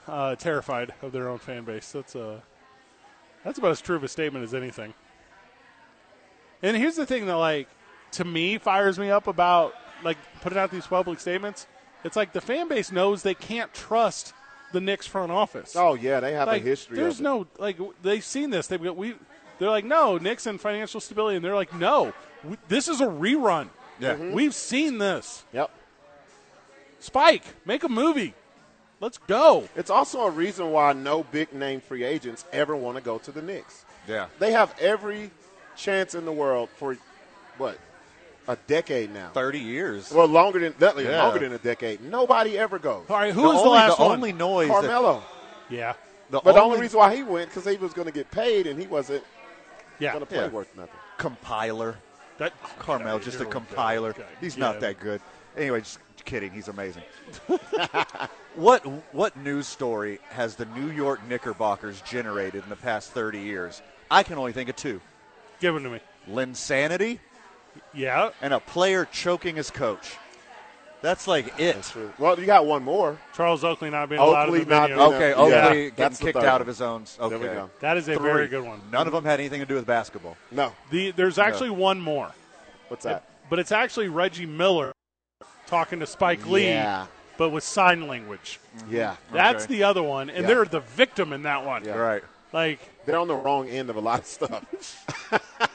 S1: uh, terrified of their own fan base. That's uh, that's about as true of a statement as anything. And here's the thing that, like, to me, fires me up about like putting out these public statements. It's like the fan base knows they can't trust the Knicks front office.
S3: Oh yeah, they have
S1: like,
S3: a history.
S1: There's
S3: of it.
S1: no like w- they've seen this. They've got we. They're like no Knicks and financial stability, and they're like no, w this is a rerun.
S2: Yeah.
S1: We've seen this.
S3: Yep.
S1: Spike, make a movie. Let's go.
S3: It's also a reason why no big name free agents ever want to go to the Knicks.
S2: Yeah.
S3: They have every chance in the world for what a decade now.
S2: 30 years.
S3: Well, longer than that,
S2: Yeah.
S3: longer than a decade. Nobody ever goes.
S1: All right, who
S2: the
S1: was
S2: only,
S1: the last
S2: the
S1: one?
S2: only noise that-
S3: Carmelo.
S1: Yeah.
S2: the
S3: but the
S2: only
S3: only reason why he went because he was going to get paid and he wasn't
S1: Yeah.
S3: going to play
S2: Yeah.
S3: worth nothing.
S2: compiler.
S1: That
S2: Carmel, just a compiler. He's not that good. Anyway, just kidding. He's amazing. what what news story has the New York Knickerbockers generated in the past 30 years? I can only think of two.
S1: Give them to me.
S2: Linsanity
S1: Yeah.
S2: and a player choking his coach. That's like it.
S3: Well, you got one more.
S1: Charles Oakley not being allowed in
S3: Oakley
S1: the
S3: not
S1: video.
S3: being-
S2: Okay,
S3: Yeah,
S2: Oakley
S3: that's
S2: getting
S3: the
S2: kicked
S3: third
S2: out
S3: one.
S2: of his own. Okay.
S3: There we go.
S1: That is a
S2: Three.
S1: very good one.
S2: None of them had anything to do with basketball.
S3: No,
S1: The, there's actually one more,
S3: what's that?
S1: but it's actually Reggie Miller talking to Spike Lee,
S3: Yeah.
S1: but with sign language.
S3: Yeah,
S1: That's
S2: Mm-hmm. Okay.
S1: the other one, and
S3: Yeah.
S1: they're the victim in that one.
S3: Yeah.
S2: Right.
S1: Like,
S3: they're on the wrong end of a lot of stuff.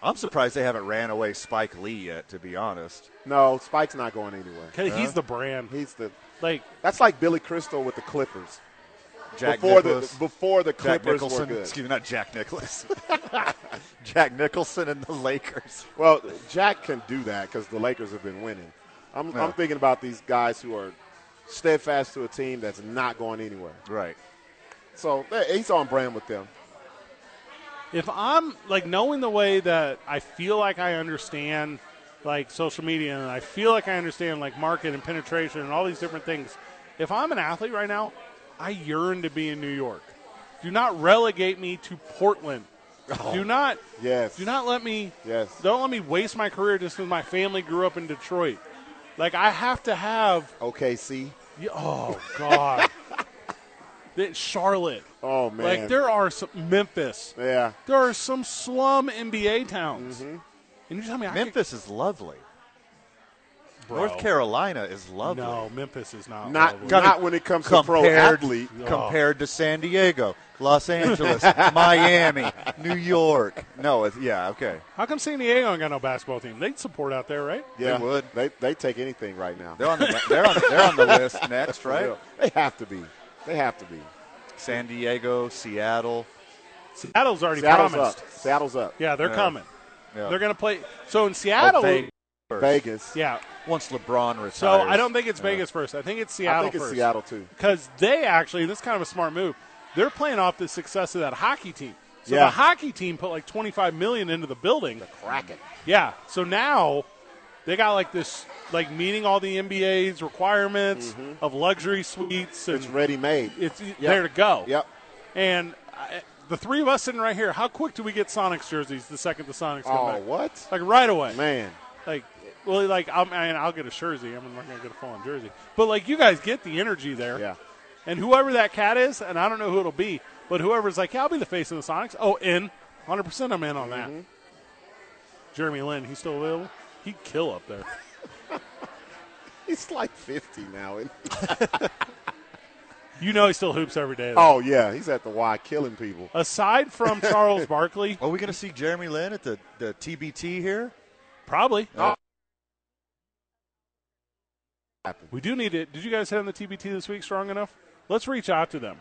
S2: I'm surprised they haven't ran away Spike Lee yet, to be honest.
S3: no, Spike's not going anywhere.
S1: 'cause he's the brand.
S3: He's the.
S1: Like,
S3: That's like Billy Crystal with the Clippers.
S2: Jack
S3: before
S2: Nicklaus.
S3: the before the
S2: Jack
S3: Clippers were
S2: Nicholson.
S3: good.
S2: Excuse me, not Jack Nicholas. Jack Nicholson and the Lakers.
S3: Well, Jack can do that because the Lakers have been winning. I'm,
S2: Yeah.
S3: I'm thinking about these guys who are steadfast to a team that's not going anywhere.
S2: Right.
S3: So eh, he's on brand with them.
S1: if I'm like knowing the way that I feel like I understand like social media and I feel like I understand like market and penetration and all these different things, if I'm an athlete right now, I yearn to be in New York. Do not relegate me to Portland. Do not
S3: Yes.
S1: do not let me
S3: Yes.
S1: don't let me waste my career just because my family grew up in Detroit. Like I have to have
S3: Okay, see.
S1: yeah, oh god. That- Charlotte.
S3: Oh man.
S1: Like there are some Memphis.
S3: yeah.
S1: There are some slum NBA towns. And you tell me I
S2: Mm-hmm. Memphis is lovely.
S1: could,
S2: North Carolina is lovely.
S1: No, Memphis is not.
S3: Not
S1: lovely.
S3: not when it comes to pro
S2: Compared-
S3: athlete.
S1: oh.
S2: Compared to San Diego, Los Angeles, Miami, New York. No, it's, yeah, okay.
S1: How come San Diego ain't got no basketball team? They'd support out there, right?
S3: Yeah.
S2: They would.
S3: They they take anything right now.
S2: They're on the, they're on, they're on the list next,
S3: For
S2: right?
S3: real. They have to be. They have to be.
S2: San Diego, Seattle.
S1: Seattle's already
S3: Saddles
S1: promised.
S3: up. Saddles up.
S1: Yeah, they're
S2: Yeah.
S1: coming.
S2: Yeah.
S1: They're going to play. So in Seattle,
S2: Oh, Vegas.
S3: Vegas.
S1: yeah.
S2: Once LeBron retires.
S1: So I don't think it's
S2: Yeah.
S1: Vegas first. I think it's Seattle
S3: I think it's
S1: first.
S3: Seattle too.
S1: because they actually this is kind of a smart move. They're playing off the success of that hockey team. So
S3: Yeah.
S1: the hockey team put like 25 million into the building. The Kraken. Yeah. So now they got like this like meeting all the NBA's requirements of luxury suites and
S3: Mm-hmm. It's ready made.
S1: it's e, there to go.
S3: Yep.
S1: And I, the three of us sitting right here, how quick do we get Sonics jerseys the second the Sonics come
S3: Oh
S1: back?
S3: what?
S1: Like right away.
S3: Man.
S1: Like well, like I'm, I mean, I'll get a jersey. I'm not gonna get a full on jersey, but like you guys get the energy there.
S3: Yeah.
S1: And whoever that cat is, and I don't know who it'll be, but whoever's like, yeah, I'll be the face of the Sonics. Oh, in. 100% I'm in on that. Jeremy Lin, he's still available? He'd kill up there.
S3: It's like fifty now. isn't he?
S1: You know he still hoops every day. though.
S3: Oh yeah, he's at the Y killing people.
S1: Aside from Charles Barkley,
S2: Are we going to see Jeremy Lin at the, the TBT here?
S1: probably.
S2: Oh.
S1: We do need it. Did you guys hit on the TBT this week strong enough? Let's reach out to them.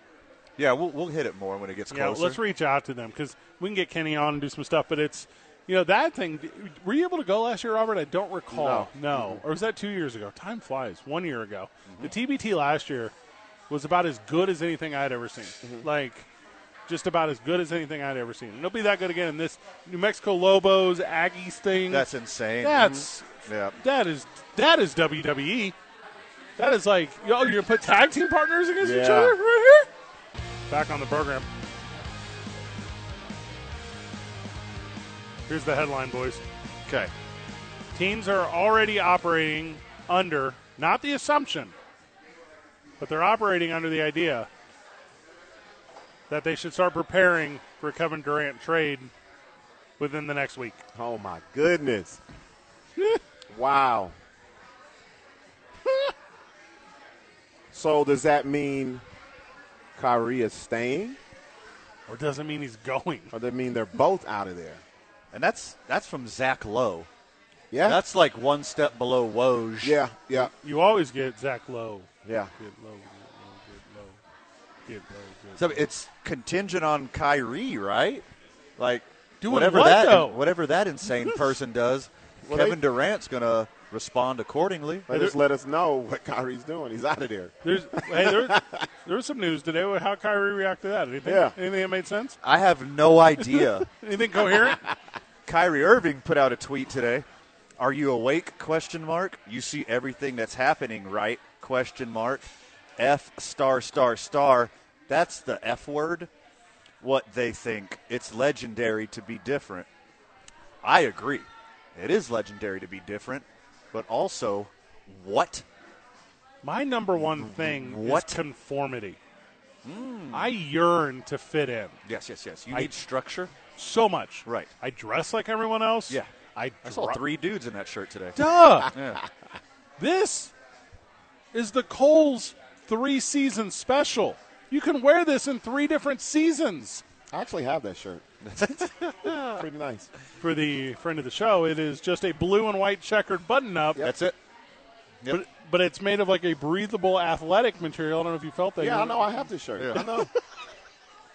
S2: Yeah, we'll, we'll hit it more when it gets
S1: Yeah,
S2: closer.
S1: let's reach out to them because we can get Kenny on and do some stuff. But it's, you know, that thing. Were you able to go last year, Robert? I don't recall. No, or was that two years ago? Time flies. One year ago,
S2: Mm-hmm.
S1: the TBT last year was about as good as anything I had ever seen.
S2: Mm-hmm.
S1: Like, just about as good as anything I'd ever seen. And it'll be that good again. in This New Mexico Lobos Aggies thing.
S2: That's insane.
S1: that's
S2: Yeah.
S1: that is that is WWE. That is like, yo, you're gonna put tag team partners against each
S3: Yeah.
S1: other right here. Back on the program. Here's the headline, boys.
S2: Okay.
S1: Teams are already operating under not the assumption, but they're operating under the idea that they should start preparing for a Kevin Durant trade within the next week.
S3: Oh my goodness. wow. so does that mean Kyrie is staying?
S1: Or doesn't mean he's going.
S3: Or does that mean they're both out of there?
S2: And that's that's from Zach Lowe.
S3: Yeah?
S2: That's like one step below Woj.
S3: yeah, yeah,
S1: You always get Zach Lowe.
S3: yeah.
S1: Get low, get low, get low, get low, get low.
S2: So it's contingent on Kyrie, right? Like
S1: Doing
S2: whatever
S1: what,
S2: that
S1: though?
S2: whatever that insane person does,
S3: Well,
S2: Kevin
S3: they-
S2: Durant's gonna respond accordingly.
S3: They just let us know what Kyrie's doing. He's out of there.
S1: There's, hey, there, there was some news today. How Kyrie reacted to that? Anything,
S3: Yeah.
S1: anything that made sense?
S2: I have no idea.
S1: Anything coherent?
S2: Kyrie Irving put out a tweet today. Are you awake? Question mark. You see everything that's happening, right? Question mark. F star star star. That's the F word. What they think. It's legendary to be different. I agree. It is legendary to be different, but also, what?
S1: My number one thing
S2: What? Hmm.
S1: is conformity. I yearn to fit in
S2: Yes, yes, yes. You
S1: I-
S2: need structure.
S1: so much.
S2: Right.
S1: I dress like everyone else.
S2: Yeah.
S1: I,
S2: I saw
S1: dri-
S2: three dudes in that shirt today.
S1: Duh.
S2: Yeah.
S1: This is the Coles three season special. You can wear this in three different seasons.
S3: I actually have that shirt. Pretty nice.
S1: For the friend of the show, it is just a blue and white checkered button up,
S2: That's it.
S1: but, but it's made of like a breathable athletic material. I don't know if you felt that.
S3: Yeah, I
S1: You-
S3: know. I have this shirt.
S2: Yeah.
S3: I know.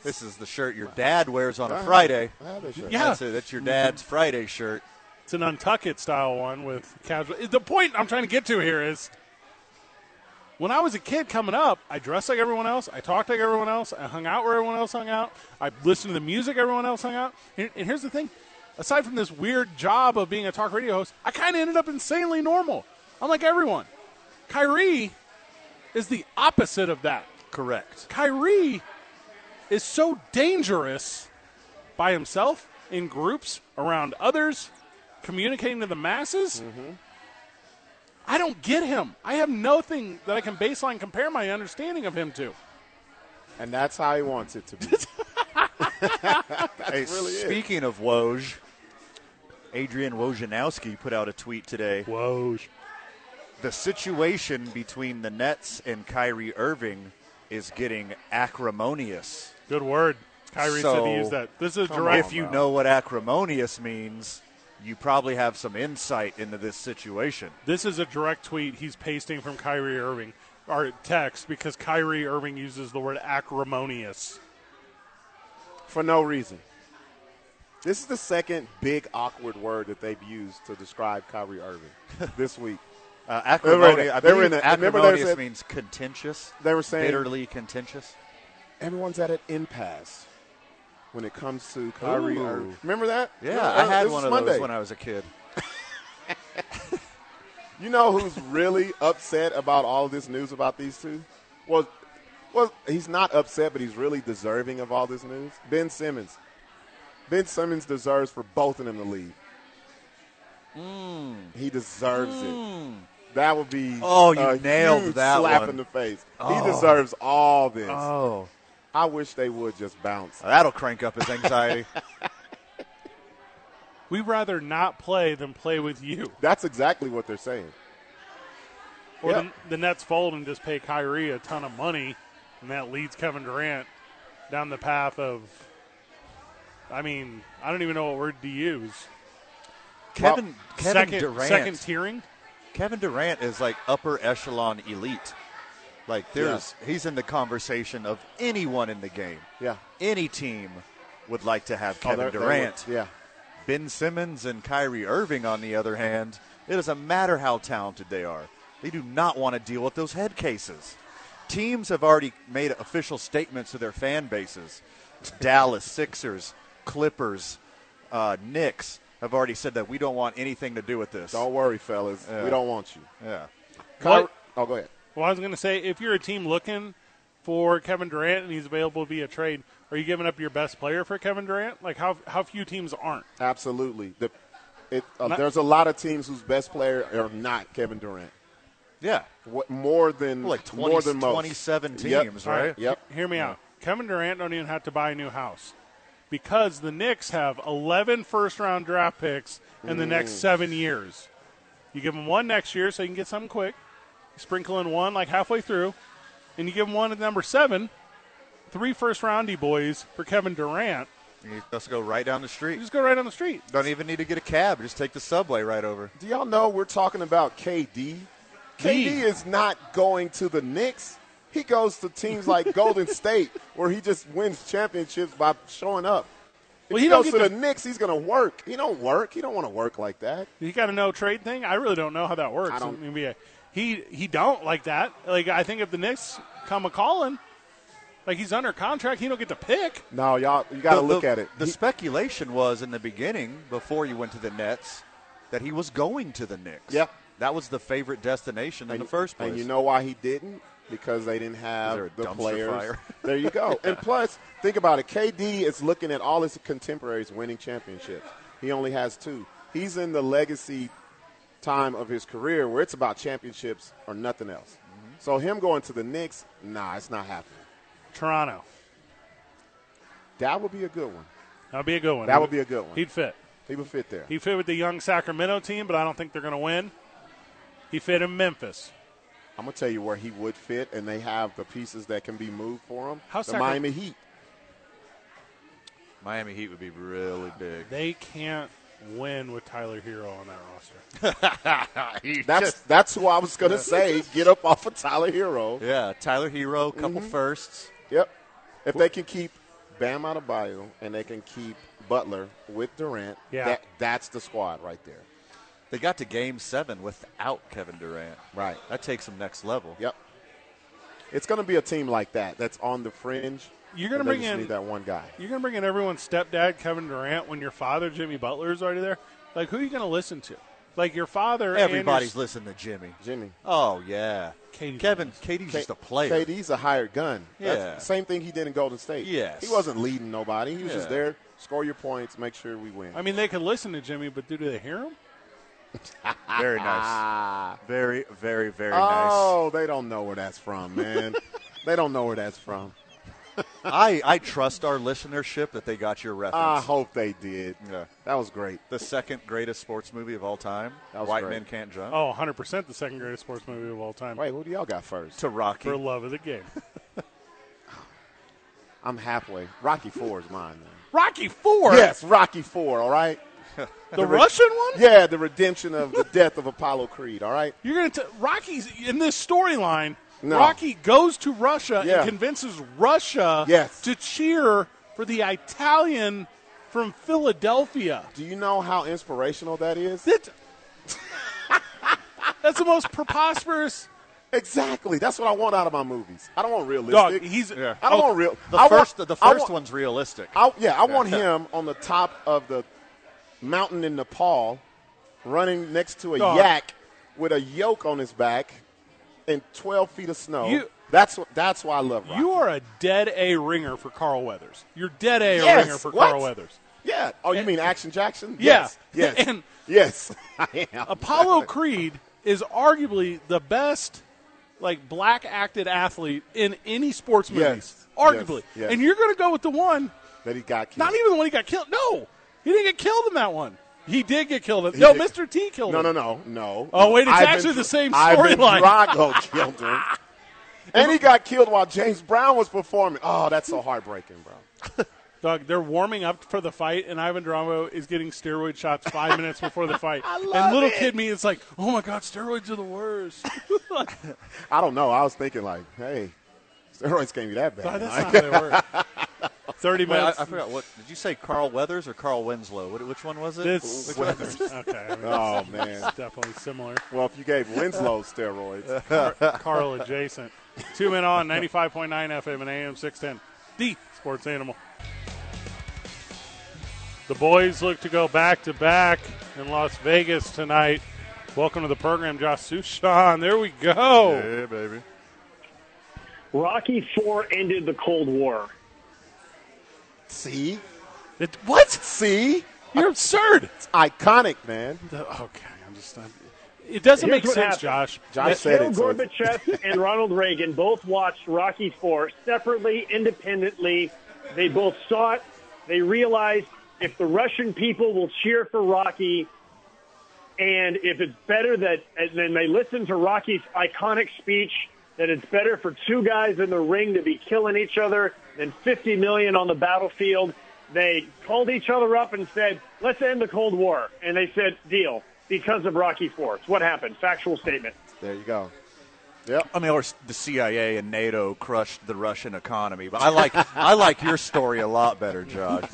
S2: This is the shirt your dad wears on a Friday.
S3: I have this shirt.
S1: Yeah.
S2: That's it. That's your dad's Friday shirt.
S1: It's an untuck it style one with casual. The point I'm trying to get to here is when I was a kid coming up, I dressed like everyone else. I talked like everyone else. I hung out where everyone else hung out. I listened to the music everyone else hung out. And, and here's the thing aside from this weird job of being a talk radio host, I kind of ended up insanely normal. I'm like everyone. Kyrie is the opposite of that.
S2: Correct.
S1: Kyrie is so dangerous by himself, in groups, around others, communicating to the masses. I don't get him. I have nothing that I can baseline compare my understanding of him to.
S3: And that's how he wants it to be.
S2: Hey,
S3: really it.
S2: speaking of Woj, Adrian Wojnarowski put out a tweet today.
S1: Whoa.
S2: The situation between the Nets and Kyrie Irving is getting acrimonious.
S1: Good word. Kyrie said
S2: So-
S1: to use that. This is a
S3: Come
S1: direct.
S2: if you know what acrimonious means, you probably have some insight into this situation.
S1: This is a direct tweet he's pasting from Kyrie Irving or text because Kyrie Irving uses the word acrimonious.
S3: for no reason. This is the second big awkward word that they've used to describe Kyrie Irving this week.
S2: Uh,
S3: They were in
S2: acrimony,
S3: it.
S2: I
S3: They were
S2: believe
S3: in it. Remember they
S2: acrimonious
S3: said-
S2: means contentious.
S3: They were saying-
S2: bitterly contentious.
S3: Everyone's at an impasse when it comes to Kyrie
S2: Ooh.
S3: Irving. Remember that?
S2: Yeah,
S3: Remember-
S2: I had
S3: this
S2: one
S3: is
S2: of
S3: Monday.
S2: those when I was a kid.
S3: You know who's really upset about all this news about these two? Well, well, he's not upset, but he's really deserving of all this news. Ben Simmons. Ben Simmons deserves for both of them to leave. He deserves it. That would be
S2: Hmm. Oh, you
S3: a
S2: nailed
S3: huge
S2: that
S3: slap
S2: one.
S3: in the face. He deserves all this.
S2: Oh,
S3: I wish they would just bounce.
S2: that'll crank up his anxiety.
S1: We'd rather not play than play with you.
S3: That's exactly what they're saying.
S1: Or
S3: Yeah.
S1: the, the Nets fold and just pay Kyrie a ton of money, and that leads Kevin Durant down the path of, I mean, I don't even know what word to use.
S2: Kevin Kevin
S1: second,
S2: Durant.
S1: second tiering.
S2: Kevin Durant is like upper echelon elite. Like there's he's in the conversation of anyone in the game.
S3: Yeah.
S2: Any team would like to have
S3: Oh,
S2: Kevin
S3: they're- they
S2: Durant.
S3: would- yeah.
S2: Ben Simmons and Kyrie Irving on the other hand, it doesn't matter how talented they are. They do not want to deal with those head cases. Teams have already made official statements to their fan bases. Dallas Sixers, Clippers, uh, Knicks have already said that we don't want anything to do with this.
S3: Don't worry, fellas.
S2: Yeah.
S3: We don't want you.
S2: Yeah.
S3: Kyrie-
S1: What?
S3: Oh, go ahead.
S1: Well, I was going to say, if you're a team looking for Kevin Durant and he's available via trade, are you giving up your best player for Kevin Durant? Like how how few teams aren't?
S3: Absolutely. The, it, uh,
S1: Not-
S3: there's a lot of teams whose best player are not Kevin Durant.
S2: Yeah.
S3: What, more than
S2: Like 20,
S3: more than most.
S2: 27
S3: Yep.
S2: teams, right?
S3: Yep.
S1: Hear me out. Kevin Durant don't even have to buy a new house because the Knicks have 11 first round draft picks in the
S3: Mm.
S1: next seven years. You give them one next year so you can get something quick. You sprinkle in one like halfway through, and you give them one at number seven, three first roundy boys for Kevin Durant.
S2: You just go right down the street.
S1: You just go right on the street.
S2: Don't even need to get a cab. Just take the subway right over.
S3: Do y'all know we're talking about KD? KD is not going to the Knicks. He goes to teams like Golden State, where he just wins championships by showing up. If
S1: Well,
S3: he,
S1: he don't
S3: goes to
S1: get
S3: the
S1: to-
S3: Knicks, he's going to work. He don't work. He don't want to work like that.
S1: He got a no trade thing. I really don't know how that works
S3: I
S1: in
S3: don't-
S1: the NBA. He he don't like that. Like I think if the Knicks come a calling, Like he's under contract, he don't get to pick.
S3: No, y'all, you got to
S2: The-
S3: look
S2: the-
S3: at it.
S2: The speculation was in the beginning, before you went to the Nets, that he was going to the Knicks.
S3: Yeah.
S2: That was the favorite destination in
S3: And-
S2: the first place.
S3: And you know why he didn't? Because they didn't
S2: there
S3: have
S2: a
S3: the
S2: dumpster
S3: players.
S2: fire?
S3: There you go. And plus, think about it. KD is looking at all his contemporaries winning championships. He only has two. He's in the legacy time of his career where it's about championships or nothing else.
S2: Mm-hmm.
S3: So him going to the Knicks, nah, it's not happening.
S1: Toronto.
S3: That would be a good one.
S1: That'd be a good one.
S3: That would be a good one.
S1: He'd fit.
S3: He would fit there.
S1: He fit with the young Sacramento team, but I don't think they're going to win. He fit in Memphis.
S3: I'm gonna tell you where he would fit, and they have the pieces that can be moved for him.
S1: How
S3: the
S1: sacri-
S3: Miami Heat.
S2: Miami Heat would be really big.
S1: They can't win with Tyler Hero on that roster.
S3: That's that's who I was gonna say. Get up off of Tyler Hero.
S2: Yeah, Tyler Hero, couple firsts.
S3: Yep. If they can keep Bam out of bio and they can keep Butler with Durant,
S1: Yeah.
S3: that, that's the squad right there.
S2: They got to Game Seven without Kevin Durant.
S3: Right.
S2: That takes them next level.
S3: Yep. It's going to be a team like that that's on the fringe.
S1: You're gonna
S3: and they
S1: bring
S3: just
S1: in-
S3: need that one guy.
S1: You're going to bring in everyone's stepdad, Kevin Durant, when your father, Jimmy Butler, is already there. Like, who are you going to listen to? Like, your father.
S2: Everybody's
S1: And
S2: listening to Jimmy.
S3: Jimmy.
S2: Oh yeah,
S1: Katie
S2: Kevin. Katie's just a player.
S3: KD's a hired gun.
S2: Yeah.
S3: the same thing he did in Golden State.
S2: Yes.
S3: He wasn't leading nobody. He was just
S2: Yeah.
S3: there, score your points, make sure we win.
S1: your, I mean, they could listen to Jimmy, but do they hear him?
S2: Very nice. Very, very, very
S3: oh, they don't know where that's from, man. they don't know where that's from.
S2: nice. I, I trust our listenership that they got your
S3: I
S2: reference.
S3: hope they did.
S2: Yeah.
S3: That was great.
S2: The second greatest sports movie of all time.
S3: That was
S2: White
S3: great.
S2: Men Can't Jump.
S1: Oh, 100% the second greatest sports movie of all time.
S3: Wait, who do y'all got first?
S2: To Rocky.
S1: For love of the game.
S3: I'm halfway. Rocky Four is mine. Then.
S1: Rocky Four.
S3: Yes, Rocky Four. All right.
S1: the, Russian one.
S3: Yeah, the redemption of the death of Apollo Creed. All right.
S1: You're gonna t- Rocky's in this storyline.
S3: No.
S1: Rocky goes to Russia
S3: Yeah.
S1: and convinces Russia
S3: Yes.
S1: to cheer for the Italian from Philadelphia.
S3: Do you know how inspirational that is?
S1: That- that's the most preposterous
S3: Exactly. That's what I want out of my movies. I don't want
S1: dog.
S3: realistic.
S1: He's
S3: I don't want real.
S2: The
S3: I
S2: first,
S3: want,
S2: the
S3: I
S2: first
S3: want-
S2: one's realistic.
S3: I, yeah, I want him on the top of the mountain in Nepal, running next to a
S1: Dog.
S3: yak with a yoke on his back and twelve feet of snow.
S1: You-
S3: that's what. That's why I love Rocky.
S1: You are a dead a ringer for Carl Weathers. You're dead a
S3: Yes.
S1: ringer for
S3: What?
S1: Carl Weathers.
S3: yeah. Oh, you mean Action Jackson?
S1: Yeah.
S3: Yes. Yes.
S1: And-
S3: yes. I am.
S1: Apollo Creed is arguably the best like black acted athlete in any sports movies.
S3: Yes.
S1: Arguably.
S3: Yes. Yes.
S1: And you're gonna go with the one
S3: that he got killed.
S1: not even the one he got killed. No. He didn't get killed in that one. He did get killed in No,
S3: did-
S1: Mr. T killed
S3: No,
S1: him.
S3: no, no, no.
S1: Oh, wait, it's
S3: Ivan
S1: actually
S3: Dra-
S1: the same
S3: Ivan
S1: storyline.
S3: Drago killed him. Oh, And he got killed while James Brown was performing. Oh, that's so heartbreaking, bro.
S1: Doug, they're warming up for the fight, and Ivan Drago is getting steroid shots five minutes before the fight. and little kid me is like, oh my God, steroids are the worst.
S3: I don't know. I was thinking like, hey, steroids can't be that bad.
S1: That's not
S3: Like,
S1: how they work. 30
S2: Wait, I,
S1: minutes.
S2: I forgot what did you say? Carl Weathers or Carl Winslow? What, which one was it?
S1: This-
S2: Which one?
S1: okay. I mean,
S3: oh
S1: it's
S3: man.
S1: definitely similar.
S3: Well, if you gave Winslow steroids,
S1: Carl adjacent. Two men on 95.9 FM and AM 610. The sports animal. The boys look to go back to back in Las Vegas tonight. Welcome to the program, Josh Sushan. There we go.
S2: Yeah, baby.
S7: Rocky Four ended the Cold War.
S3: see,
S1: It- what?
S3: see,
S1: You're absurd.
S3: it's iconic, man.
S1: okay, I'm just. I'm, it doesn't
S7: Here's
S1: make
S7: what
S1: sense,
S7: happened.
S1: Josh.
S3: Josh said
S7: Mikhail
S3: it. so it's-
S7: Gorbachev and Ronald Reagan both watched Rocky Four separately, independently. They both saw it. They realized if the Russian people will cheer for Rocky, and if it's better that and then they listen to Rocky's iconic speech, that it's better for two guys in the ring to be killing each other than 50 million on the battlefield. They called each other up and said, "Let's end the Cold War," and they said, "Deal." Because of Rocky Four, It's what happened? Factual statement.
S3: there you go.
S2: I mean, or s- the CIA and NATO crushed the Russian economy, but I like I like your story a lot better, Josh.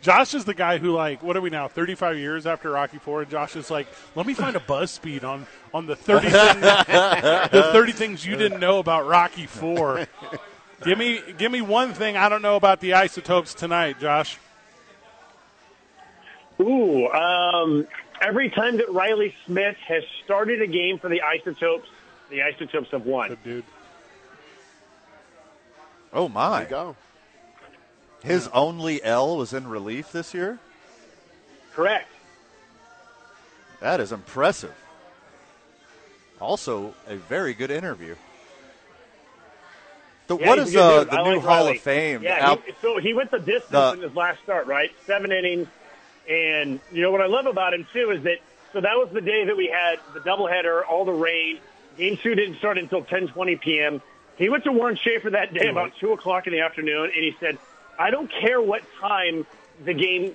S1: Josh is the guy who, like, what are we now? Thirty-five years after Rocky Four, and Josh is like, "Let me find a buzz speed on on the thirty things, the thirty things you didn't know about Rocky Four. give me give me one thing I don't know about the isotopes tonight, Josh.
S7: Ooh, um, every time that Riley Smith has started a game for the Isotopes, the Isotopes have won.
S1: dude.
S2: Oh my!
S3: There you go.
S2: His only L was in relief this year.
S7: Correct.
S2: That is impressive. Also, a very good interview. The,
S7: Yeah,
S2: what
S7: he's
S2: is
S7: a good
S2: uh,
S7: dude.
S2: the
S7: I
S2: new
S7: like
S2: Hall
S7: Riley.
S2: of Fame?
S7: Yeah,
S2: Al-
S7: he, so he went the distance
S2: the-
S7: in his last start, right? Seven innings, and you know what I love about him too is that so that was the day that we had the doubleheader, all the rain. Game two didn't start until 10:20 p.m. He went to Warren Schaefer that day about two o'clock in the afternoon, and he said, "I don't care what time the game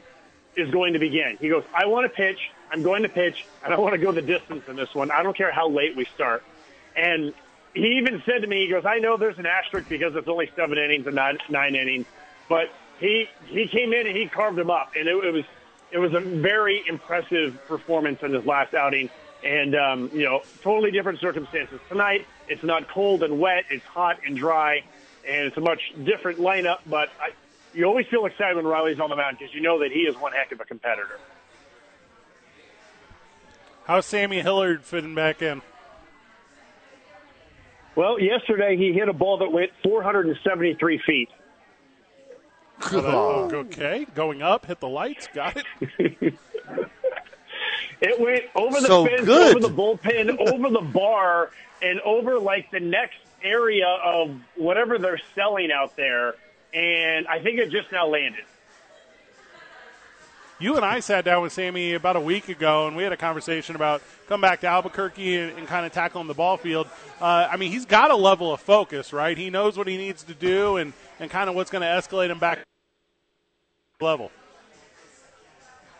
S7: is going to begin." He goes, "I want to pitch. I'm going to pitch, and I want to go the distance in this one. I don't care how late we start." And he even said to me, he goes, I know there's an asterisk because it's only seven innings and nine, nine innings, but he he came in and he carved him up, and it, it was it was a very impressive performance in his last outing, and um, you know, totally different circumstances tonight. It's not cold and wet; it's hot and dry, and it's a much different lineup. But I, you always feel excited when Riley's on the mound because you know that he is one heck of a competitor.
S1: How's Sammy Hillard fitting back in?
S7: Well, yesterday he hit a ball that went 473 feet.
S1: Oh, okay, going up, hit the lights, got it.
S7: It went over the
S1: So
S7: fence,
S1: good.
S7: over the bullpen, over the bar, and over like the next area of whatever they're selling out there. And I think it just now landed.
S1: You and I sat down with Sammy about a week ago, and we had a conversation about come back to Albuquerque and, and kind of tackling the ball field. Uh, I mean, he's got a level of focus, right? He knows what he needs to do, and, and kind of what's going to escalate him back level.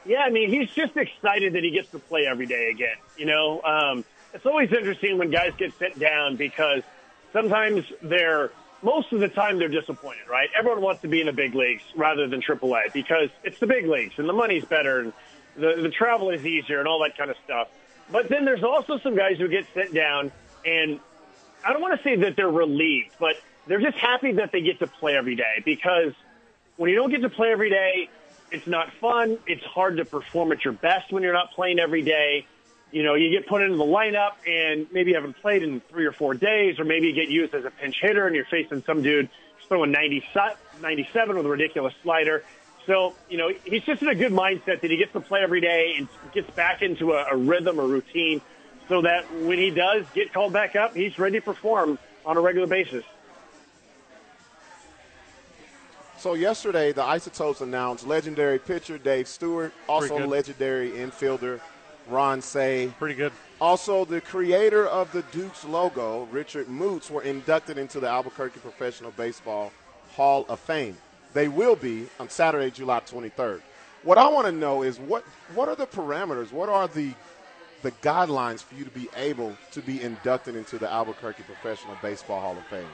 S7: Yeah, I mean, he's just excited that he gets to play every day again. You know, um, it's always interesting when guys get sent down because sometimes they're, most of the time they're disappointed, right? Everyone wants to be in the big leagues rather than AAA because it's the big leagues and the money's better and the, the travel is easier and all that kind of stuff. But then there's also some guys who get sent down and I don't want to say that they're relieved, but they're just happy that they get to play every day because when you don't get to play every day, it's not fun. It's hard to perform at your best when you're not playing every day. You know, you get put into the lineup and maybe you haven't played in three or four days, or maybe you get used as a pinch hitter and you're facing some dude who's throwing 90, si- 97 with a ridiculous slider. So, you know, he's just in a good mindset that he gets to play every day and gets back into a, a rhythm, a routine, so that when he does get called back up, he's ready to perform on a regular basis.
S3: So yesterday, the Isotopes announced legendary pitcher Dave Stewart, also
S1: Pretty good.
S3: legendary infielder Ron Say.
S1: Pretty good.
S3: Also, the creator of the Duke's logo, Richard Moots, were inducted into the Albuquerque Professional Baseball Hall of Fame. They will be on Saturday, July 23rd. What I want to know is what what are the parameters? What are the the guidelines for you to be able to be inducted into the Albuquerque Professional Baseball Hall of Fame?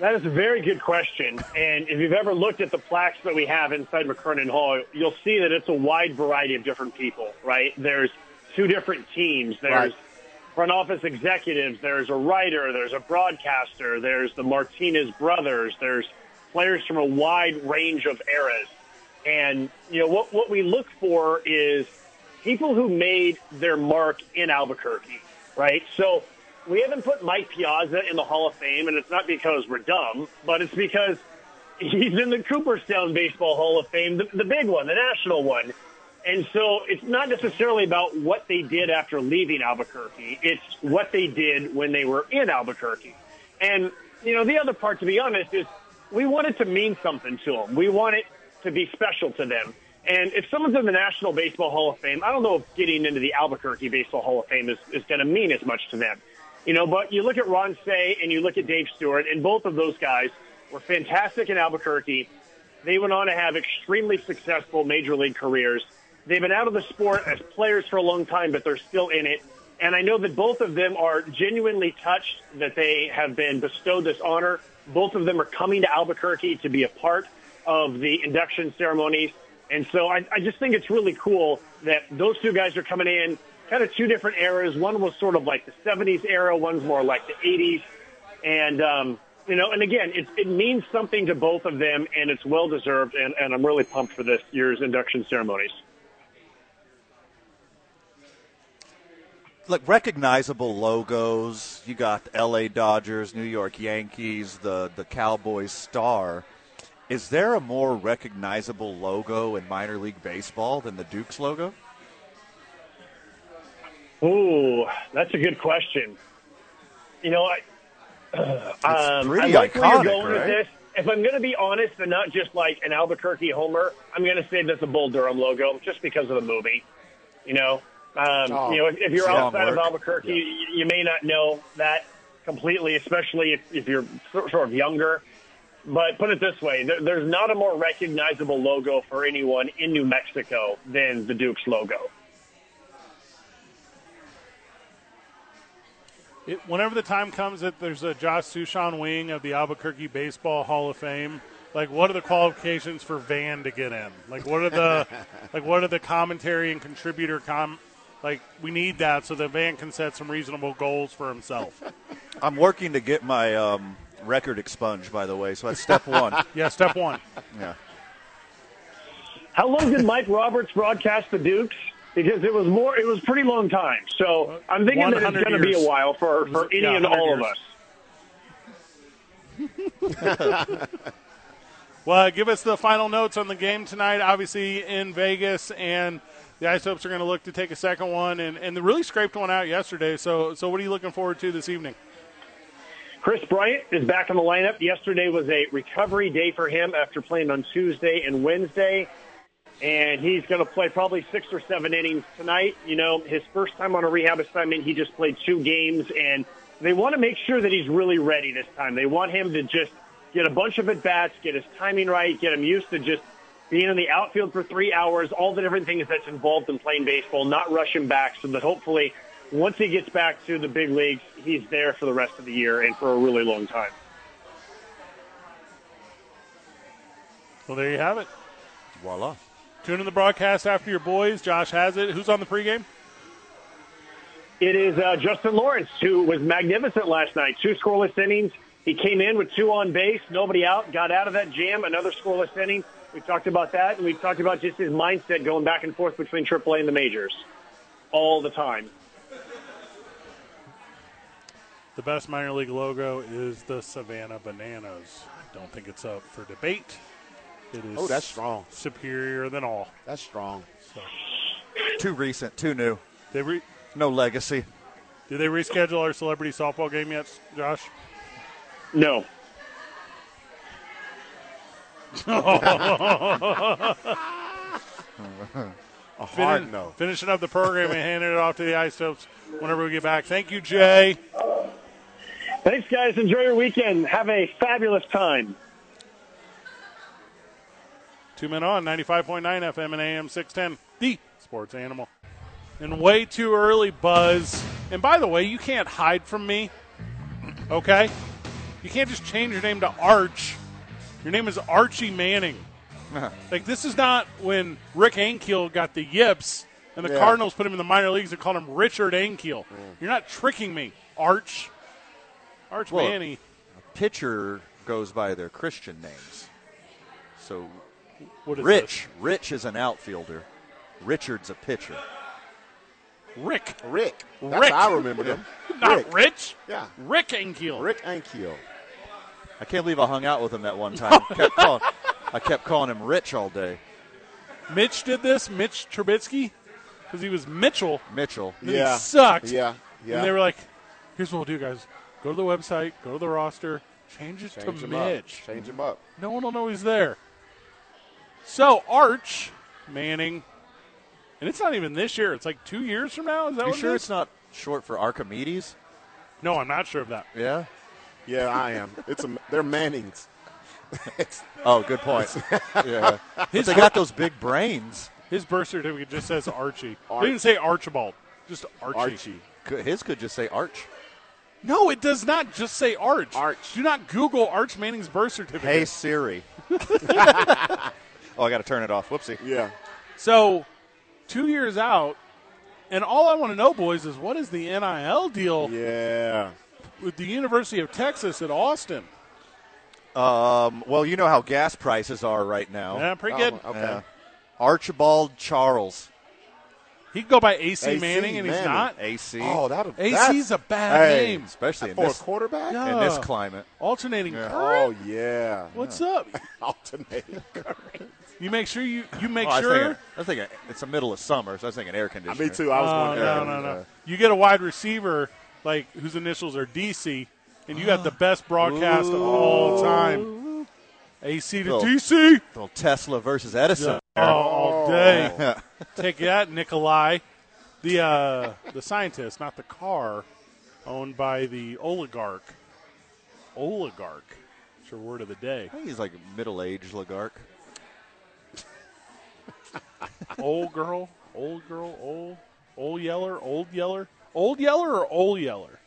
S7: That is a very good question. And if you've ever looked at the plaques that we have inside McKernan Hall, you'll see that it's a wide variety of different people, right? There's two different teams. There's front office executives. There's a writer. There's a broadcaster. There's the Martinez brothers. There's players from a wide range of eras. And, you know, what, what we look for is people who made their mark in Albuquerque, right? So we haven't put Mike Piazza in the Hall of Fame, and it's not because we're dumb, but it's because he's in the Cooperstown Baseball Hall of Fame, the, the big one, the national one. And so it's not necessarily about what they did after leaving Albuquerque. It's what they did when they were in Albuquerque. And, you know, the other part, to be honest, is we want it to mean something to them. We want it to be special to them. And if someone's in the National Baseball Hall of Fame, I don't know if getting into the Albuquerque Baseball Hall of Fame is, is going to mean as much to them. You know, but you look at Ron Say and you look at Dave Stewart, and both of those guys were fantastic in Albuquerque. They went on to have extremely successful major league careers. They've been out of the sport as players for a long time, but they're still in it. And I know that both of them are genuinely touched that they have been bestowed this honor. Both of them are coming to Albuquerque to be a part of the induction ceremonies. And so I, I just think it's really cool that those two guys are coming in, kind of two different eras. One was sort of like the 70s era, one's more like the 80s. And, um, you know, and again, it, it means something to both of them, and it's well deserved. And, and I'm really pumped for this year's induction ceremonies.
S2: like recognizable logos. You got the L.A. Dodgers, New York Yankees, the the Cowboys star. Is there a more recognizable logo in minor league baseball than the Duke's logo?
S7: Ooh, that's a good question. You know, I, um,
S2: pretty
S7: I like where
S2: iconic,
S7: you're going with
S2: right?
S7: this. If I'm going to be honest and not just like an Albuquerque homer, I'm going to say that's a Bull Durham logo just because of the movie. You know, um,
S10: Oh,
S7: you know, if, if you're
S10: strong
S7: outside of
S10: work.
S7: Albuquerque, you, you may not know that completely, especially if, if you're sor- sort of younger. But put it this way, there, there's not a more recognizable logo for anyone in New Mexico than the Duke's logo.
S1: It, whenever the time comes that there's a Josh Sushan wing of the Albuquerque Baseball Hall of Fame, like what are the qualifications for Van to get in? Like what are the like what are the commentary and contributor com? Like we need that so that Van can set some reasonable goals for himself.
S2: I'm working to get my um, record expunged, by the way. So that's step one.
S1: yeah, step one.
S2: Yeah.
S7: How long did Mike Roberts broadcast the Dukes? Because it was more, it was a pretty long time. So I'm thinking that it's
S1: 100
S7: going to be a
S1: years.
S7: while for,
S1: It was-
S7: for any
S1: yeah,
S7: and
S1: 100
S7: all of
S1: years.
S7: us.
S1: Well, give us the final notes on the game tonight. Obviously in Vegas, and the Ice Hopes are going to look to take a second one, and, and they really scraped one out yesterday. So, so what are you looking forward to this evening?
S7: Chris Bryant is back in the lineup. Yesterday was a recovery day for him after playing on Tuesday and Wednesday. And he's going to play probably six or seven innings tonight. You know, his first time on a rehab assignment, he just played two games. And they want to make sure that he's really ready this time. They want him to just get a bunch of at bats, get his timing right, get him used to just being in the outfield for three hours, all the different things that's involved in playing baseball, not rush him back so that hopefully once he gets back to the big leagues, he's there for the rest of the year and for a really long time.
S1: Well, there you have it.
S2: Voila.
S1: Tune in the broadcast after your boys. Josh has it. Who's on the pregame?
S7: It is uh, Justin Lawrence, who was magnificent last night. Two scoreless innings. He came in with two on base, nobody out, got out of that jam, another scoreless inning. We talked about that, and we talked about just his mindset going back and forth between AAA and the majors all the time.
S1: The best minor league logo is the Savannah Bananas. I don't think it's up for debate. It is
S2: Oh, that's
S1: strong. Superior than all.
S3: That's strong.
S1: So,
S2: Too recent. Too new.
S1: They re-
S2: no legacy.
S1: did they reschedule our celebrity softball game yet, Josh?
S7: No.
S2: A
S3: hard
S1: Finin-
S3: no.
S1: Finishing up the program and handing it off to the Ice Hopes whenever we get back. Thank you, Jay.
S7: Thanks, guys. Enjoy your weekend. Have a fabulous time.
S1: Two men on 95.9 FM and AM 610, the sports animal. And way too early, Buzz. And by the way, you can't hide from me, okay? You can't just change your name to Arch. Your name is Archie Manning. Like, this is not when Rick Ankiel got the yips and the
S3: Yeah. Mm.
S1: Cardinals put him in the minor leagues and called him Richard Ankiel. You're not tricking me, Arch. Arch
S2: Well,
S1: Manning.
S2: A pitcher goes by their Christian names. So
S1: What is
S2: Rich. Rich is an outfielder. Richard's a pitcher.
S1: Rick.
S3: Rick. That's
S1: Rick.
S3: how I remember them.
S1: Not
S3: Rick.
S1: Rich.
S3: Yeah.
S1: Rick Ankiel.
S3: Rick Ankiel.
S2: I can't believe I hung out with him that one time. kept call- I kept calling him Rich all day.
S1: Mitch did this, Mitch Trubisky, because he was Mitchell.
S2: Mitchell.
S1: And then
S3: Yeah.
S1: He sucked.
S3: Yeah. Yeah.
S1: And they were like, here's what we'll do, guys. Go to the website, go to the roster, change it
S3: Change
S1: to
S3: him up.
S1: Mitch.
S3: Change him up.
S1: No one will know he's there. So, Arch Manning, and it's not even this year, it's like two years from now. Is that
S2: You
S1: what
S2: sure
S1: it
S2: it's
S1: is?
S2: not short for Archimedes?
S1: No, I'm not sure of that.
S2: Yeah.
S3: Yeah, I am. It's a, they're Mannings. It's-
S2: Oh, good point. yeah. But
S1: His-
S2: they got those big brains.
S1: His birth certificate just says Archie.
S3: Arch.
S1: They didn't say Archibald, just Archie.
S3: Archie.
S2: Could- His could just say Arch.
S1: No, it does not just say Arch. Arch. Do not Google Arch Manning's birth certificate.
S2: Hey Siri. oh, I got to turn it off. Whoopsie.
S3: Yeah.
S1: So, two years out, and all I want to know, boys, is what is the NIL deal?
S3: Yeah.
S1: With the University of Texas at Austin.
S2: Um, well, you know how gas prices are right now.
S1: Yeah, pretty good. Oh, okay.
S2: Yeah. Archibald Charles.
S1: He'd go by AC, Manning, and he's not.
S2: AC.
S3: Oh, that'll
S1: AC's a bad
S2: Hey,
S1: name.
S2: especially in
S3: for a
S2: this
S3: quarterback.
S2: in this climate.
S1: Alternating current.
S3: Oh yeah.
S1: What's up?
S3: Alternating current.
S1: You make sure you you make
S2: Oh, I was thinking-
S1: sure.
S2: I was thinking it's the middle of summer, so I was thinking air conditioning.
S3: Me too. I was
S1: Oh,
S3: wondering.
S1: no, no, no. You get a wide receiver like whose initials are DC, and you got the best broadcast of all time. AC to
S2: Little-
S1: DC
S2: Little Tesla versus Edison.
S1: Oh, all day. Take that, Nikolai. The uh, the scientist, not the car, owned by the oligarch. Oligarch. It's your word of the day.
S2: I think he's like middle-aged Lagarque.
S1: old girl, old girl, old, old yeller, old yeller, old yeller, or old yeller,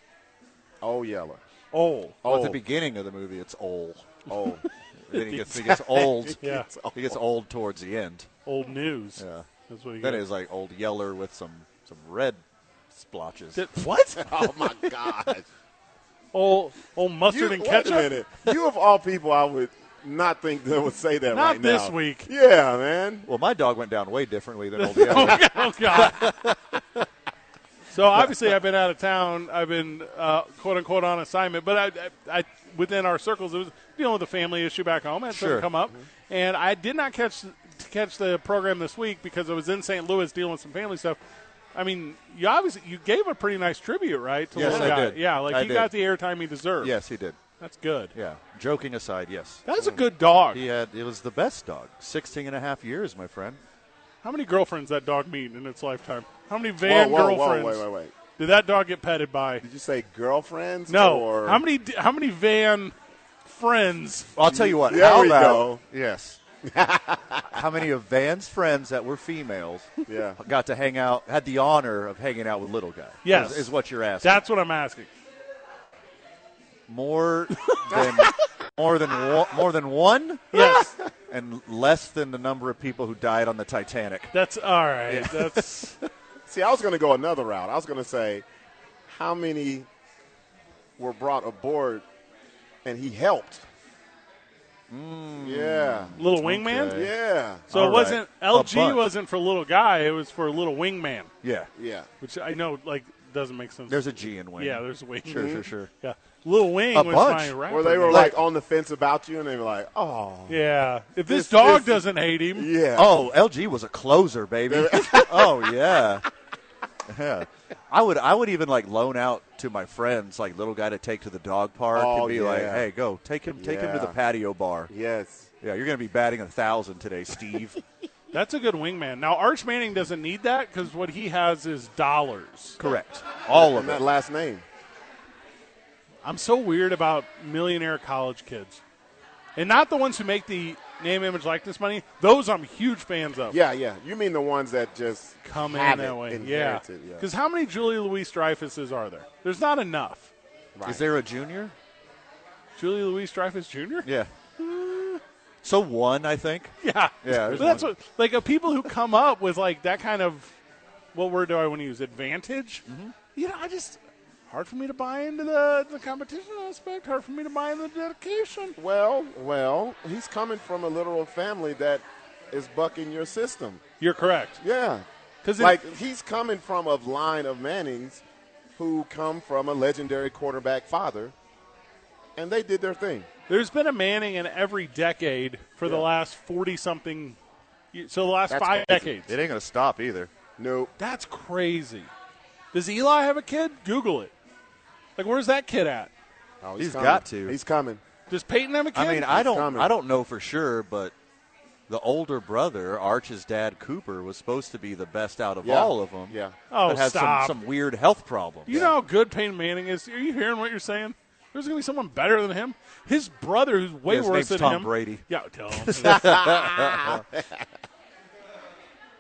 S3: Oh yeller.
S1: old.
S2: Oh, at the
S3: Old.
S2: beginning of the movie, it's old.
S3: Oh.
S2: Then he gets, he gets old.
S1: Yeah.
S2: He gets old towards the end.
S1: old news.
S2: Yeah.
S1: That's what he
S2: Then
S1: got.
S2: it was like old Yeller with some some red splotches.
S1: Did- what?
S3: oh my God.
S1: old old mustard
S3: You,
S1: and
S3: wait a
S1: ketchup.
S3: minute. You of all people, I would not think that would say that
S1: Not
S3: right now.
S1: this week.
S3: Yeah, man.
S2: well, my dog went down way differently than old Yeller.
S1: oh God. so obviously, I've been out of town. I've been uh, quote unquote on assignment, but I, I, I within our circles, it was dealing with a family issue back home. I had something
S2: Sure. Mm-hmm.
S1: come up, and I did not catch catch the program this week because I was in St. Louis dealing with some family stuff. I mean, you obviously you gave a pretty nice tribute, right? To
S2: Yes,
S1: one
S2: I
S1: guy.
S2: did.
S1: Yeah, like
S2: I
S1: he
S2: did.
S1: got the airtime he deserved.
S2: yes, he did.
S1: that's good.
S2: Yeah. Joking aside, yes.
S1: That is a good dog.
S2: He had it was the best dog. 16 and a half years, my friend.
S1: How many girlfriends that dog meet in its lifetime? How many van
S3: whoa, whoa,
S1: girlfriends
S3: whoa, wait, wait, wait.
S1: did that dog get petted by?
S3: Did you say girlfriends?
S1: No.
S3: Or
S1: How many? How many van friends?
S2: Well, I'll tell you what.
S3: There
S2: how
S3: we
S2: about
S3: go.
S2: yes? how many of Van's friends that were females
S3: Yeah.
S2: got to hang out? Had the honor of hanging out with little guy.
S1: Yes.
S2: is, is what you're asking.
S1: That's what I'm asking.
S2: more than more than one, more than one,
S1: Yes,
S2: and less than the number of people who died on the Titanic.
S1: that's all right. That's
S3: See, I was going to go another route. I was going to say, how many were brought aboard and he helped? Yeah.
S1: little wingman.
S2: Okay.
S3: Yeah.
S1: So
S2: All
S1: it
S2: right.
S1: wasn't
S2: A
S1: LG
S2: bunch.
S1: wasn't for little guy. It was for little wingman,
S2: Yeah,
S3: Yeah.
S1: which I know like doesn't make sense.
S2: there's a G in wing.
S1: yeah, there's a wing.
S2: sure, sure, sure.
S1: Yeah, little wing
S2: A
S1: was
S2: bunch.
S1: my rapper.
S3: Or they were
S1: name.
S3: like on the fence about you and they were like, oh,
S1: yeah. If this,
S3: This-
S1: dog
S3: this-
S1: doesn't hate him,
S3: yeah.
S2: Oh, LG was a closer, baby. oh yeah. Yeah. I would I would even like loan out to my friends like little guy to take to the dog park
S3: Oh,
S2: and be like,
S3: yeah.
S2: hey, go take him take him to the
S3: Yeah.
S2: patio bar.
S3: Yes.
S2: Yeah, you're gonna be batting a thousand today, Steve.
S1: that's a good wingman. Now Arch Manning doesn't need that because what he has is dollars.
S2: Correct. All
S3: And
S2: of
S3: that
S2: it.
S3: last name.
S1: I'm so weird about millionaire college kids, and not the ones who make the name, image, likeness money. Those I'm huge fans of.
S3: Yeah, yeah. You mean the ones that just
S1: come in
S3: have
S1: that
S3: it,
S1: way. Yeah,
S3: inherited, yeah.
S1: because how many Julie Louis Dreyfuses are there? There's not enough.
S2: Is there a junior?
S1: Julie Louis Dreyfus Jr.
S2: Yeah. So one, I think.
S1: Yeah,
S2: Yeah,
S1: But
S2: there's
S1: that's
S2: one.
S1: what like uh, people who come up with like that kind of what word do I want to use? Advantage.
S3: Mm-hmm.
S1: You know, I just hard for me to buy into the the competition aspect. Hard for me to buy into the dedication.
S3: Well, well, he's coming from a literal family that is bucking your system.
S1: You're correct.
S3: Yeah.
S1: Because
S3: Like he's coming from a line of Mannings who come from a legendary quarterback father and they did their thing.
S1: There's been a Manning in every decade for the last 40 something, so the last
S3: That's
S1: five
S3: crazy.
S1: decades.
S2: It ain't gonna stop either.
S3: Nope.
S1: That's crazy. Does Eli have a kid? Google it. Like, where's that kid at?
S3: Oh,
S2: He's got to.
S3: He's coming.
S1: Does Peyton have a kid?
S2: I mean, I don't,
S3: coming.
S2: I don't know for sure, but the older brother, Arch's dad, Cooper, was supposed to be the best out of
S3: Yeah.
S2: all of them.
S3: Yeah.
S1: Oh,
S2: but has
S1: stop.
S2: Some, some weird health problem.
S1: you know how good Peyton Manning is. Are you hearing what you're saying? There's going to be someone better than him. His brother, who's way
S2: His
S1: worse
S2: name's
S1: than
S2: Tom
S1: him,
S2: Brady.
S1: Yeah, tell him.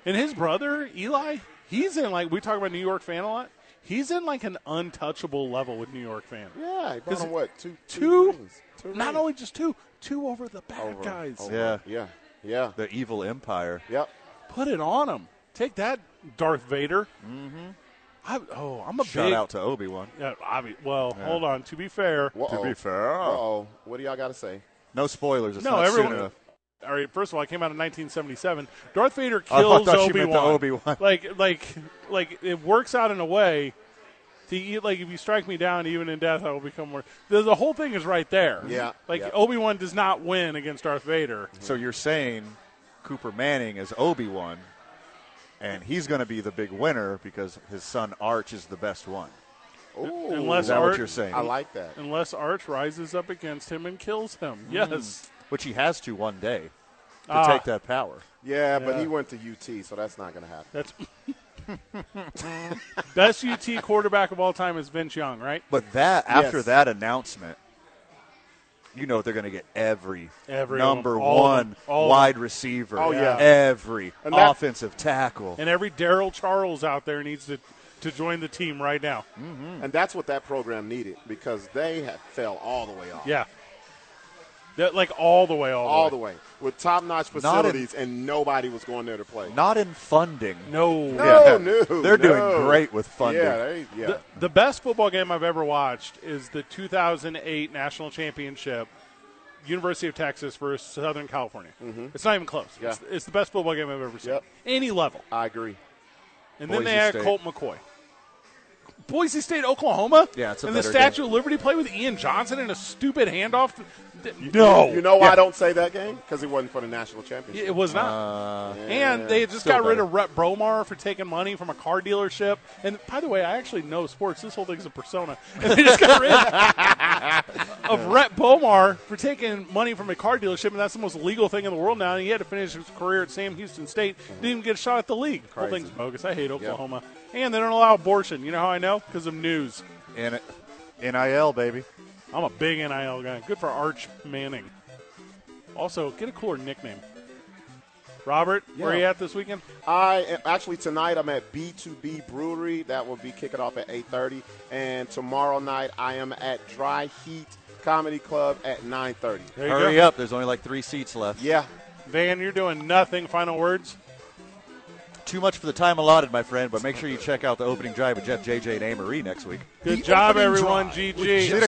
S1: and his brother Eli, he's in like we talk about New York fan a lot. He's in like an untouchable level with New York fans.
S3: Yeah, he brought
S1: 'Cause
S3: him what two
S1: two?
S3: rings, two
S1: Not
S3: rings.
S1: only just two, two over the back guys.
S2: Yeah.
S3: Yeah. Yeah.
S2: The evil empire.
S3: Yep.
S1: Put it on him. Take that, Darth Vader.
S2: Mm-hmm.
S1: I, oh, I'm a
S2: Shout
S1: big,
S2: out to Obi Wan.
S1: Yeah, I mean, well,
S2: Yeah.
S1: hold on. To be fair,
S2: To be fair.
S3: Oh, what do y'all got to say?
S2: No spoilers. It's
S1: no,
S2: not soon
S1: everyone.
S2: enough.
S1: All right, first of all, it came out in 1977. Darth Vader
S2: I thought
S1: kills
S2: you
S1: Obi
S2: meant the
S1: Wan.
S2: Obi-Wan.
S1: Like, like, like it works out in a way. To eat, like, if you strike me down, even in death, I will become more. The, the whole thing is right there.
S2: Yeah,
S1: Like
S2: yeah.
S1: Obi Wan does not win against Darth Vader.
S2: So you're saying Cooper Manning is Obi Wan, and he's going to be the big winner because his son Arch is the best one.
S3: Ooh.
S1: unless
S2: Is that what
S1: Arch-
S2: you're saying?
S3: I like that.
S1: Unless Arch rises up against him and kills him. Yes.
S2: Which he has to one day to
S1: Ah.
S2: take that power.
S3: Yeah, but
S1: Yeah.
S3: he went to UT, so that's not going to happen.
S1: That's best UT quarterback of all time is Vince Young, right?
S2: But that after
S1: Yes.
S2: that announcement, you know they're going to get every,
S1: Every
S2: number
S1: one, all of
S2: one
S1: them, all of
S2: wide
S1: them.
S2: receiver,
S1: Oh, yeah.
S2: every
S1: And that-
S2: offensive tackle.
S1: And every Daryl Charles out there needs to to join the team right now.
S2: Hmm.
S3: And that's what that program needed because they had fell all the way off.
S1: Yeah. That, like all the way, all,
S3: all the way with top-notch
S2: Not in-
S3: facilities, and nobody was going there to play.
S2: Not in funding.
S1: No,
S3: No, no,
S2: They're
S3: no.
S2: doing great with funding.
S3: Yeah, they- yeah.
S1: The, the best football game I've ever watched is the 2008 national championship, University of Texas versus Southern California. It's not even close.
S3: Mm-hmm. Yeah.
S1: It's, it's the best football game I've ever seen. Any level.
S3: I agree.
S1: And then
S3: Boise
S1: they had
S3: State.
S1: Colt McCoy. Boise State, Oklahoma.
S3: Yeah, it's a
S1: and the
S3: better
S1: Statue of Liberty play with Ian Johnson and a stupid handoff. to- th-
S3: You know why
S1: Yeah.
S3: I don't say that game? Because it wasn't for the national championship.
S1: It was not. and they just
S3: Uh, Still
S1: got rid
S3: better.
S1: of Rep Bromar for taking money from a car dealership. And by the way, I actually know sports. This whole thing's a persona. And they just got rid of Rep Bomar for taking money from a car dealership, and that's the most legal thing in the world now. And he had to finish his career at Sam Houston State.
S3: Mm-hmm.
S1: Didn't even get a shot at the league. Whole
S2: Crazy.
S1: thing's bogus. I hate Oklahoma. And they don't allow abortion. You know how I know? Because of news.
S2: And NIL, baby.
S1: I'm a big NIL guy. Good for Arch Manning. Also, get a cooler nickname. Robert, where are
S3: Yeah.
S1: you at this weekend?
S3: I am, actually tonight I'm at B2B Brewery. That will be kicking off at 8:30, and tomorrow night I am at Dry Heat Comedy Club at 9:30.
S2: Hurry up. There's only like three seats left.
S3: Yeah.
S1: Van, you're doing nothing. Final words?
S2: Too much for the time allotted, my friend, but make sure you check out the opening drive with Jeff, JJ, and Amory next week.
S1: Good job, everyone. GG.
S2: Did a